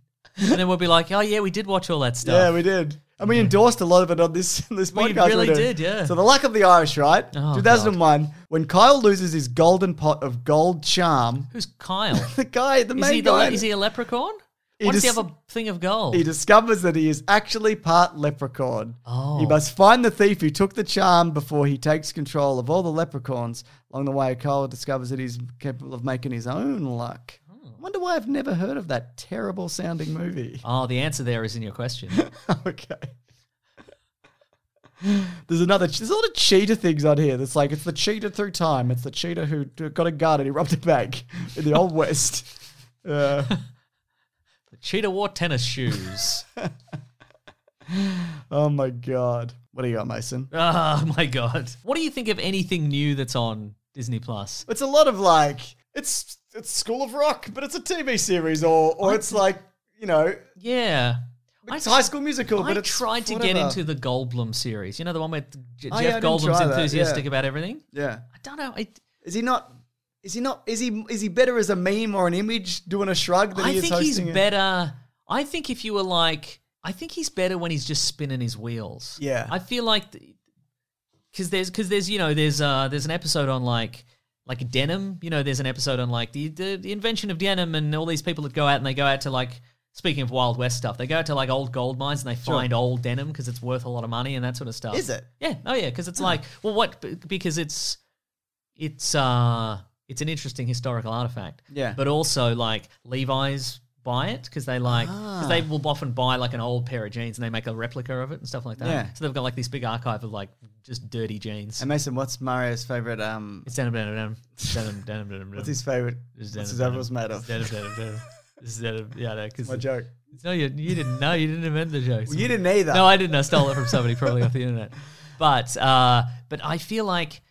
D: And then we'll be like, oh, yeah, we did watch all that stuff. Mm-hmm.
B: Yeah, we did. And we endorsed a lot of it on this *laughs* on this
D: We
B: podcast.
D: really
B: doing.
D: did, yeah.
B: So the luck of the Irish, right?
D: Oh,
B: 2001, when Kyle loses his golden pot of gold charm,
D: Who's Kyle?
B: *laughs* the guy, the
D: is,
B: main
D: he the,
B: guy,
D: is he a leprechaun?
B: He
D: What does
B: just-
D: he have a thing of gold?
B: he discovers that he is actually part leprechaun.
D: Oh.
B: He must find the thief who took the charm before he takes control of all the leprechauns. Along the way, Kyle discovers that he's capable of making his own luck. Wonder why I've never heard of that terrible sounding movie. *laughs*
D: Oh, the answer there is in your question.
B: okay. There's another. There's a lot of cheater things on here. That's like it's the cheater through time. It's the cheater who got a gun and he robbed a bank *laughs* in the old west. *laughs* Uh,
D: The cheetah wore
B: *laughs*
D: tennis shoes.
B: oh my god! What do you got, Mason?
D: oh my god. What do you think of anything new that's on Disney Plus?
B: It's a lot of like it's it's School of Rock, but it's a TV series, or or it's like you know
D: Yeah.
B: it's High School Musical,
D: I
B: but it's
D: tried to get
B: whatever.
D: into the Goldblum series. You know the one where
B: Oh,
D: J- Jeff
B: yeah, I didn't
D: Goldblum's
B: try that,
D: enthusiastic
B: yeah.
D: about everything.
B: Yeah,
D: I don't know. I,
B: is he not? Is he not? Is he is he better as a meme or an image doing a shrug than
D: I
B: he is
D: think
B: hosting?
D: he's
B: it?
D: better. I think if you were like, I think he's better when he's just spinning his wheels.
B: Yeah.
D: I feel like because there's because there's you know there's uh there's an episode on like like denim. You know, there's an episode on like the, the the invention of denim and all these people that go out and they go out to like. Speaking of Wild West stuff, they go out to like old gold mines and they find old denim because it's worth a lot of money and that sort of stuff.
B: Is it?
D: Yeah. Oh, yeah. Because it's like, well, what? b- Because it's it's uh it's an interesting historical artifact.
B: Yeah.
D: But also like Levi's buy it because they like because
B: Ah.
D: they will often buy like an old pair of jeans and they make a replica of it and stuff like that.
B: Yeah.
D: So they've got like this big archive of like just dirty jeans.
B: And Mason, what's Mario's favorite? Um,
D: It's denim, denim, denim, denim, denim, denim.
B: what's his favorite? What's his elbows made of?
D: Denim, denim, denim. It's denim. Yeah, no, because
B: My joke.
D: No, you, you didn't. No, you didn't invent the jokes.
B: Well, you didn't either.
D: No, I didn't. I stole it from somebody probably off the internet. But uh, but I feel like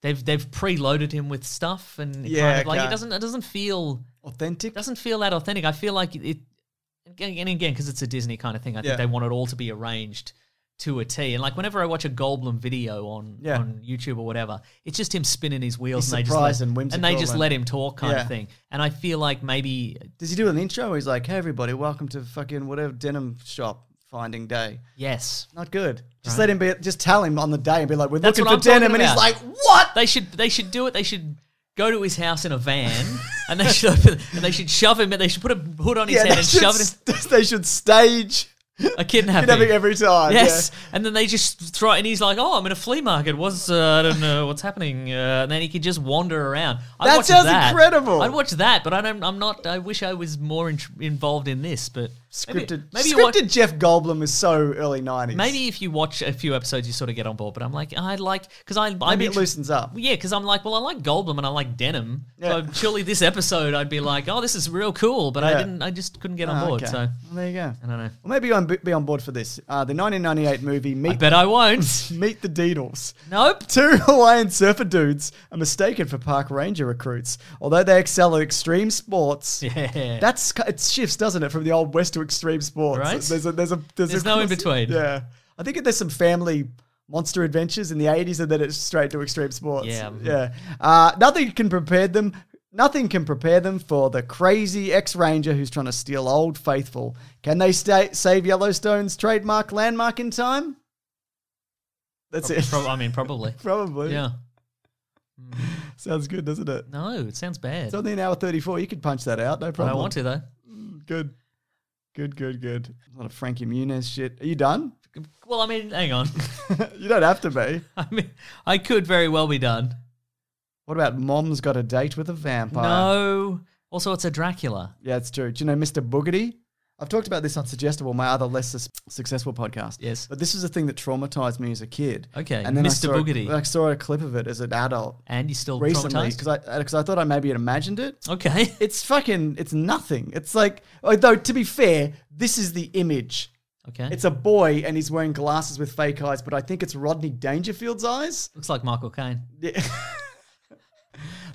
D: they've they've preloaded him with stuff and it
B: Yeah,
D: kind of like
B: okay.
D: it doesn't it doesn't feel
B: Authentic.
D: doesn't feel that authentic. I feel like it, again and again because it's a Disney kind of thing. I
B: Yeah.
D: think they want it all to be arranged to a T. And like whenever I watch a Goldblum video on
B: Yeah.
D: on YouTube or whatever, it's just him spinning his wheels
B: He's
D: and they just
B: surprised
D: let,
B: and
D: they
B: whimsical
D: just
B: and-
D: let him talk kind
B: Yeah.
D: of thing. And I feel like maybe
B: Does he do an intro? He's like, "Hey everybody, welcome to fucking whatever denim shop finding day."
D: yes.
B: Not good. Just let him be. Just tell him on the day and be like, "We're
D: That's
B: looking
D: what
B: for
D: I'm talking
B: denim," and he's
D: about.
B: like, "What?"
D: They should they should do it. They should go to his house in a van and they should open, and they should shove him and they should put a hood on his
B: Yeah,
D: head
B: they
D: and
B: should,
D: shove it
B: st- *laughs* they should stage
D: in a kidnapping.
B: kidnapping every time.
D: Yes, and then they just throw, and he's like, "Oh, I'm in a flea market. What's uh, I don't know what's happening." Uh, and then he could just wander around. I'd
B: That
D: watch
B: sounds incredible.
D: I'd watch that, but I don't. I'm not. I wish I was more in, involved in this.
B: Yeah.
D: But maybe-
B: Scripted.
D: Maybe, you
B: scripted
D: watch,
B: Jeff Goldblum is so early nineties.
D: maybe if you watch a few episodes, you sort of get on board. But I'm like, I like because I I'm
B: maybe it
D: inter-
B: loosens up.
D: Well, Yeah, because I'm like, well, I like Goldblum and I like denim. So
B: Yeah.
D: surely this episode I'd be like, oh, this is real cool, but I
B: Yeah.
D: didn't. I just couldn't get
B: Ah,
D: on board.
B: okay.
D: So I
B: Well, there you go.
D: don't know.
B: Well, maybe you'll be on board for this. Uh, the 1998 movie
D: I
B: Meet
D: bet I
B: *laughs*
D: won't.
B: Meet the Deedles.
D: nope. *laughs*
B: Two *laughs* Hawaiian surfer dudes are mistaken for park ranger recruits. Although they excel at extreme sports,
D: Yeah.
B: that's ki- it shifts, doesn't it, from the old west to extreme sports?
D: Right.
B: There's a, there's a there's,
D: There's
B: a,
D: no in-between.
B: Yeah, I think there's some family monster adventures in the 80s, and then it's straight to extreme sports.
D: Yeah.
B: yeah. Uh, nothing can prepare them. Nothing can prepare them for the crazy ex-ranger who's trying to steal Old Faithful. Can they stay, save Yellowstone's trademark landmark in time? That's it.
D: Prob- I mean, probably.
B: *laughs* Probably.
D: yeah.
B: Sounds good, doesn't it?
D: No, it sounds bad.
B: It's only an hour 34. You could punch that out, no
D: But I
B: problem.
D: want to though.
B: Good. Good, good, good. A lot of Frankie Muniz shit. Are you done? *laughs*
D: Well, I mean, hang on. *laughs*
B: you don't have to be.
D: I mean, I could very well be done.
B: What about Mom's Got a Date with a Vampire?
D: No. Also, it's a Dracula.
B: Yeah, it's true. Do you know Mr. Boogity? I've talked about this on Suggestible, my other less sus- successful podcast.
D: Yes.
B: But this was a thing that traumatized me as a kid.
D: Okay,
B: I
D: Mr.
B: saw-
D: Boogity.
B: I saw a clip of it as an adult
D: And you still
B: recently
D: traumatized?
B: because I, 'cause I thought I maybe had imagined it.
D: Okay. *laughs*
B: It's fucking, it's nothing. It's like, although to be fair, this is the image.
D: Okay.
B: It's a boy and he's wearing glasses with fake eyes, but I think it's Rodney Dangerfield's eyes.
D: Looks like Michael Caine.
B: Yeah.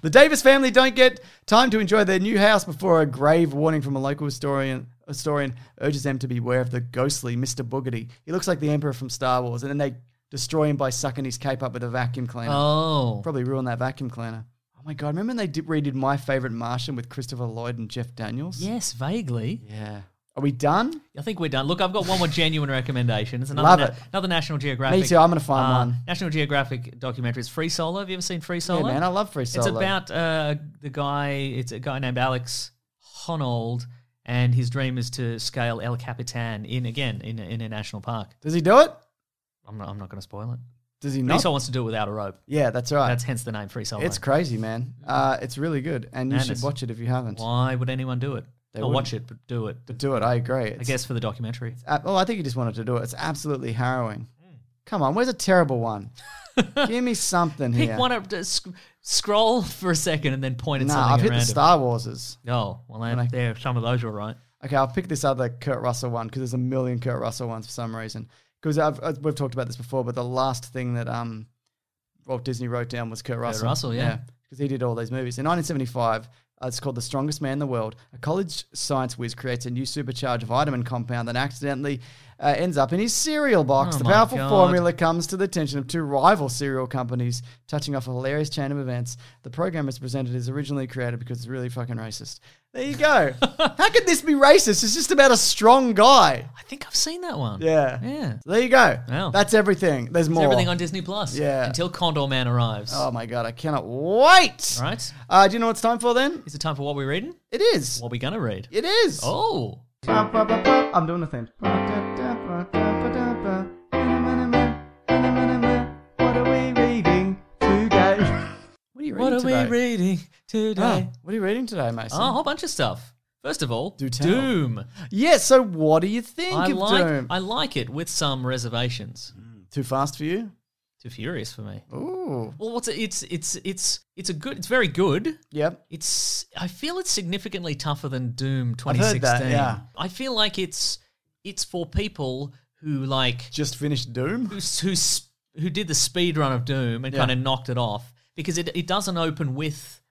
B: the Davis family don't get time to enjoy their new house before a grave warning from a local historian historian urges them to beware of the ghostly Mr. Boogity. He looks like the Emperor from Star Wars, and then they destroy him by sucking his cape up with a vacuum cleaner.
D: Oh.
B: Probably ruin that vacuum cleaner. Oh my god, remember when they did, redid My Favorite Martian with Christopher Lloyd and Jeff Daniels?
D: Yes, vaguely.
B: Yeah. Are we done?
D: I think we're done. Look, I've got one more genuine recommendation. It's another
B: Love
D: na-
B: it.
D: another National Geographic. uh,
B: Me too. I'm gonna find one.
D: National Geographic documentary. It's Free Solo. Have you ever seen Free
B: Yeah,
D: Solo?
B: man, I love free solo.
D: It's about uh, the guy. It's a guy named Alex Honnold, and his dream is to scale El Capitan in again in a- in a national park.
B: Does he do it?
D: I'm not, I'm not going to spoil it.
B: Does he
D: Free
B: not?
D: Soul wants to do it without a rope.
B: Yeah, that's right.
D: That's hence the name Free Solo.
B: It's crazy, man. Uh, it's really good, and you
D: And
B: should
D: it's-
B: watch it if you haven't.
D: Why would anyone do it?
B: They
D: Not watch it, but do it.
B: But do it. I agree. It's,
D: I guess for the documentary.
B: Uh, well, I think he just wanted to do it. It's absolutely harrowing.
D: Hmm.
B: Come on, where's a terrible
D: *laughs*
B: one? Give me something
D: Pick
B: here.
D: one up, uh, sc- scroll for a second, and then point at
B: nah,
D: something.
B: I've hit
D: random.
B: the Star Warses.
D: Oh, well, then,
B: I-
D: there, some of those were right.
B: Okay, I'll pick this other Kurt Russell one because there's a million Kurt Russell ones for some reason. Because I've, i we've talked about this before, but the last thing that um, Walt Disney wrote down was Kurt Russell.
D: Russell, yeah.
B: because he did all these movies. In 1975, uh, it's called The Strongest Man in the World. A college science whiz creates a new supercharged vitamin compound that accidentally uh, ends up in his cereal box.
D: Oh
B: the
D: my
B: powerful
D: God.
B: formula comes to the attention of two rival cereal companies, touching off a hilarious chain of events. The program is presented as originally created because it's really fucking racist. There you
D: *laughs*
B: go. How could this be racist? It's just about a strong guy.
D: I think I've seen that one.
B: Yeah.
D: Yeah. It's
B: So there you go.
D: Wow.
B: That's everything. There's more.
D: everything on Disney Plus.
B: Yeah.
D: Until Condor Man arrives.
B: Oh my god, I cannot wait.
D: All right.
B: Uh, do you know what it's time for then?
D: Is it time for what we're reading?
B: It is.
D: What we going to read?
B: It is.
D: Oh.
B: I'm doing the thing. What are we reading today? What are you reading
D: What are
B: today?
D: we reading
B: Ah,
D: today?
B: what are you reading today, Mason?
D: Oh, a whole bunch of stuff. First of all,
B: Do tell.
D: Doom.
B: Yeah, so what do you think
D: I
B: of
D: like,
B: Doom? Mm.
D: I like it with some reservations.
B: Too fast for you?
D: Too furious for me.
B: Ooh.
D: Well, what's it? it's it's it's it's a good. It's very good.
B: Yep.
D: It's I feel it's significantly tougher than Doom
B: I've heard
D: 2016.
B: that, yeah.
D: I feel like it's it's for people who like
B: Just finished Doom?
D: who s- who, s- who did the speed run of Doom and
B: Yeah.
D: kind of knocked it off because it it doesn't open with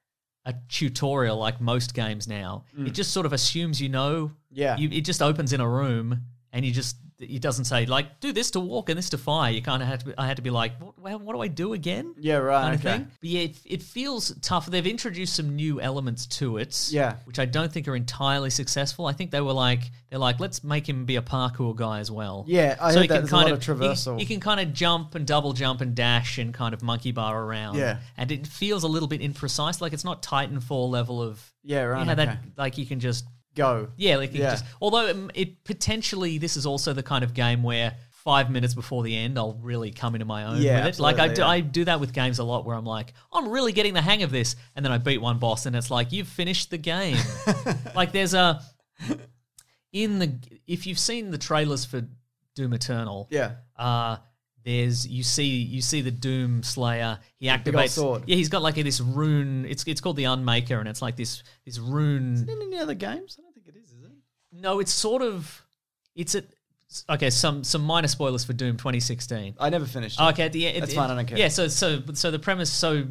D: a tutorial like most games now. It just sort of assumes you know.
B: Mm. Yeah.
D: You, it just opens in a room and you just it doesn't say like do this to walk and this to fire. You kind of had to. Be, I had to be like, what, well, what do I do again?
B: Yeah, right.
D: Kind of
B: okay.
D: thing. But yeah, it, it feels tough. They've introduced some new elements to it.
B: Yeah.
D: Which I don't think are entirely successful. I think they were like they're like let's make him be a parkour guy as well.
B: Yeah, I heard
D: he
B: that.
D: can
B: There's a lot
D: kinda-
B: of traversal.
D: He, he can kind of jump and double jump and dash and kind of monkey bar around.
B: Yeah.
D: And it feels a little bit imprecise. Like it's not Titanfall level of.
B: Yeah, right,
D: You know, that,
B: okay.
D: like you can just.
B: Go.
D: Yeah, like you
B: Yeah.
D: just. Although um, it potentially, this is also the kind of game where five minutes before the end, I'll really come into my own
B: Yeah,
D: with it. Like I do,
B: absolutely, yeah.
D: I do that with games a lot where I'm like, I'm really getting the hang of this. And then I beat one boss and it's like, you've finished
B: *laughs*
D: the game. like there's a. In the. If you've seen the trailers for Doom Eternal
B: Yeah.
D: uh there's you see you see the Doom Slayer. He
B: big old
D: activates.
B: sword.
D: Yeah, he's got like this rune. It's it's called the Unmaker, and it's like this this rune.
B: In any other games? I don't think it is, is it?
D: No, it's sort of it's a okay. Some some minor spoilers for Doom 2016.
B: I never finished. it.
D: Okay, at the end.
B: That's
D: it-
B: fine, I don't care.
D: Yeah, so so so the premise. So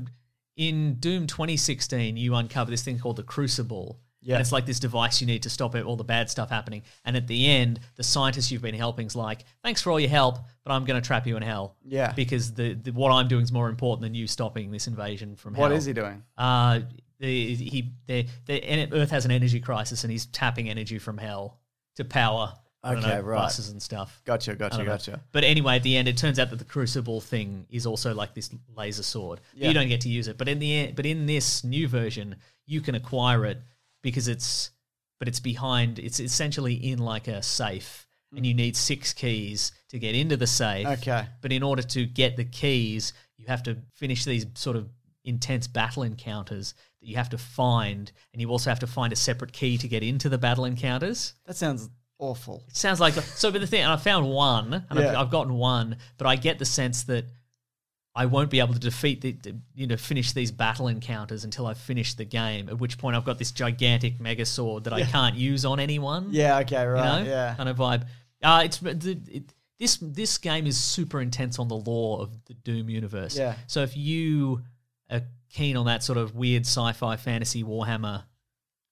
D: in Doom 2016, you uncover this thing called the Crucible.
B: Yeah.
D: And it's like this device you need to stop it, all the bad stuff happening. And at the end, the scientist you've been helping's like, "Thanks for all your help, but I'm going to trap you in hell."
B: Yeah.
D: Because the, the what I'm doing is more important than you stopping this invasion from hell.
B: What is he doing?
D: Uh, the, he the, the and Earth has an energy crisis, and he's tapping energy from hell to power. I don't
B: Okay,
D: know,
B: right.
D: Buses and stuff.
B: Gotcha, gotcha,
D: I don't know.
B: gotcha.
D: But anyway, at the end, it turns out that the crucible thing is also like this laser sword.
B: Yeah.
D: You don't get to use it, but in the end, but in this new version, you can acquire it because it's but it's behind. It's essentially in like a safe, and you need six keys to get into the safe.
B: Mm. Okay.
D: But in order to get the keys, you have to finish these sort of intense battle encounters that you have to find, and you also have to find a separate key to get into the battle encounters.
B: That sounds awful.
D: It sounds like so. But the thing, and I found one, and I've,
B: Yeah.
D: I've gotten one, but I get the sense that I won't be able to defeat the, the- you know, finish these battle encounters until I've finished the game. At which point, I've got this gigantic mega sword that I can't use on anyone.
B: Yeah, okay,
D: you
B: right.
D: know,
B: yeah.
D: kind of vibe. Uh, it's the, it, this this game is super intense on the lore of the Doom universe.
B: Yeah.
D: So if you are keen on that sort of weird sci-fi fantasy Warhammer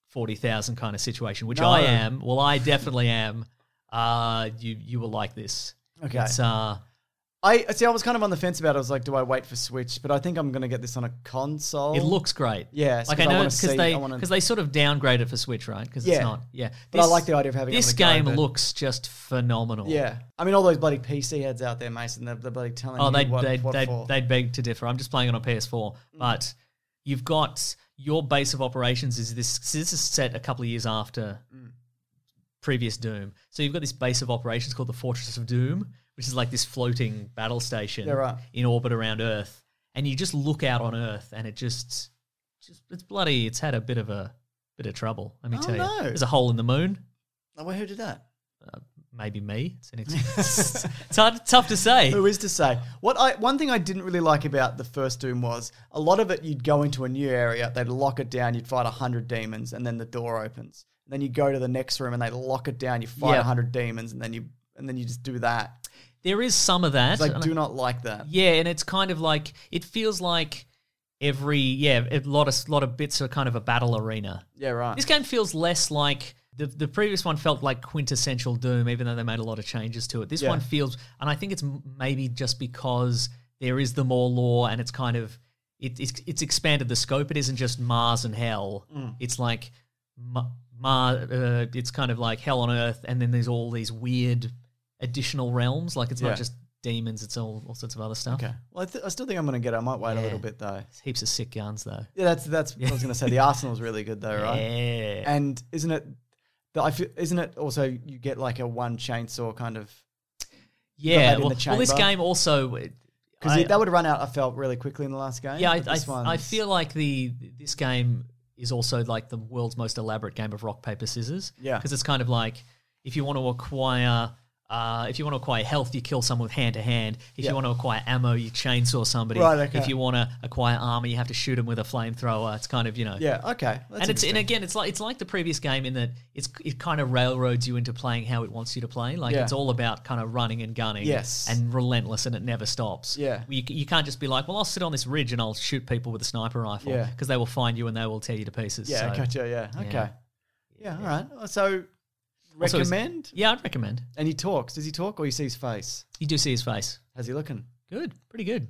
D: forty thousand kind of situation, which I
B: No.
D: am, well, I definitely am. Uh, you you will like this.
B: Okay.
D: It's uh,
B: I see. I was kind of on the fence about. it. I was like, do I wait for Switch? But I think I'm going to get this on a console.
D: it looks great.
B: Yeah, it's
D: Like
B: 'cause
D: I
B: I
D: know
B: wanna
D: because
B: see-
D: they
B: I wanna-
D: because they sort of downgraded for Switch, right? Because
B: Yeah.
D: it's not. Yeah.
B: But I like the idea of having it on
D: this
B: the go,
D: game
B: but-
D: looks just phenomenal.
B: Yeah. I mean, all those bloody PC heads out there, Mason. They're, they're bloody telling
D: Oh,
B: you
D: they'd,
B: what,
D: they'd,
B: what
D: they'd,
B: for. Mm.
D: they'd beg to differ. I'm just playing it on PS4. But you've got your base of operations is this. So this is set a couple of years
B: Mm.
D: after previous Doom. So you've got this base of operations called the Fortress of Doom, which is like this floating battle station
B: Yeah, right.
D: in orbit around Earth, and you just look out on Earth, and it just, just it's bloody. It's had a bit of a bit of trouble. Let me
B: Oh,
D: tell you,
B: no.
D: there's a hole in the moon.
J: Oh, well, who did that?
D: Maybe
B: *laughs*
D: me. It's, an it's, *laughs* it's hard, tough to say.
B: Who is to say? What I one thing I didn't really like about the first Doom was a lot of it. You'd go into a new area, they'd lock it down, you'd fight hundred demons, and then the door opens. Then you go to the next room, and they lock it down. You fight
D: Yeah.
B: hundred demons, and then you and then you just do that.
D: There is some of that.
B: It's like
D: and
B: do
D: I-
B: not like that.
D: Yeah, and it's kind of like it feels like every yeah a lot of lot of bits are kind of a battle arena.
B: Yeah, right.
D: This game feels less like the the previous one felt like quintessential Doom, even though they made a lot of changes to it. This
B: Yeah.
D: one feels, and I think it's m- maybe just because there is the more lore, and it's kind of it, it's it's expanded the scope. It isn't just Mars and Hell.
B: Mm.
D: It's like Ma- Ma- uh, it's kind of like Hell on Earth, and then there's all these weird additional realms. Like it's
B: Yeah.
D: not just demons; it's all all sorts of other stuff.
B: Okay. Well, I, th- I still think I'm gonna get. it. I might wait a
D: Yeah.
B: little bit though.
D: There's heaps of sick guns though.
B: Yeah, that's that's what I was gonna
D: *laughs*
B: say. The Arsenal's Oh, really good though, right?
D: Yeah.
B: And isn't it? The, I feel, isn't it also you get like a one chainsaw kind of
D: Yeah,
B: that in
D: well,
B: the
D: well, this
B: chamber?
D: game also I-
B: because that would run out. I felt really quickly in the last game.
D: Yeah, I,
B: but
D: I,
B: this
D: I
B: one's-
D: feel like the this game is also like the world's most elaborate game of rock paper scissors.
B: Yeah.
D: because it's kind of like if you want to acquire. Uh, if you want to acquire health, you kill someone with hand to hand. If
B: Yeah.
D: you want to acquire ammo, you chainsaw somebody.
B: Right, okay.
D: If you want to acquire armor, you have to shoot them with a flamethrower. It's kind of you know.
B: Yeah, okay. That's
D: and it's and
B: interesting.
D: again, it's like it's like the previous game in that it's it kind of railroads you into playing how it wants you to play. Like
B: Yeah.
D: it's all about kind of running and gunning.
B: Yes.
D: and relentless, and it never stops.
B: Yeah.
D: you, c- you can't just be like, well, I'll sit on this ridge and I'll shoot people with a sniper rifle.
B: Yeah.
D: because they will find you and they will tear you to pieces.
B: Yeah,
D: so-
B: gotcha. Yeah,
D: yeah.
B: okay. Yeah, all right. So
D: Also, he's-
B: recommend.
D: Yeah, I'd recommend.
B: and he talks. Does he talk or you see his face?
D: You do see his face.
B: How's he looking?
D: Good,
B: *laughs*
D: pretty good.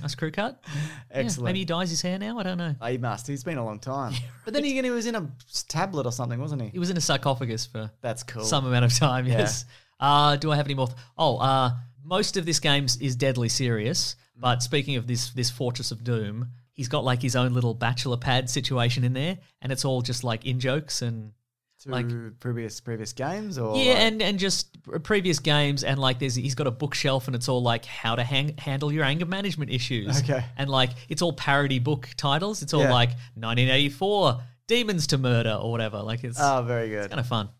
D: Nice crew cut. Yeah,
B: Excellent.
D: maybe he dyes his hair now. I don't know.
B: Oh, he must. He's been a long
D: *laughs*
B: time. But then again, he was in a tablet or something, wasn't he?
D: He was in a sarcophagus for
B: That's cool.
D: some amount of time.
B: Yeah.
D: Yes. Uh, do I have any more? th- oh, uh, most of this game is deadly serious.
B: Mm.
D: But speaking of this, this Fortress of Doom, he's got like his own little bachelor pad situation in there, and it's all just like in jokes and
B: to
D: like-
B: previous previous games or
D: yeah, and and just pr- previous games and like there's he's got a bookshelf and it's all like how to hang, handle your anger management issues.
B: Okay.
D: and like it's all parody book titles. It's all
B: Yeah.
D: like 1984 Demons to Murder or whatever. Like it's
B: oh, very good,
D: kind of fun.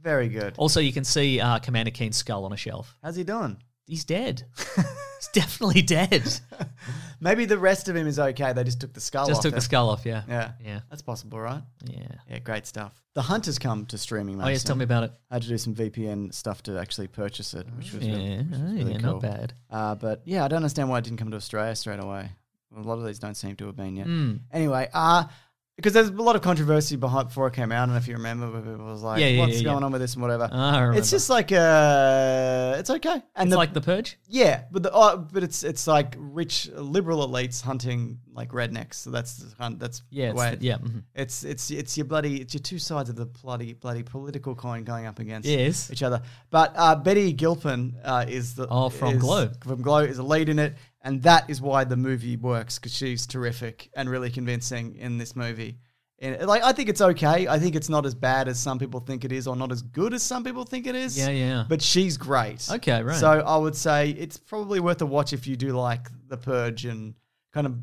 B: very good.
D: Also, you can see uh, Commander Keen's skull on a shelf.
B: How's he doing?
D: He's dead. *laughs* He's
B: *laughs*
D: definitely dead.
B: Maybe the rest of him is okay. They just took the skull.
D: Just
B: off
D: took the
B: it.
D: skull off. Yeah.
B: Yeah,
D: Yeah.
B: that's possible, right?
D: Yeah.
B: Yeah, great stuff. The Hunters come to streaming.
D: Oh yes,
B: Mason.
D: tell me about it.
B: I had to do some VPN stuff to actually purchase it, which was
D: Yeah,
B: really, which was
D: oh,
B: really
D: yeah,
B: cool.
D: not bad.
B: Uh, but yeah, I don't understand why it didn't come to Australia straight away. A lot of these don't seem to have been yet.
D: Mm.
B: Anyway, uh, because there's a lot of controversy behind before it came out. I don't know if you remember, but people was like,
D: Yeah, yeah,
B: "What's
D: yeah, Uh,
B: going
D: yeah.
B: on with this and whatever."
D: I remember.
B: It's just like uh, it's okay, and
D: it's
B: the,
D: Ah, like the purge.
B: yeah, but the uh, but it's it's like rich liberal elites hunting like rednecks. So that's the hunt. That's
D: Yeah.
B: the
D: It's
B: way
D: the-
B: it-
D: yeah. mhm.
B: it's it's it's your bloody it's your two sides of the bloody bloody political coin going up against
D: Yes.
B: each other. But uh, Betty Gilpin uh, is the
D: Oh, from
B: is-
D: Glow.
B: from Glow is a lead in it, and that is why the movie works because she's terrific and really convincing in this movie. And like I think it's okay. I think it's not as bad as some people think it is, or not as good as some people think it is.
D: Yeah, yeah.
B: But she's great.
D: Okay, right.
B: So I would say it's probably worth a watch if you do like The Purge and kind of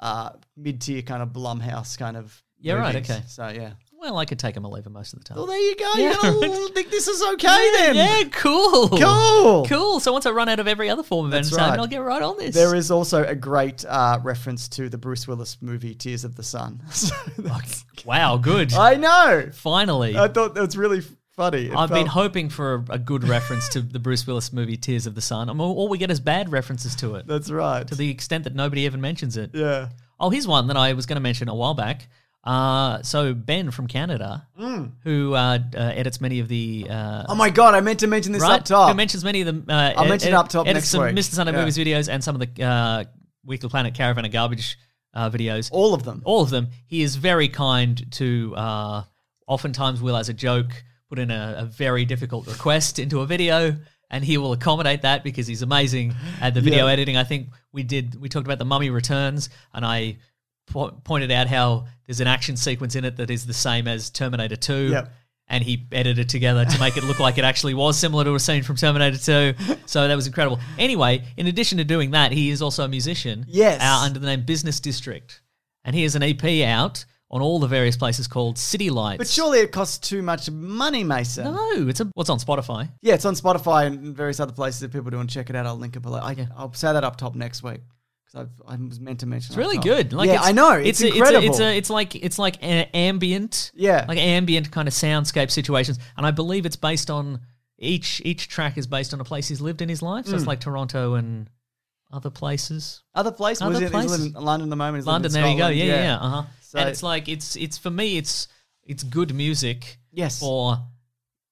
B: uh, mid tier kind of Blumhouse kind of.
D: Yeah, right,
B: movies.
D: okay.
B: So yeah.
D: Well, I could take him or leave him most of the time.
B: Well, there you go.
D: Yeah,
B: you
D: *laughs* right.
B: don't think this is okay then?
D: Yeah, cool.
B: Cool.
D: Cool. So once I run out of every other form of
B: That's
D: entertainment,
B: right.
D: I'll get right on this.
B: There is also a great uh, reference to the Bruce Willis movie Tears of the Sun. *laughs* So that's-
D: Wow, good.
B: I know.
D: Finally.
B: I
D: I've
B: thought that was really funny. It
D: been
B: felt-
D: hoping for a, a good reference to the Bruce Willis movie Tears of the Sun. I'm, all all we get is bad references to it,
B: That's right.
D: to the extent that nobody ever mentions it.
B: yeah.
D: Oh, here's one that I was going to mention a while back. Uh, so Ben from Canada,
B: Mm.
D: who uh, uh, edits many of the uh,
B: Oh my god! I meant to mention this
D: right?
B: up top.
D: Who mentions many of the? Uh,
B: I'll mention it up top
D: edits
B: next
D: some
B: week.
D: Mr. Sunday
B: Yeah.
D: movies videos and some of the uh, Weekly Planet Caravan and Garbage uh, videos.
B: All of them.
D: All of them. He is very kind to. Uh, oftentimes, will as a joke put in a, a very difficult request into a video, and he will accommodate that because he's amazing at the video
B: Yeah.
D: editing. I think we did. We talked about the Mummy Returns, and I. po- Pointed out how there's an action sequence in it that is the same as Terminator 2,
B: Yep.
D: and he edited together to make it look like it actually was similar to a scene from Terminator 2. So that was incredible. Anyway, in addition to doing that, he is also a musician.
B: Yes.
D: uh, under the name Business District, and he has an EP out on all the various places called City Lights.
B: But surely it costs too much money, Mason.
D: no, it's a, what's on Spotify.
B: Yeah, it's on Spotify and various other places if people do want to check it out. I'll link it below. I, I'll say that up top next week because I was meant to mention.
D: It's
B: it up
D: really
B: top.
D: good. Like
B: Oh. yeah,
D: it's,
B: I know. It's,
D: It's, a-
B: incredible.
D: It's, a, it's, a, it's like it's like a- ambient,
B: Yeah.
D: like ambient kind of soundscape situations, and I believe it's based on each each track is based on a place he's lived in his life. So
B: Hmm.
D: it's like Toronto and other places.
B: other place
D: Other
B: was it?
D: places.
B: in London at the moment. he's living
D: London.
B: in
D: There you go.
B: Scotland.
D: Yeah, yeah. yeah. Uh huh.
B: So-
D: and it's like it's it's for me. It's it's good music.
B: Yes.
D: For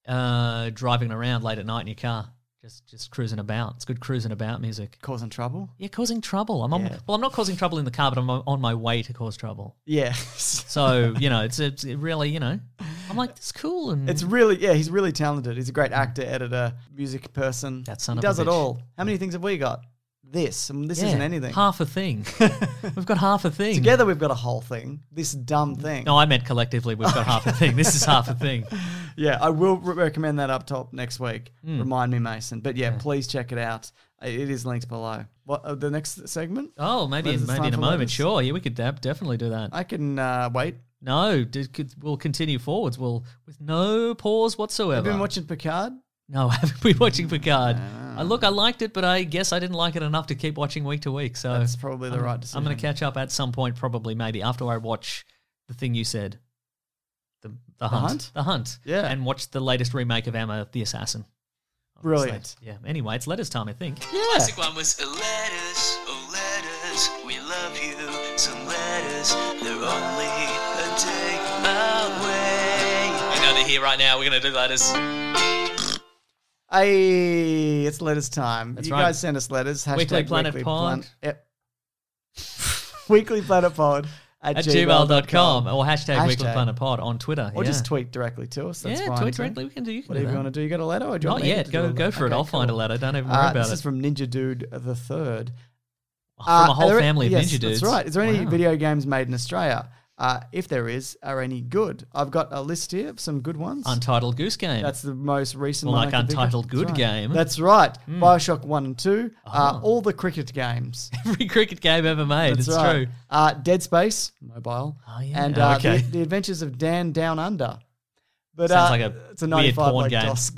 D: uh, driving around late at night in your car, just just cruising about. It's good cruising about music.
B: Causing trouble.
D: Yeah, causing trouble. I'm on,
B: Yeah.
D: well. I'm not causing trouble in the car, but I'm on my way to cause trouble.
B: Yeah. *laughs*
D: So *laughs* you know, it's it's it really you know, I'm like it's cool and
B: It's really yeah. He's really talented. He's a great actor, editor, music person.
D: That son
B: he
D: of a
B: does it
D: bitch.
B: all. How many things have we got? This. I mean, this
D: yeah,
B: isn't anything.
D: Half a *laughs* thing. we've got half a thing
B: Together we've got a whole thing. This dumb thing.
D: No, I meant collectively. We've got half a thing. This is half a *laughs* thing.
B: Yeah, I will re- recommend that up top next week.
D: Mm.
B: Remind me, Mason. But yeah, please check it out. Uh, It is linked below. What uh, the next segment?
D: Oh, maybe
B: When's it's
D: maybe
B: time
D: in a
B: for
D: moment.
B: letters?
D: Sure. Yeah, we could dab- definitely do that.
B: I can uh, wait.
D: No, d- could- we'll continue forwards. We'll with no pause whatsoever.
B: Have you been watching Picard?
D: no, *laughs* I haven't been watching Picard. I look, I liked it, but I guess I didn't like it enough to keep watching week to week. So
B: That's probably the
D: I'm-
B: right decision.
D: I'm going to catch up at some point, probably maybe after I watch the thing you said, the the hunt,
B: Hunt?
D: the hunt,
B: Yeah.
D: and watch the latest remake of Emma the Assassin. Obviously.
B: Brilliant.
D: Yeah. Anyway, it's letters time, I think.
B: Yeah.
E: Classic one was uh, letters, oh letters, we love you. Some letters, they're only a day away.
D: I know they're here right now. We're going to do letters.
B: Hey, it's letters time.
D: That's
B: you
D: right.
B: guys send us letters. Hashtag
D: Weekly Planet Pod.
B: Plan- yep. *laughs* weekly Planet Pod at,
D: At
B: gmail.com.
D: gmail.com or hashtag,
B: Hashtag.
D: hashtag. Weekly Planet Pod on Twitter.
B: Or
D: yeah.
B: just tweet directly to us. That's
D: yeah,
B: fine.
D: tweet
B: too.
D: directly. We can do. You can
B: Whatever
D: do
B: you
D: that.
B: want to do. You got a letter? Or do you
D: Not
B: want me
D: yet.
B: to do
D: Go
B: a
D: go for it.
B: letter?
D: I'll
B: Okay,
D: find a
B: cool.
D: letter. Don't even worry
B: Uh,
D: about
B: this
D: it. Oh,
B: is from Ninja Dude the Third.
D: From
B: Uh,
D: a whole
B: are there-
D: family of
B: yes,
D: ninja dudes.
B: That's right. Is there any
D: Wow.
B: video games made in Australia? Uh, if there is, are any good? I've got a list here of some good ones.
D: Untitled Goose Game.
B: That's the most recent
D: Well,
B: one.
D: like
B: I can think of.
D: Untitled Good
B: That's right.
D: Game. Hmm.
B: That's right. Bioshock 1 and 2. Uh,
D: Oh.
B: all the cricket
D: *laughs*
B: games.
D: *laughs* every cricket game ever made.
B: That's
D: it's
B: right.
D: true.
B: Uh, Dead Space, mobile.
D: Oh, yeah.
B: And uh,
D: Okay.
B: the, the Adventures of Dan Down Under. But,
D: Sounds
B: uh,
D: like a
B: it's a
D: weird
B: 95
D: porn
B: like
D: game.
B: DOS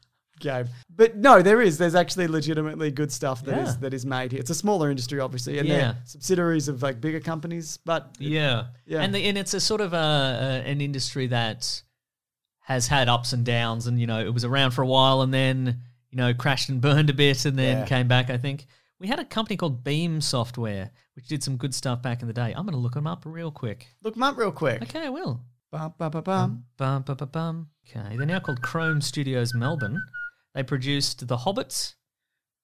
B: *laughs* game. But no, there is. There's actually legitimately good stuff that is
D: Yeah.
B: that is made here. It's a smaller industry, obviously, and
D: Yeah.
B: they're subsidiaries of like bigger companies. But
D: Yeah.
B: Yeah.
D: And the, and it's a sort of a, a an industry that has had ups and downs and you know it was around for a while and then you know crashed and burned a bit and then
B: Yeah.
D: came back I think. We had a company called Beam Software which did some good stuff back in the day. I'm going to look them up real quick.
B: look 'em up real quick.
D: Okay, I will.
B: Bum, bum, bum, bum.
D: Bum, bum, bum, bum. Okay, they're now called Chrome Studios Melbourne. They produced The Hobbit,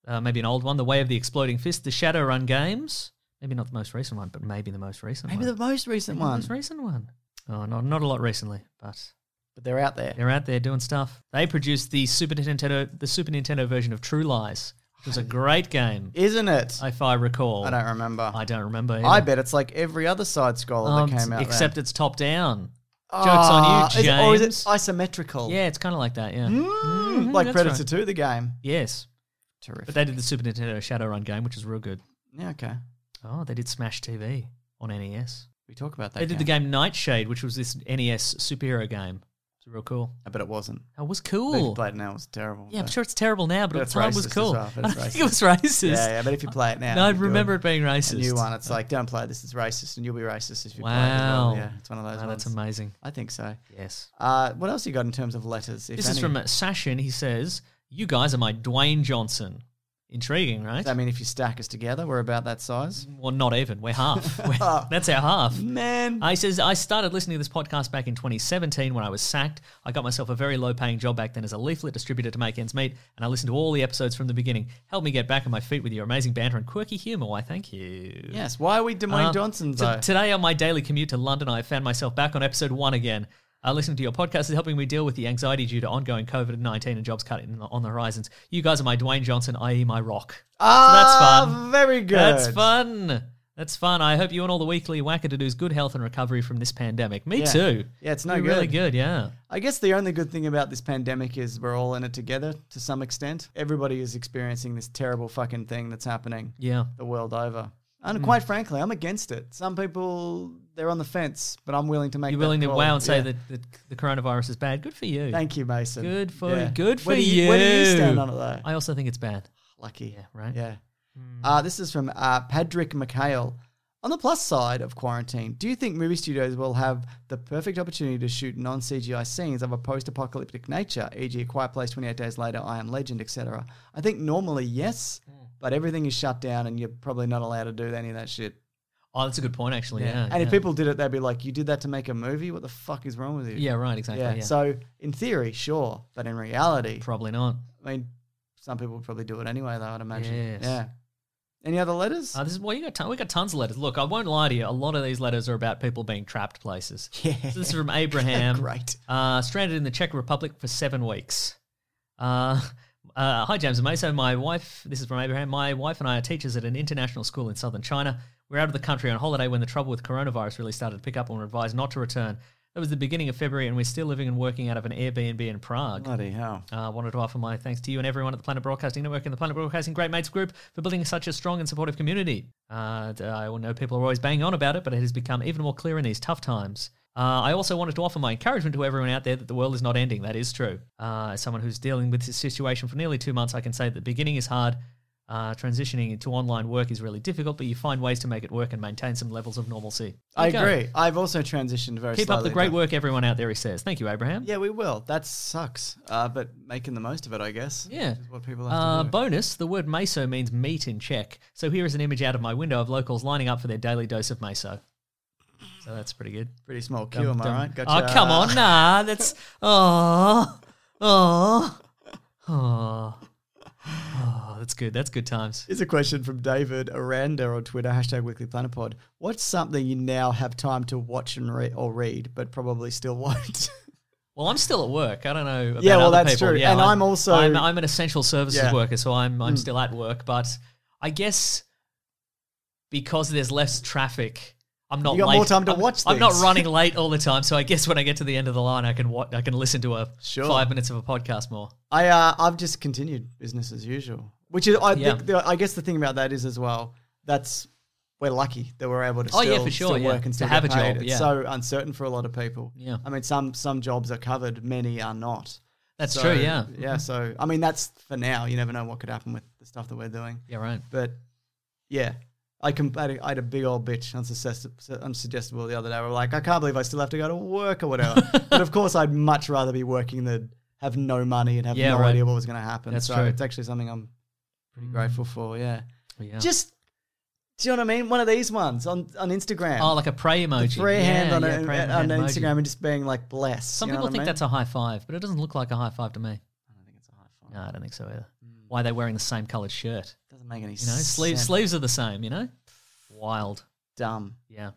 D: uh, maybe an old one, The Way of the Exploding Fist, The Shadowrun games. Maybe not the most recent one, but maybe the most recent
B: Maybe
D: one.
B: the most recent
D: Maybe
B: one.
D: most recent one. Oh, not, not a lot recently, but
B: but they're out there.
D: they're out there doing stuff. They produced the Super Nintendo, the Super Nintendo version of True Lies.
B: *sighs*
D: It was a great game,
B: Isn't it? I,
D: if I recall.
B: don't remember.
D: I don't remember.
B: I
D: either.
B: bet it's like every other side scholar
D: Um,
B: that came out.
D: except
B: then.
D: it's top down. Jokes
B: Ah,
D: on you,
B: is it- or is
D: James.
B: it isometrical?
D: Yeah, it's kind of like that. Yeah,
B: Mm,
D: Mhm,
B: like
D: that's
B: Predator
D: right.
B: 2, the game.
D: Yes,
B: Terrific.
D: but they did the Super Nintendo Shadowrun game, which is real good.
B: yeah, okay.
D: Oh, they did Smash TV on NES.
B: We talk about that.
D: They did the game Nightshade, which was this NES superhero game. It's real cool.
B: I bet it wasn't.
D: That was
B: If you
D: cool.
B: played it now, it was terrible.
D: Yeah, I'm
B: but-
D: sure it's terrible now, but,
B: But
D: at
B: it's
D: the time
B: uh, racist
D: was
B: as
D: cool. *laughs*
B: well,
D: I
B: but
D: don't
B: it's
D: think it was
B: Yeah,
D: racist.
B: yeah, but if you play it now,
D: No, I
B: you'd do
D: remember it being
B: A
D: racist.
B: new one. It's like, don't play this. It's racist, and you'll be racist if you play it. as well.
D: Wow.
B: Yeah, it's one of those.
D: Wow, Oh, that's
B: ones.
D: amazing.
B: I think so.
D: Yes.
B: Uh, what else you got in terms of letters? If
D: This
B: any?
D: is from Sashin. He says, You guys are my Dwayne Johnson. Intriguing, right?
B: Does that mean if you stack us together, we're about that size?
D: well, not even.
B: *laughs*
D: We're half. We're- that's our half.
B: Man,
D: I says I started listening to this podcast back in 2017 when I was sacked. I got myself a very low-paying job back then as a leaflet distributor to make ends meet, and I listened to all the episodes from the beginning. Help me get back on my feet with your amazing banter and quirky humor. Why, thank you.
B: yes. Why are we Dwayne
D: Uh,
B: Johnson
D: t-
B: though?
D: today on my daily commute to London, I found myself back on episode one again. Uh, listening to your podcast is helping me deal with the anxiety due to ongoing COVID nineteen and jobs cut in, on the horizons. You guys are my Dwayne Johnson, i.e., my rock. So
B: Ah,
D: that's fun.
B: Very good.
D: That's fun. That's fun. I hope you and all the weekly whacker to do's good health and recovery from this pandemic. Me
B: Yeah.
D: too.
B: Yeah, it's no
D: Be really
B: good.
D: good. Yeah.
B: I guess the only good thing about this pandemic is we're all in it together to some extent. Everybody is experiencing this terrible fucking thing that's happening
D: Yeah. Mm.
B: the world over. And quite frankly, I'm against it. Some people they're on the fence, but I'm willing to make
D: You're
B: that
D: willing to
B: call.
D: wow and say
B: Yeah.
D: that, that the coronavirus is bad. Good for you.
B: Thank you, Mason.
D: Good for
B: Yeah.
D: good for
B: where do you. Where do you stand
D: you.
B: on it though?
D: I also think it's bad.
B: Lucky.
D: Yeah, right? Hmm.
B: Yeah. Uh, this is from uh, Patrick McHale. On the plus side of quarantine, do you think movie studios will have the perfect opportunity to shoot non CGI scenes of a post apocalyptic nature, e.g., A Quiet Place, 28 Days Later, I Am Legend, etc.? I think normally yes,
D: Hmm.
B: but everything is shut down and you're probably not allowed to do any of that shit.
D: Oh, that's a good point, actually. Yeah.
B: And if
D: yeah.
B: people did it, they'd be like, you did that to make a movie? What the fuck is wrong with you?
D: Yeah, right. Exactly.
B: Yeah.
D: Yeah.
B: So, in theory, sure, but in reality,
D: Probably not.
B: I mean, some people would probably do it anyway, though, I'd imagine.
D: Yes.
B: Yeah. Any other letters?
D: Uh, this is well, you got ton- we got tons of letters. Look, I won't lie to you. A lot of these letters are about people being trapped places.
B: *laughs* Yeah.
D: So
B: *laughs*
D: this is from Abraham.
B: Great.
D: Uh, stranded in the Czech Republic for seven weeks. Uh, uh, hi, James and May. So my wife, this is from Abraham. My wife and I are teachers at an international school in southern China. We're out of the country on holiday when the trouble with coronavirus really started to pick up and were advised not to return. That was the beginning of February, and we're still living and working out of an Airbnb in Prague.
B: Bloody hell.
D: Uh, I wanted to offer my thanks to you and everyone at the Planet Broadcasting Network and the Planet Broadcasting Great Mates Group for building such a strong and supportive community. Uh, d- I will know people are always banging on about it, but it has become even more clear in these tough times. Uh, I also wanted to offer my encouragement to everyone out there that the world is not ending. That is true. Uh, as someone who's dealing with this situation for nearly two months, I can say that the beginning is hard. Uh, transitioning into online work is really difficult, but you find ways to make it work and maintain some levels of normalcy.
B: I
D: Okay.
B: agree. I've also transitioned very
D: Keep up
B: slowly,
D: the great
B: but-
D: work, everyone out there, he says. Thank you, Abraham.
B: Yeah, we will. That sucks. Uh, but making the most of it, I guess.
D: Yeah.
B: Is what people have
D: Uh,
B: to do.
D: bonus, the word meso means meat in Czech. So here is an image out of my window of locals lining up for their daily dose of meso. So that's pretty good.
B: Pretty small queue, am
D: Dum,
B: I
D: dum.
B: right?
D: Oh, come on. Nah, that's. Oh, oh, oh, oh. That's good. That's good times.
B: *laughs* Here's a question from David Aranda on Twitter, hashtag Weekly Planet Pod. What's something you now have time to watch and re- or read, but probably still *laughs* won't?
D: Well, I'm still at work. I don't know. About
B: Yeah, well,
D: other
B: that's
D: people.
B: true.
D: Yeah,
B: And I'm also-
D: I'm, I'm an essential services
B: Yeah. Hmm.
D: worker, so I'm I'm still at work. But I guess because there's less traffic, I'm not.
B: You got
D: late.
B: more time to
D: I'm,
B: watch
D: I'm not
B: things. *laughs*
D: running late all the time, so I guess when I get to the end of the line, I can watch. I can listen to a
B: Sure.
D: five minutes of a podcast more.
B: I uh, I've just continued business as usual, which is I
D: Yeah.
B: think the, I guess the thing about that is as well that's we're lucky that we're able to
D: Oh,
B: still,
D: yeah, for sure,
B: still
D: yeah.
B: work and
D: To
B: still
D: have
B: get
D: a job,
B: paid. It's
D: yeah.
B: so uncertain for a lot of people.
D: Yeah.
B: I mean some some jobs are covered, many are not.
D: That's
B: So,
D: true. Yeah.
B: yeah. So I mean that's for now. You never know what could happen with the stuff that we're doing.
D: Yeah. Right.
B: But yeah, I, com- I, had a- I had a big old bitch on Suggest- on Suggestible the other day. We We're like, I can't believe I still have to go to work or
D: *laughs*
B: whatever. but of course, I'd much rather be working than have no money and have
D: Yeah,
B: no
D: right.
B: idea what was going to happen.
D: That's
B: so
D: true. Mm.
B: it's actually something I'm pretty grateful for. Yeah.
D: Yeah.
B: Just, do you know what I mean? One of these ones on, on Instagram.
D: oh, like a pray
B: the
D: emoji.
B: prayer
D: yeah,
B: hand on,
D: yeah,
B: a-
D: prayer
B: on
D: hand emoji.
B: Instagram and just being like blessed.
D: Some
B: you know
D: people
B: what
D: think
B: I mean?
D: that's a high five, but it doesn't look like a high five to me. No, I don't think so either.
B: Hmm.
D: Why are they wearing the same coloured shirt?
B: doesn't make any
D: You know,
B: sense.
D: sleeves sleeves are the same. You know, wild.
B: Dumb.
D: Yeah.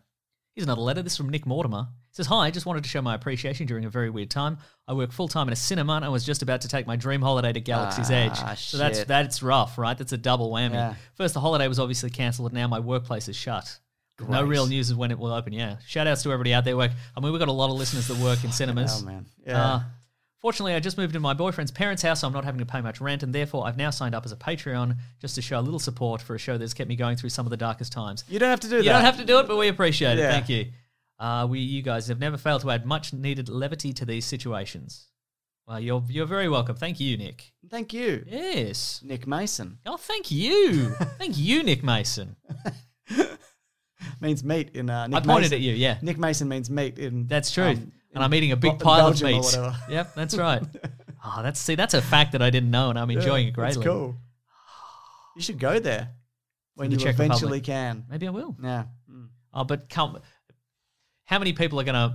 D: Here's another letter. This is from Nick Mortimer. It says, Hi, I just wanted to show my appreciation during a very weird time. I work full time in a cinema and I was just about to take my dream holiday to Galaxy's
B: Ah,
D: Edge. So that's
B: shit.
D: that's rough, right? That's a double whammy.
B: Yeah.
D: First, the holiday was obviously cancelled. Now my workplace is shut. No
B: Great.
D: real news of when it will open. Yeah. Shout outs to everybody out there. Work. I mean, we've got a lot of listeners that work in cinemas.
B: Oh, man. Yeah.
D: Uh, fortunately, I just moved into my boyfriend's parents' house, so I'm not having to pay much rent, and therefore I've now signed up as a Patreon just to show a little support for a show that's kept me going through some of the darkest times.
B: you don't have to do that.
D: You don't have to do it, but we appreciate it.
B: Yeah.
D: Thank you. Uh, we, you guys have never failed to add much needed levity to these situations. Well, you're you're very welcome. Thank you, Nick.
B: Thank you,
D: Yes.
B: Nick Mason.
D: Oh,
B: *laughs*
D: thank you. thank you, Nick Mason.
B: Means meat in uh, Nick
D: I pointed
B: Mason.
D: at you. Yeah,
B: Nick Mason means meat in.
D: that's true.
B: um, in
D: and I'm eating a
B: Bel-
D: big pile
B: Belgium or
D: of meat.
B: whatever.
D: Yep,
B: *laughs*
D: that's right. oh, that's see, that's a fact that I didn't know, and I'm *laughs* enjoying
B: Yeah,
D: it greatly.
B: It's cool. You should go there when
D: the
B: you
D: Czech
B: eventually
D: Republic.
B: can.
D: Maybe I will.
B: Yeah.
D: Oh, but come, how many people are going to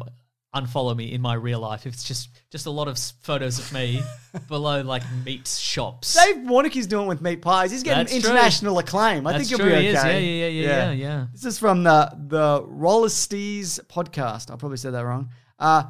D: unfollow me in my real life if it's just just a lot of s- photos of *laughs* me below like meat shops?
B: Dave Warnicki's doing with meat pies. He's getting
D: That's true.
B: international acclaim. I
D: That's
B: think
D: true.
B: you'll be okay.
D: he is. Yeah, yeah, yeah, yeah, yeah, yeah.
B: This is from the the Rollistes podcast. I probably said that wrong. Uh,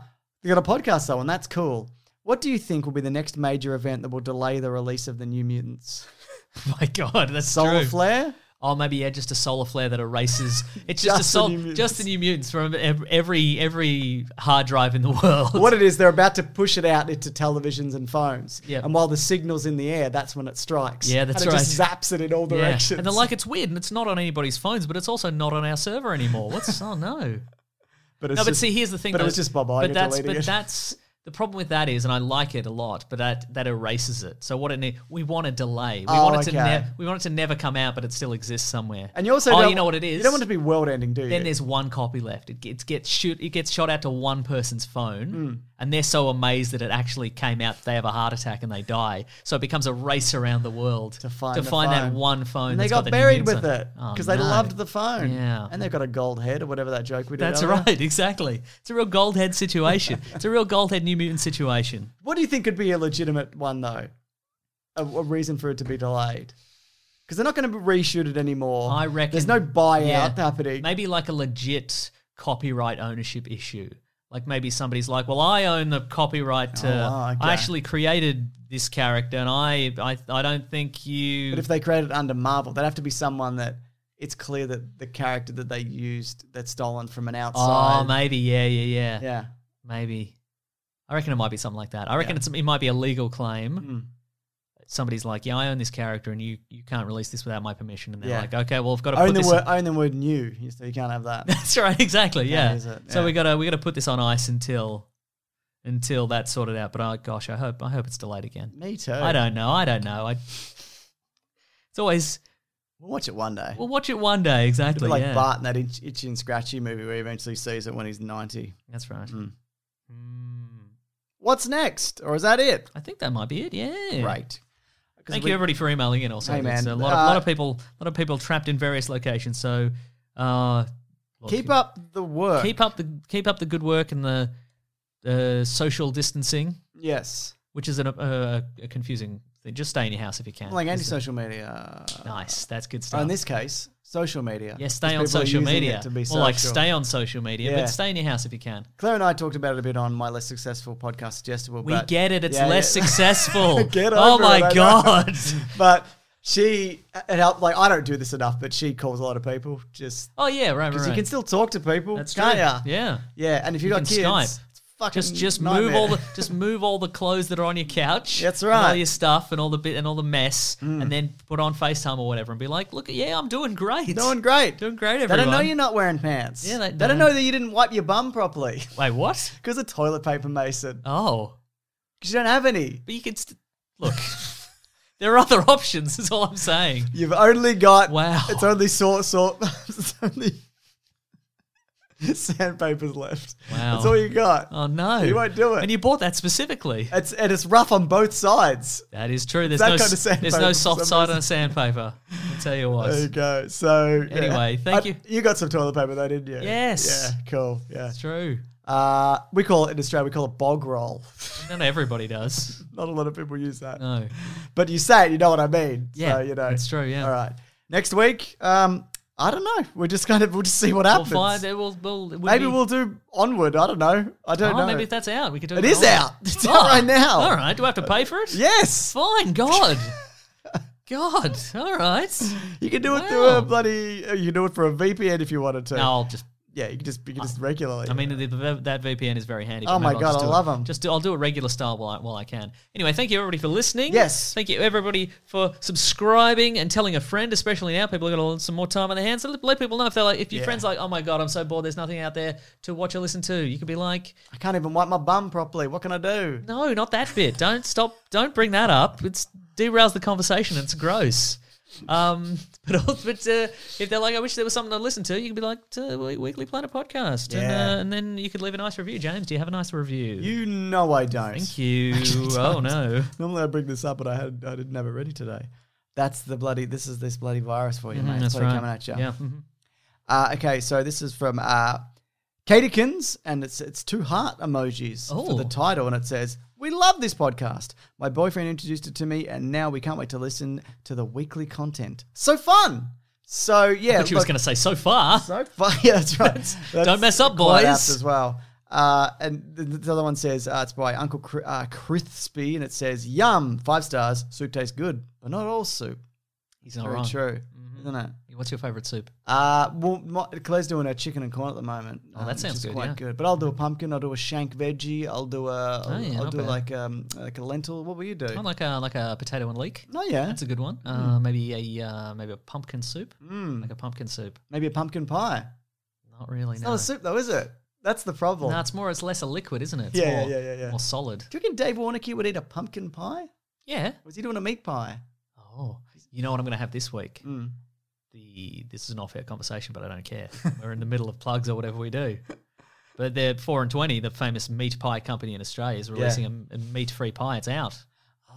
B: they got a podcast though, and that's cool. What do you think will be the next major event that will delay the release of the New Mutants?
D: *laughs* My God, that's
B: Solar
D: true.
B: Flare?
D: oh, maybe yeah, just a solar flare that erases. It's just, a sol- just the New Mutants from ev- every every hard drive in the *laughs* world.
B: What it is, they're about to push it out into televisions and phones.
D: Yeah.
B: And while the signal's in the air, that's when it strikes.
D: Yeah, that's
B: and it just
D: right.
B: zaps it in all
D: Yeah.
B: directions.
D: And they're like, it's weird, and it's not on anybody's phones, but it's also not on our server anymore. What's oh no.
B: but
D: no, *laughs* but see, here's the thing.
B: But it
D: though.
B: was just Bob Iger
D: But that's
B: deleting
D: but
B: it.
D: that's the problem with that is, and I like it a lot, but that that erases it. So what it need, we want a delay. We
B: Oh,
D: want it to
B: okay.
D: ne- we want it to never come out, but it still exists somewhere.
B: and you also
D: oh,
B: don't,
D: you know what it is.
B: You don't want it to be world ending, do you?
D: then there's one copy left. It gets, gets shoot. It gets shot out to one person's phone,
B: Hmm.
D: and they're so amazed that it actually came out. that They have a heart attack and they die. So it becomes a race around the world to
B: find the
D: that
B: phone.
D: one phone.
B: And they
D: that's
B: got
D: the new
B: buried
D: Mutants
B: with
D: on
B: it
D: Oh,
B: because they
D: no.
B: loved the phone.
D: Yeah.
B: And they've got a gold head or whatever that joke we did.
D: That's
B: earlier.
D: right, *laughs* exactly. It's a real gold
B: *laughs*
D: head situation. it's a real gold head New Mutant situation.
B: What do you think could be a legitimate one though? A, a reason for it to be delayed? Because they're not going to reshoot it anymore.
D: I reckon
B: there's no buyout
D: Yeah.
B: happening.
D: Maybe like a legit copyright ownership issue. Like maybe somebody's like, "Well, I own the copyright to.
B: Oh, wow, okay.
D: I actually created this character, and I, I, I don't think you.
B: But if they create it under Marvel, they'd have to be someone that it's clear that the character that they used that's stolen from an outside.
D: oh, maybe, yeah, yeah, yeah,
B: Yeah.
D: maybe. I reckon it might be something like that. I reckon it's, it might be a legal claim.
B: Mm. Hmm.
D: Somebody's like, "Yeah, I own this character, and you, you can't release this without my permission." And they're
B: Yeah.
D: like, "Okay, well, I've got to put
B: Own the,
D: this."
B: word, own the word new. You- So you can't have that.
D: *laughs* That's right, exactly.
B: Yeah,
D: Yeah.
B: is it?
D: So
B: Yeah.
D: we gotta we gotta put this on ice until until that's sorted out. But oh gosh, I hope I hope it's delayed again.
B: Me too.
D: I don't know. I don't know. I. It's always
B: We'll watch it one day.
D: we'll watch it one day.
B: It'll
D: Exactly.
B: be like
D: yeah.
B: Bart in that itch, Itchy and Scratchy movie where he eventually sees it when he's 90.
D: That's right.
B: Hmm.
D: Mm.
B: What's next? Or is that it?
D: I think that might be it. Yeah.
B: Right.
D: Thank you everybody for emailing in. Also,
B: Hey,
D: There's
B: man.
D: a lot of,
B: Uh,
D: lot of people, a lot of people trapped in various locations. So, uh, look,
B: Keep up the work.
D: keep up the keep up the good work and the uh, social distancing.
B: Yes.
D: which is an, uh, a confusing thing. Just stay in your house if you can.
B: Like
D: This is-
B: anti-social media.
D: Nice, that's good
B: Or
D: stuff.
B: in Uh, this case, social media.
D: yeah,
B: Because
D: stay on
B: people are
D: social
B: using
D: media,
B: it To be
D: or like
B: social.
D: stay on social media,
B: Yeah.
D: but stay in your house if you can.
B: Claire and I talked about it a bit on my less successful podcast, Suggestible.
D: We
B: but-
D: get it; it's
B: Yeah,
D: less
B: yeah. *laughs*
D: successful.
B: Get
D: oh
B: over
D: my
B: it, I know.
D: god!
B: *laughs* but she it helped. Like I don't do this enough, but she calls a lot of people just
D: oh yeah, right, right.
B: because you
D: right.
B: can still talk to people,
D: That's true.
B: can't ya?
D: Yeah.
B: Yeah, and if you,
D: You
B: got
D: can
B: kids,
D: Skype.
B: it's fucking
D: Just just move
B: nightmare.
D: all the just move all the clothes that are on your couch.
B: That's
D: And all
B: right. Mm.
D: your stuff and all the bit and all the mess, and then put on FaceTime or whatever, and be like, "Look, yeah, I'm doing
B: *laughs*
D: great.
B: doing great.
D: doing great.
B: They
D: Everyone.
B: don't know you're not wearing pants.
D: Yeah, they
B: don't
D: don't.
B: know that you didn't wipe your bum properly *laughs*
D: Wait, what?
B: because of toilet paper, Mason.
D: Oh,
B: Because you don't have any.
D: But you can st-
B: *laughs*
D: look. there are other *laughs* options. Is all I'm saying.
B: You've only got
D: Wow.
B: It's only sort sort. *laughs* it's only sandpapers left.
D: Wow.
B: That's all you got.
D: Oh no,
B: You won't do it.
D: And you bought that specifically.
B: It's and it's rough on both sides.
D: That is true. There's
B: that
D: no
B: kind
D: s-
B: of sandpaper
D: there's no
B: for
D: soft
B: some
D: side on a sandpaper. I'll tell you what.
B: There you go. So yeah.
D: Anyway, thank you.
B: You got some toilet paper though, didn't you?
D: Yes.
B: Yeah. Cool. Yeah.
D: It's true.
B: Uh, we call it in Australia. We call it bog roll. *laughs*
D: Not everybody does.
B: Not a lot of people use that.
D: No.
B: But you say it. You know what I mean.
D: Yeah,
B: So, you know.
D: it's true, yeah.
B: All right. Next week. Um. I don't know. We're just kind of we'll just see what
D: We'll
B: happens.
D: find. We'll, we'll, we'll
B: Maybe
D: be-
B: we'll do onward. I don't know. I don't
D: Oh,
B: know.
D: maybe if that's out, we could do
B: It
D: it.
B: is
D: online. Oh,
B: out. It's out right now.
D: All right. Do I have to pay for it?
B: yes, *laughs*
D: Fine. God. God. All right.
B: you can do it through a
D: Wow.
B: bloody. uh, You can do it for a VPN if you wanted to.
D: No, I'll just
B: Yeah, you can just you can just regularly.
D: I mean, the, the, that VPN is very handy.
B: Oh
D: but
B: my
D: maybe
B: God,
D: I'll
B: I
D: just do it-
B: love 'em.
D: Just do, I'll do it regular style while I, while I can. Anyway, thank you everybody for listening.
B: Yes.
D: thank you everybody for subscribing and telling a friend. Especially now, people have got some more time on their hands. So let, let people know if they're like, if your
B: Yeah.
D: friends like, oh my God, I'm so bored. There's nothing out there to watch or listen to. You can be like,
B: I can't even wipe my bum properly. What can I do?
D: no, not that bit. Don't stop. Don't bring that up. It's derails the conversation. It's gross. Um, *laughs* but al- but uh, if they're like, I wish there was something to listen to, you can be like, uh, We- Weekly Planet podcast, and,
B: Yeah.
D: uh, and then you could leave a nice review. James, do you have a nice review?
B: You know I don't. *laughs*
D: Thank you.
B: Actually,
D: oh
B: don't.
D: no.
B: Normally I bring this up, but I had I didn't have it ready today. That's the bloody. This is this bloody virus for you, mate.
D: Mm-hmm,
B: it's
D: That's
B: already
D: right.
B: coming at you.
D: Yeah. mhm.
B: Uh, okay, so this is from uh, Katikins, and it's it's two heart emojis for
D: Oh.
B: the title, and it says, "We love this podcast. My boyfriend introduced it to me, and now we can't wait to listen to the weekly content. So fun! So yeah,
D: But she was
B: look-
D: going to say so
B: *laughs*
D: far.
B: so fun. *laughs* Yeah, that's right. *laughs* That's
D: mess up,
B: quite apt
D: boys.
B: As well. Uh, and the, the other one says uh, it's by Uncle Cri- uh, Crispy, and it says, "Yum, five stars. Soup tastes good, but not all soup."
D: He's not
B: Very
D: wrong.
B: true, isn't it?
D: What's your favorite soup?
B: Uh, well, my, Claire's doing her chicken and corn at the moment. um,
D: Oh, that
B: which
D: sounds
B: is
D: good,
B: Quite
D: yeah.
B: good. But I'll do a pumpkin. I'll do a shank veggie. I'll do a. I'll,
D: Oh, yeah,
B: I'll
D: not
B: do
D: bad.
B: like um like a lentil. What will you do?
D: Oh, like a like a potato and leek.
B: Oh, yeah. Hmm.
D: that's a good one. Uh, maybe a uh, maybe a pumpkin soup. Like a pumpkin soup.
B: Maybe a pumpkin pie.
D: Not really.
B: It's
D: no.
B: not a soup though, is it? That's the problem.
D: No, it's more. It's less a liquid, isn't it? It's
B: Yeah,
D: more,
B: yeah, yeah, yeah.
D: More solid.
B: do you reckon Dave Warnocky would eat a pumpkin pie?
D: Yeah.
B: Was he doing a meat pie?
D: Oh, you know what I'm going to have this week?
B: Mm.
D: The this is an off-air conversation, but I don't care. *laughs* We're in the middle of plugs or whatever we do. But they're four and twenty, the famous meat pie company in Australia, is releasing a, a meat-free pie. It's out.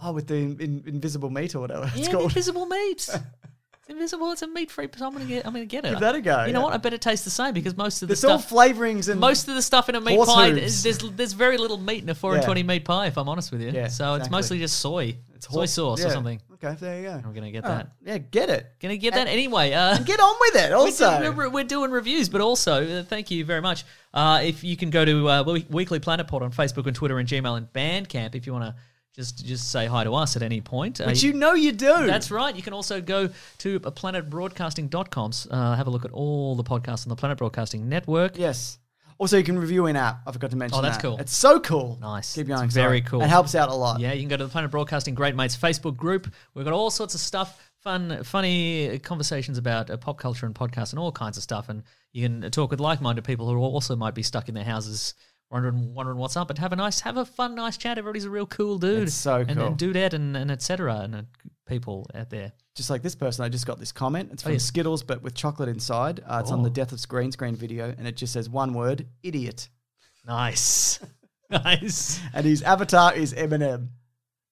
B: Oh, with the in, in- invisible meat or whatever *laughs* it's
D: yeah,
B: called. *laughs*
D: invisible meat. It's invisible. It's a meat-free. So I'm going to get. I'm going to get it.
B: Give that a go,
D: You know
B: yeah.
D: what? I bet it tastes the same because most of the
B: There's all
D: stuff.
B: flavorings and
D: most of the stuff in a meat
B: horse
D: pie,
B: hooves.
D: is, there's there's very little meat in a four and
B: Yeah.
D: twenty meat pie. If I'm honest with you,
B: Yeah,
D: so it's
B: exactly.
D: mostly just soy, soy
B: horse-
D: sauce or
B: yeah.
D: something.
B: Okay, there you go.
D: I'm gonna get
B: All right.
D: that.
B: Yeah, get it.
D: Gonna get that anyway. Uh,
B: Get on with it. Also,
D: *laughs* we're, doing, we're doing reviews, but also uh, thank you very much. Uh, if you can go to uh, We- Weekly Planet Pod on Facebook and Twitter and Gmail and Bandcamp if you want to just just say hi to us at any point. Uh,
B: which you know you do.
D: that's right. You can also go to planetbroadcasting.com, uh, have a look at all the podcasts on the Planet Broadcasting Network.
B: Yes. Also, you can review in app. I forgot to mention.
D: Oh, that's
B: that.
D: cool.
B: It's so cool.
D: Nice.
B: Keep going.
D: It's very
B: sorry.
D: cool.
B: It helps out a lot.
D: Yeah, you can go to the Planet Broadcasting Great Mates Facebook group. We've got all sorts of stuff, fun, funny conversations about uh, pop culture and podcasts and all kinds of stuff. And you can uh, talk with like-minded people who also might be stuck in their houses, wondering wondering what's up. But have a nice, have a fun, nice chat. Everybody's a real cool dude.
B: It's so
D: and,
B: cool.
D: and dudette and and etc. And uh, people out there.
B: Just like this person, I just got this comment. It's from
D: Oh, yeah. Oh.
B: Skittles, but with chocolate inside. Uh, it's on the Death of Green Screen video, and it just says one word: idiot.
D: Nice, *laughs*
B: *laughs*
D: nice.
B: And his avatar is Eminem.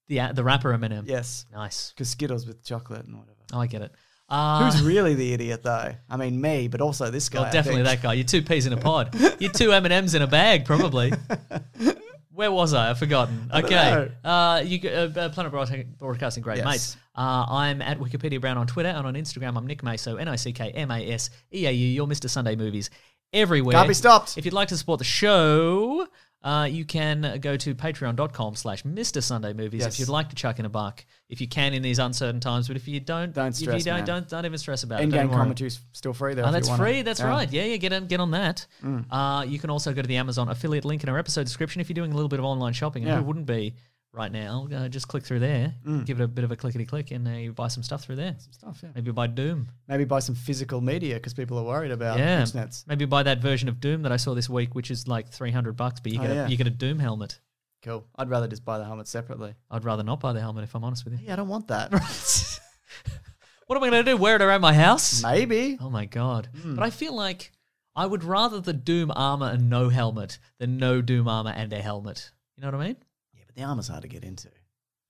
D: The uh, the rapper Eminem.
B: Yes,
D: Nice.
B: because Skittles with chocolate and whatever.
D: Oh, I get it. Uh,
B: Who's really the idiot though? I mean, me, but also this guy.
D: Oh,
B: I
D: definitely
B: think.
D: that guy. You're two peas in a pod. You're two M and M's in a
B: *laughs*
D: bag, probably. Where was I? I've forgotten. Okay, uh, you g- uh, uh, Planet Broadca- Broadcasting, great
B: Yes.
D: mates. Uh, I'm at Wikipedia Brown on Twitter and on Instagram. I'm Nick Maso, N I C K M A S E A U. Your Mr Sunday Movies everywhere.
B: Can't be stopped.
D: If you'd like to support the show, uh, you can go to patreon.com slash Mr. Sunday Movies if
B: Yes.
D: you'd like to chuck in a buck. If you can in these uncertain times, but if you don't,
B: Don't
D: if you
B: stress,
D: don't,
B: man.
D: don't, don't even stress about it.
B: End
D: Don't
B: game
D: worry.
B: commentary's still free there.
D: Oh,
B: if you
D: that's
B: want it.
D: free. That's
B: Yeah. Mm.
D: right. Yeah, yeah. Get on, get on that. Uh, you can also go to the Amazon affiliate link in our episode description if you're doing a little bit of online shopping. And
B: Yeah. Mm.
D: who wouldn't be right now? Uh, just click through there, give it a bit of a clickety click, and uh, you buy some stuff through there. Some
B: stuff, yeah.
D: Maybe buy Doom.
B: Maybe buy some physical media because people are worried about
D: yeah.
B: internets.
D: Maybe buy that version of Doom that I saw this week, which is like three hundred bucks, but you
B: Oh,
D: get
B: yeah.
D: a, you get a Doom helmet.
B: Cool. I'd rather just buy the helmet separately.
D: I'd rather not buy the helmet if I'm honest with you.
B: Yeah, I don't want that. *laughs*
D: what am I going to do? Wear it around my house?
B: Maybe.
D: Oh my god!
B: Mm.
D: But I feel like I would rather the Doom armor and no helmet than no Doom armor and a helmet. You know what I mean?
B: Yeah, but the armor's hard to get into.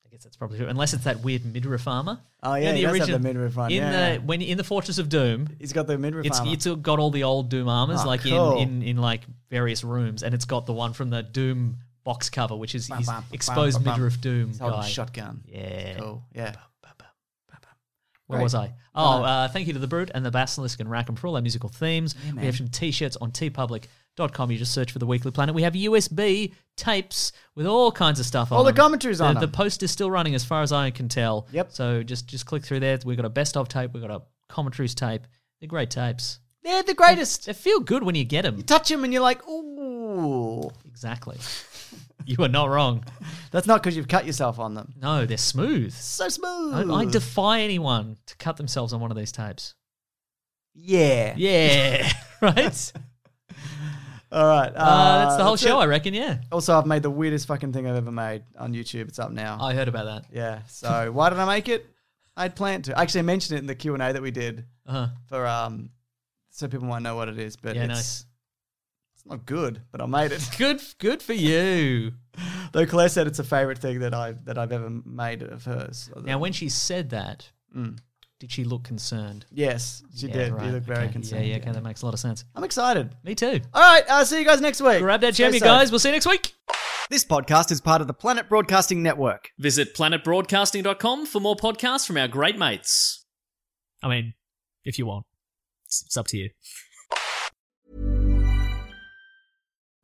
D: I guess that's probably true, unless it's that weird midriff armor.
B: Oh, yeah, he does have the midriff one,
D: In
B: yeah,
D: the
B: yeah.
D: when in the Fortress of Doom,
B: He's got the midriff
D: it's
B: armor.
D: it's got all the old Doom armors,
B: Oh,
D: like
B: cool.
D: in, in in like various rooms, and it's got the one from the Doom box cover, which is his
B: bum, bum,
D: exposed
B: bum, bum.
D: midriff Doom
B: He's holding
D: guy.
B: a shotgun.
D: Yeah.
B: Cool. Yeah.
D: Where
B: Great.
D: was I? Oh, uh, thank you to The Brute and The Basilisk and Rackham for all our musical themes. we have some t shirts on tpublic.com. You just search for The Weekly Planet. We have USB tapes with all kinds of stuff on
B: All Oh, the
D: them.
B: commentaries
D: the,
B: on
D: The
B: them.
D: post is still running as far as I can tell.
B: Yep.
D: So just, just click through there. We've got a best of tape, we've got a commentaries tape. They're great tapes.
B: They're the greatest.
D: They feel good when you get them.
B: You touch him and you're like, ooh.
D: Exactly. *laughs* you are not wrong.
B: That's not because you've cut yourself on them.
D: No, they're smooth.
B: So smooth.
D: I, I defy anyone to cut themselves on one of these tapes.
B: yeah.
D: Yeah, *laughs* right.
B: All right.
D: Uh, that's the whole show, I
B: it.
D: reckon. Yeah,
B: Also, I've made the weirdest fucking thing I've ever made on YouTube. It's up now.
D: I heard about that.
B: yeah. So why did I make it? I'd planned to. Actually, I mentioned it in the Q and A that we did
D: Uh,
B: for um, so people might know what it is. But
D: yeah,
B: it's,
D: nice.
B: it's not good. But I made it. *laughs*
D: Good, good for you.
B: Though Claire said it's a favorite thing that I've that I've ever made of hers.
D: Now, when she said that, did she look concerned?
B: yes, Mm. she did.
D: right,
B: You look very
D: okay.
B: concerned.
D: Yeah, yeah, okay, that makes a lot of sense.
B: I'm excited.
D: Me too.
B: All right, I'll see you guys next week.
D: Grab that
B: Stay
D: jam, you
B: safe.
D: guys. We'll see you next week.
B: This podcast is part of the Planet Broadcasting Network.
C: Visit planetbroadcasting.com for more podcasts from our great mates.
D: I mean, if you want, it's, it's up to you.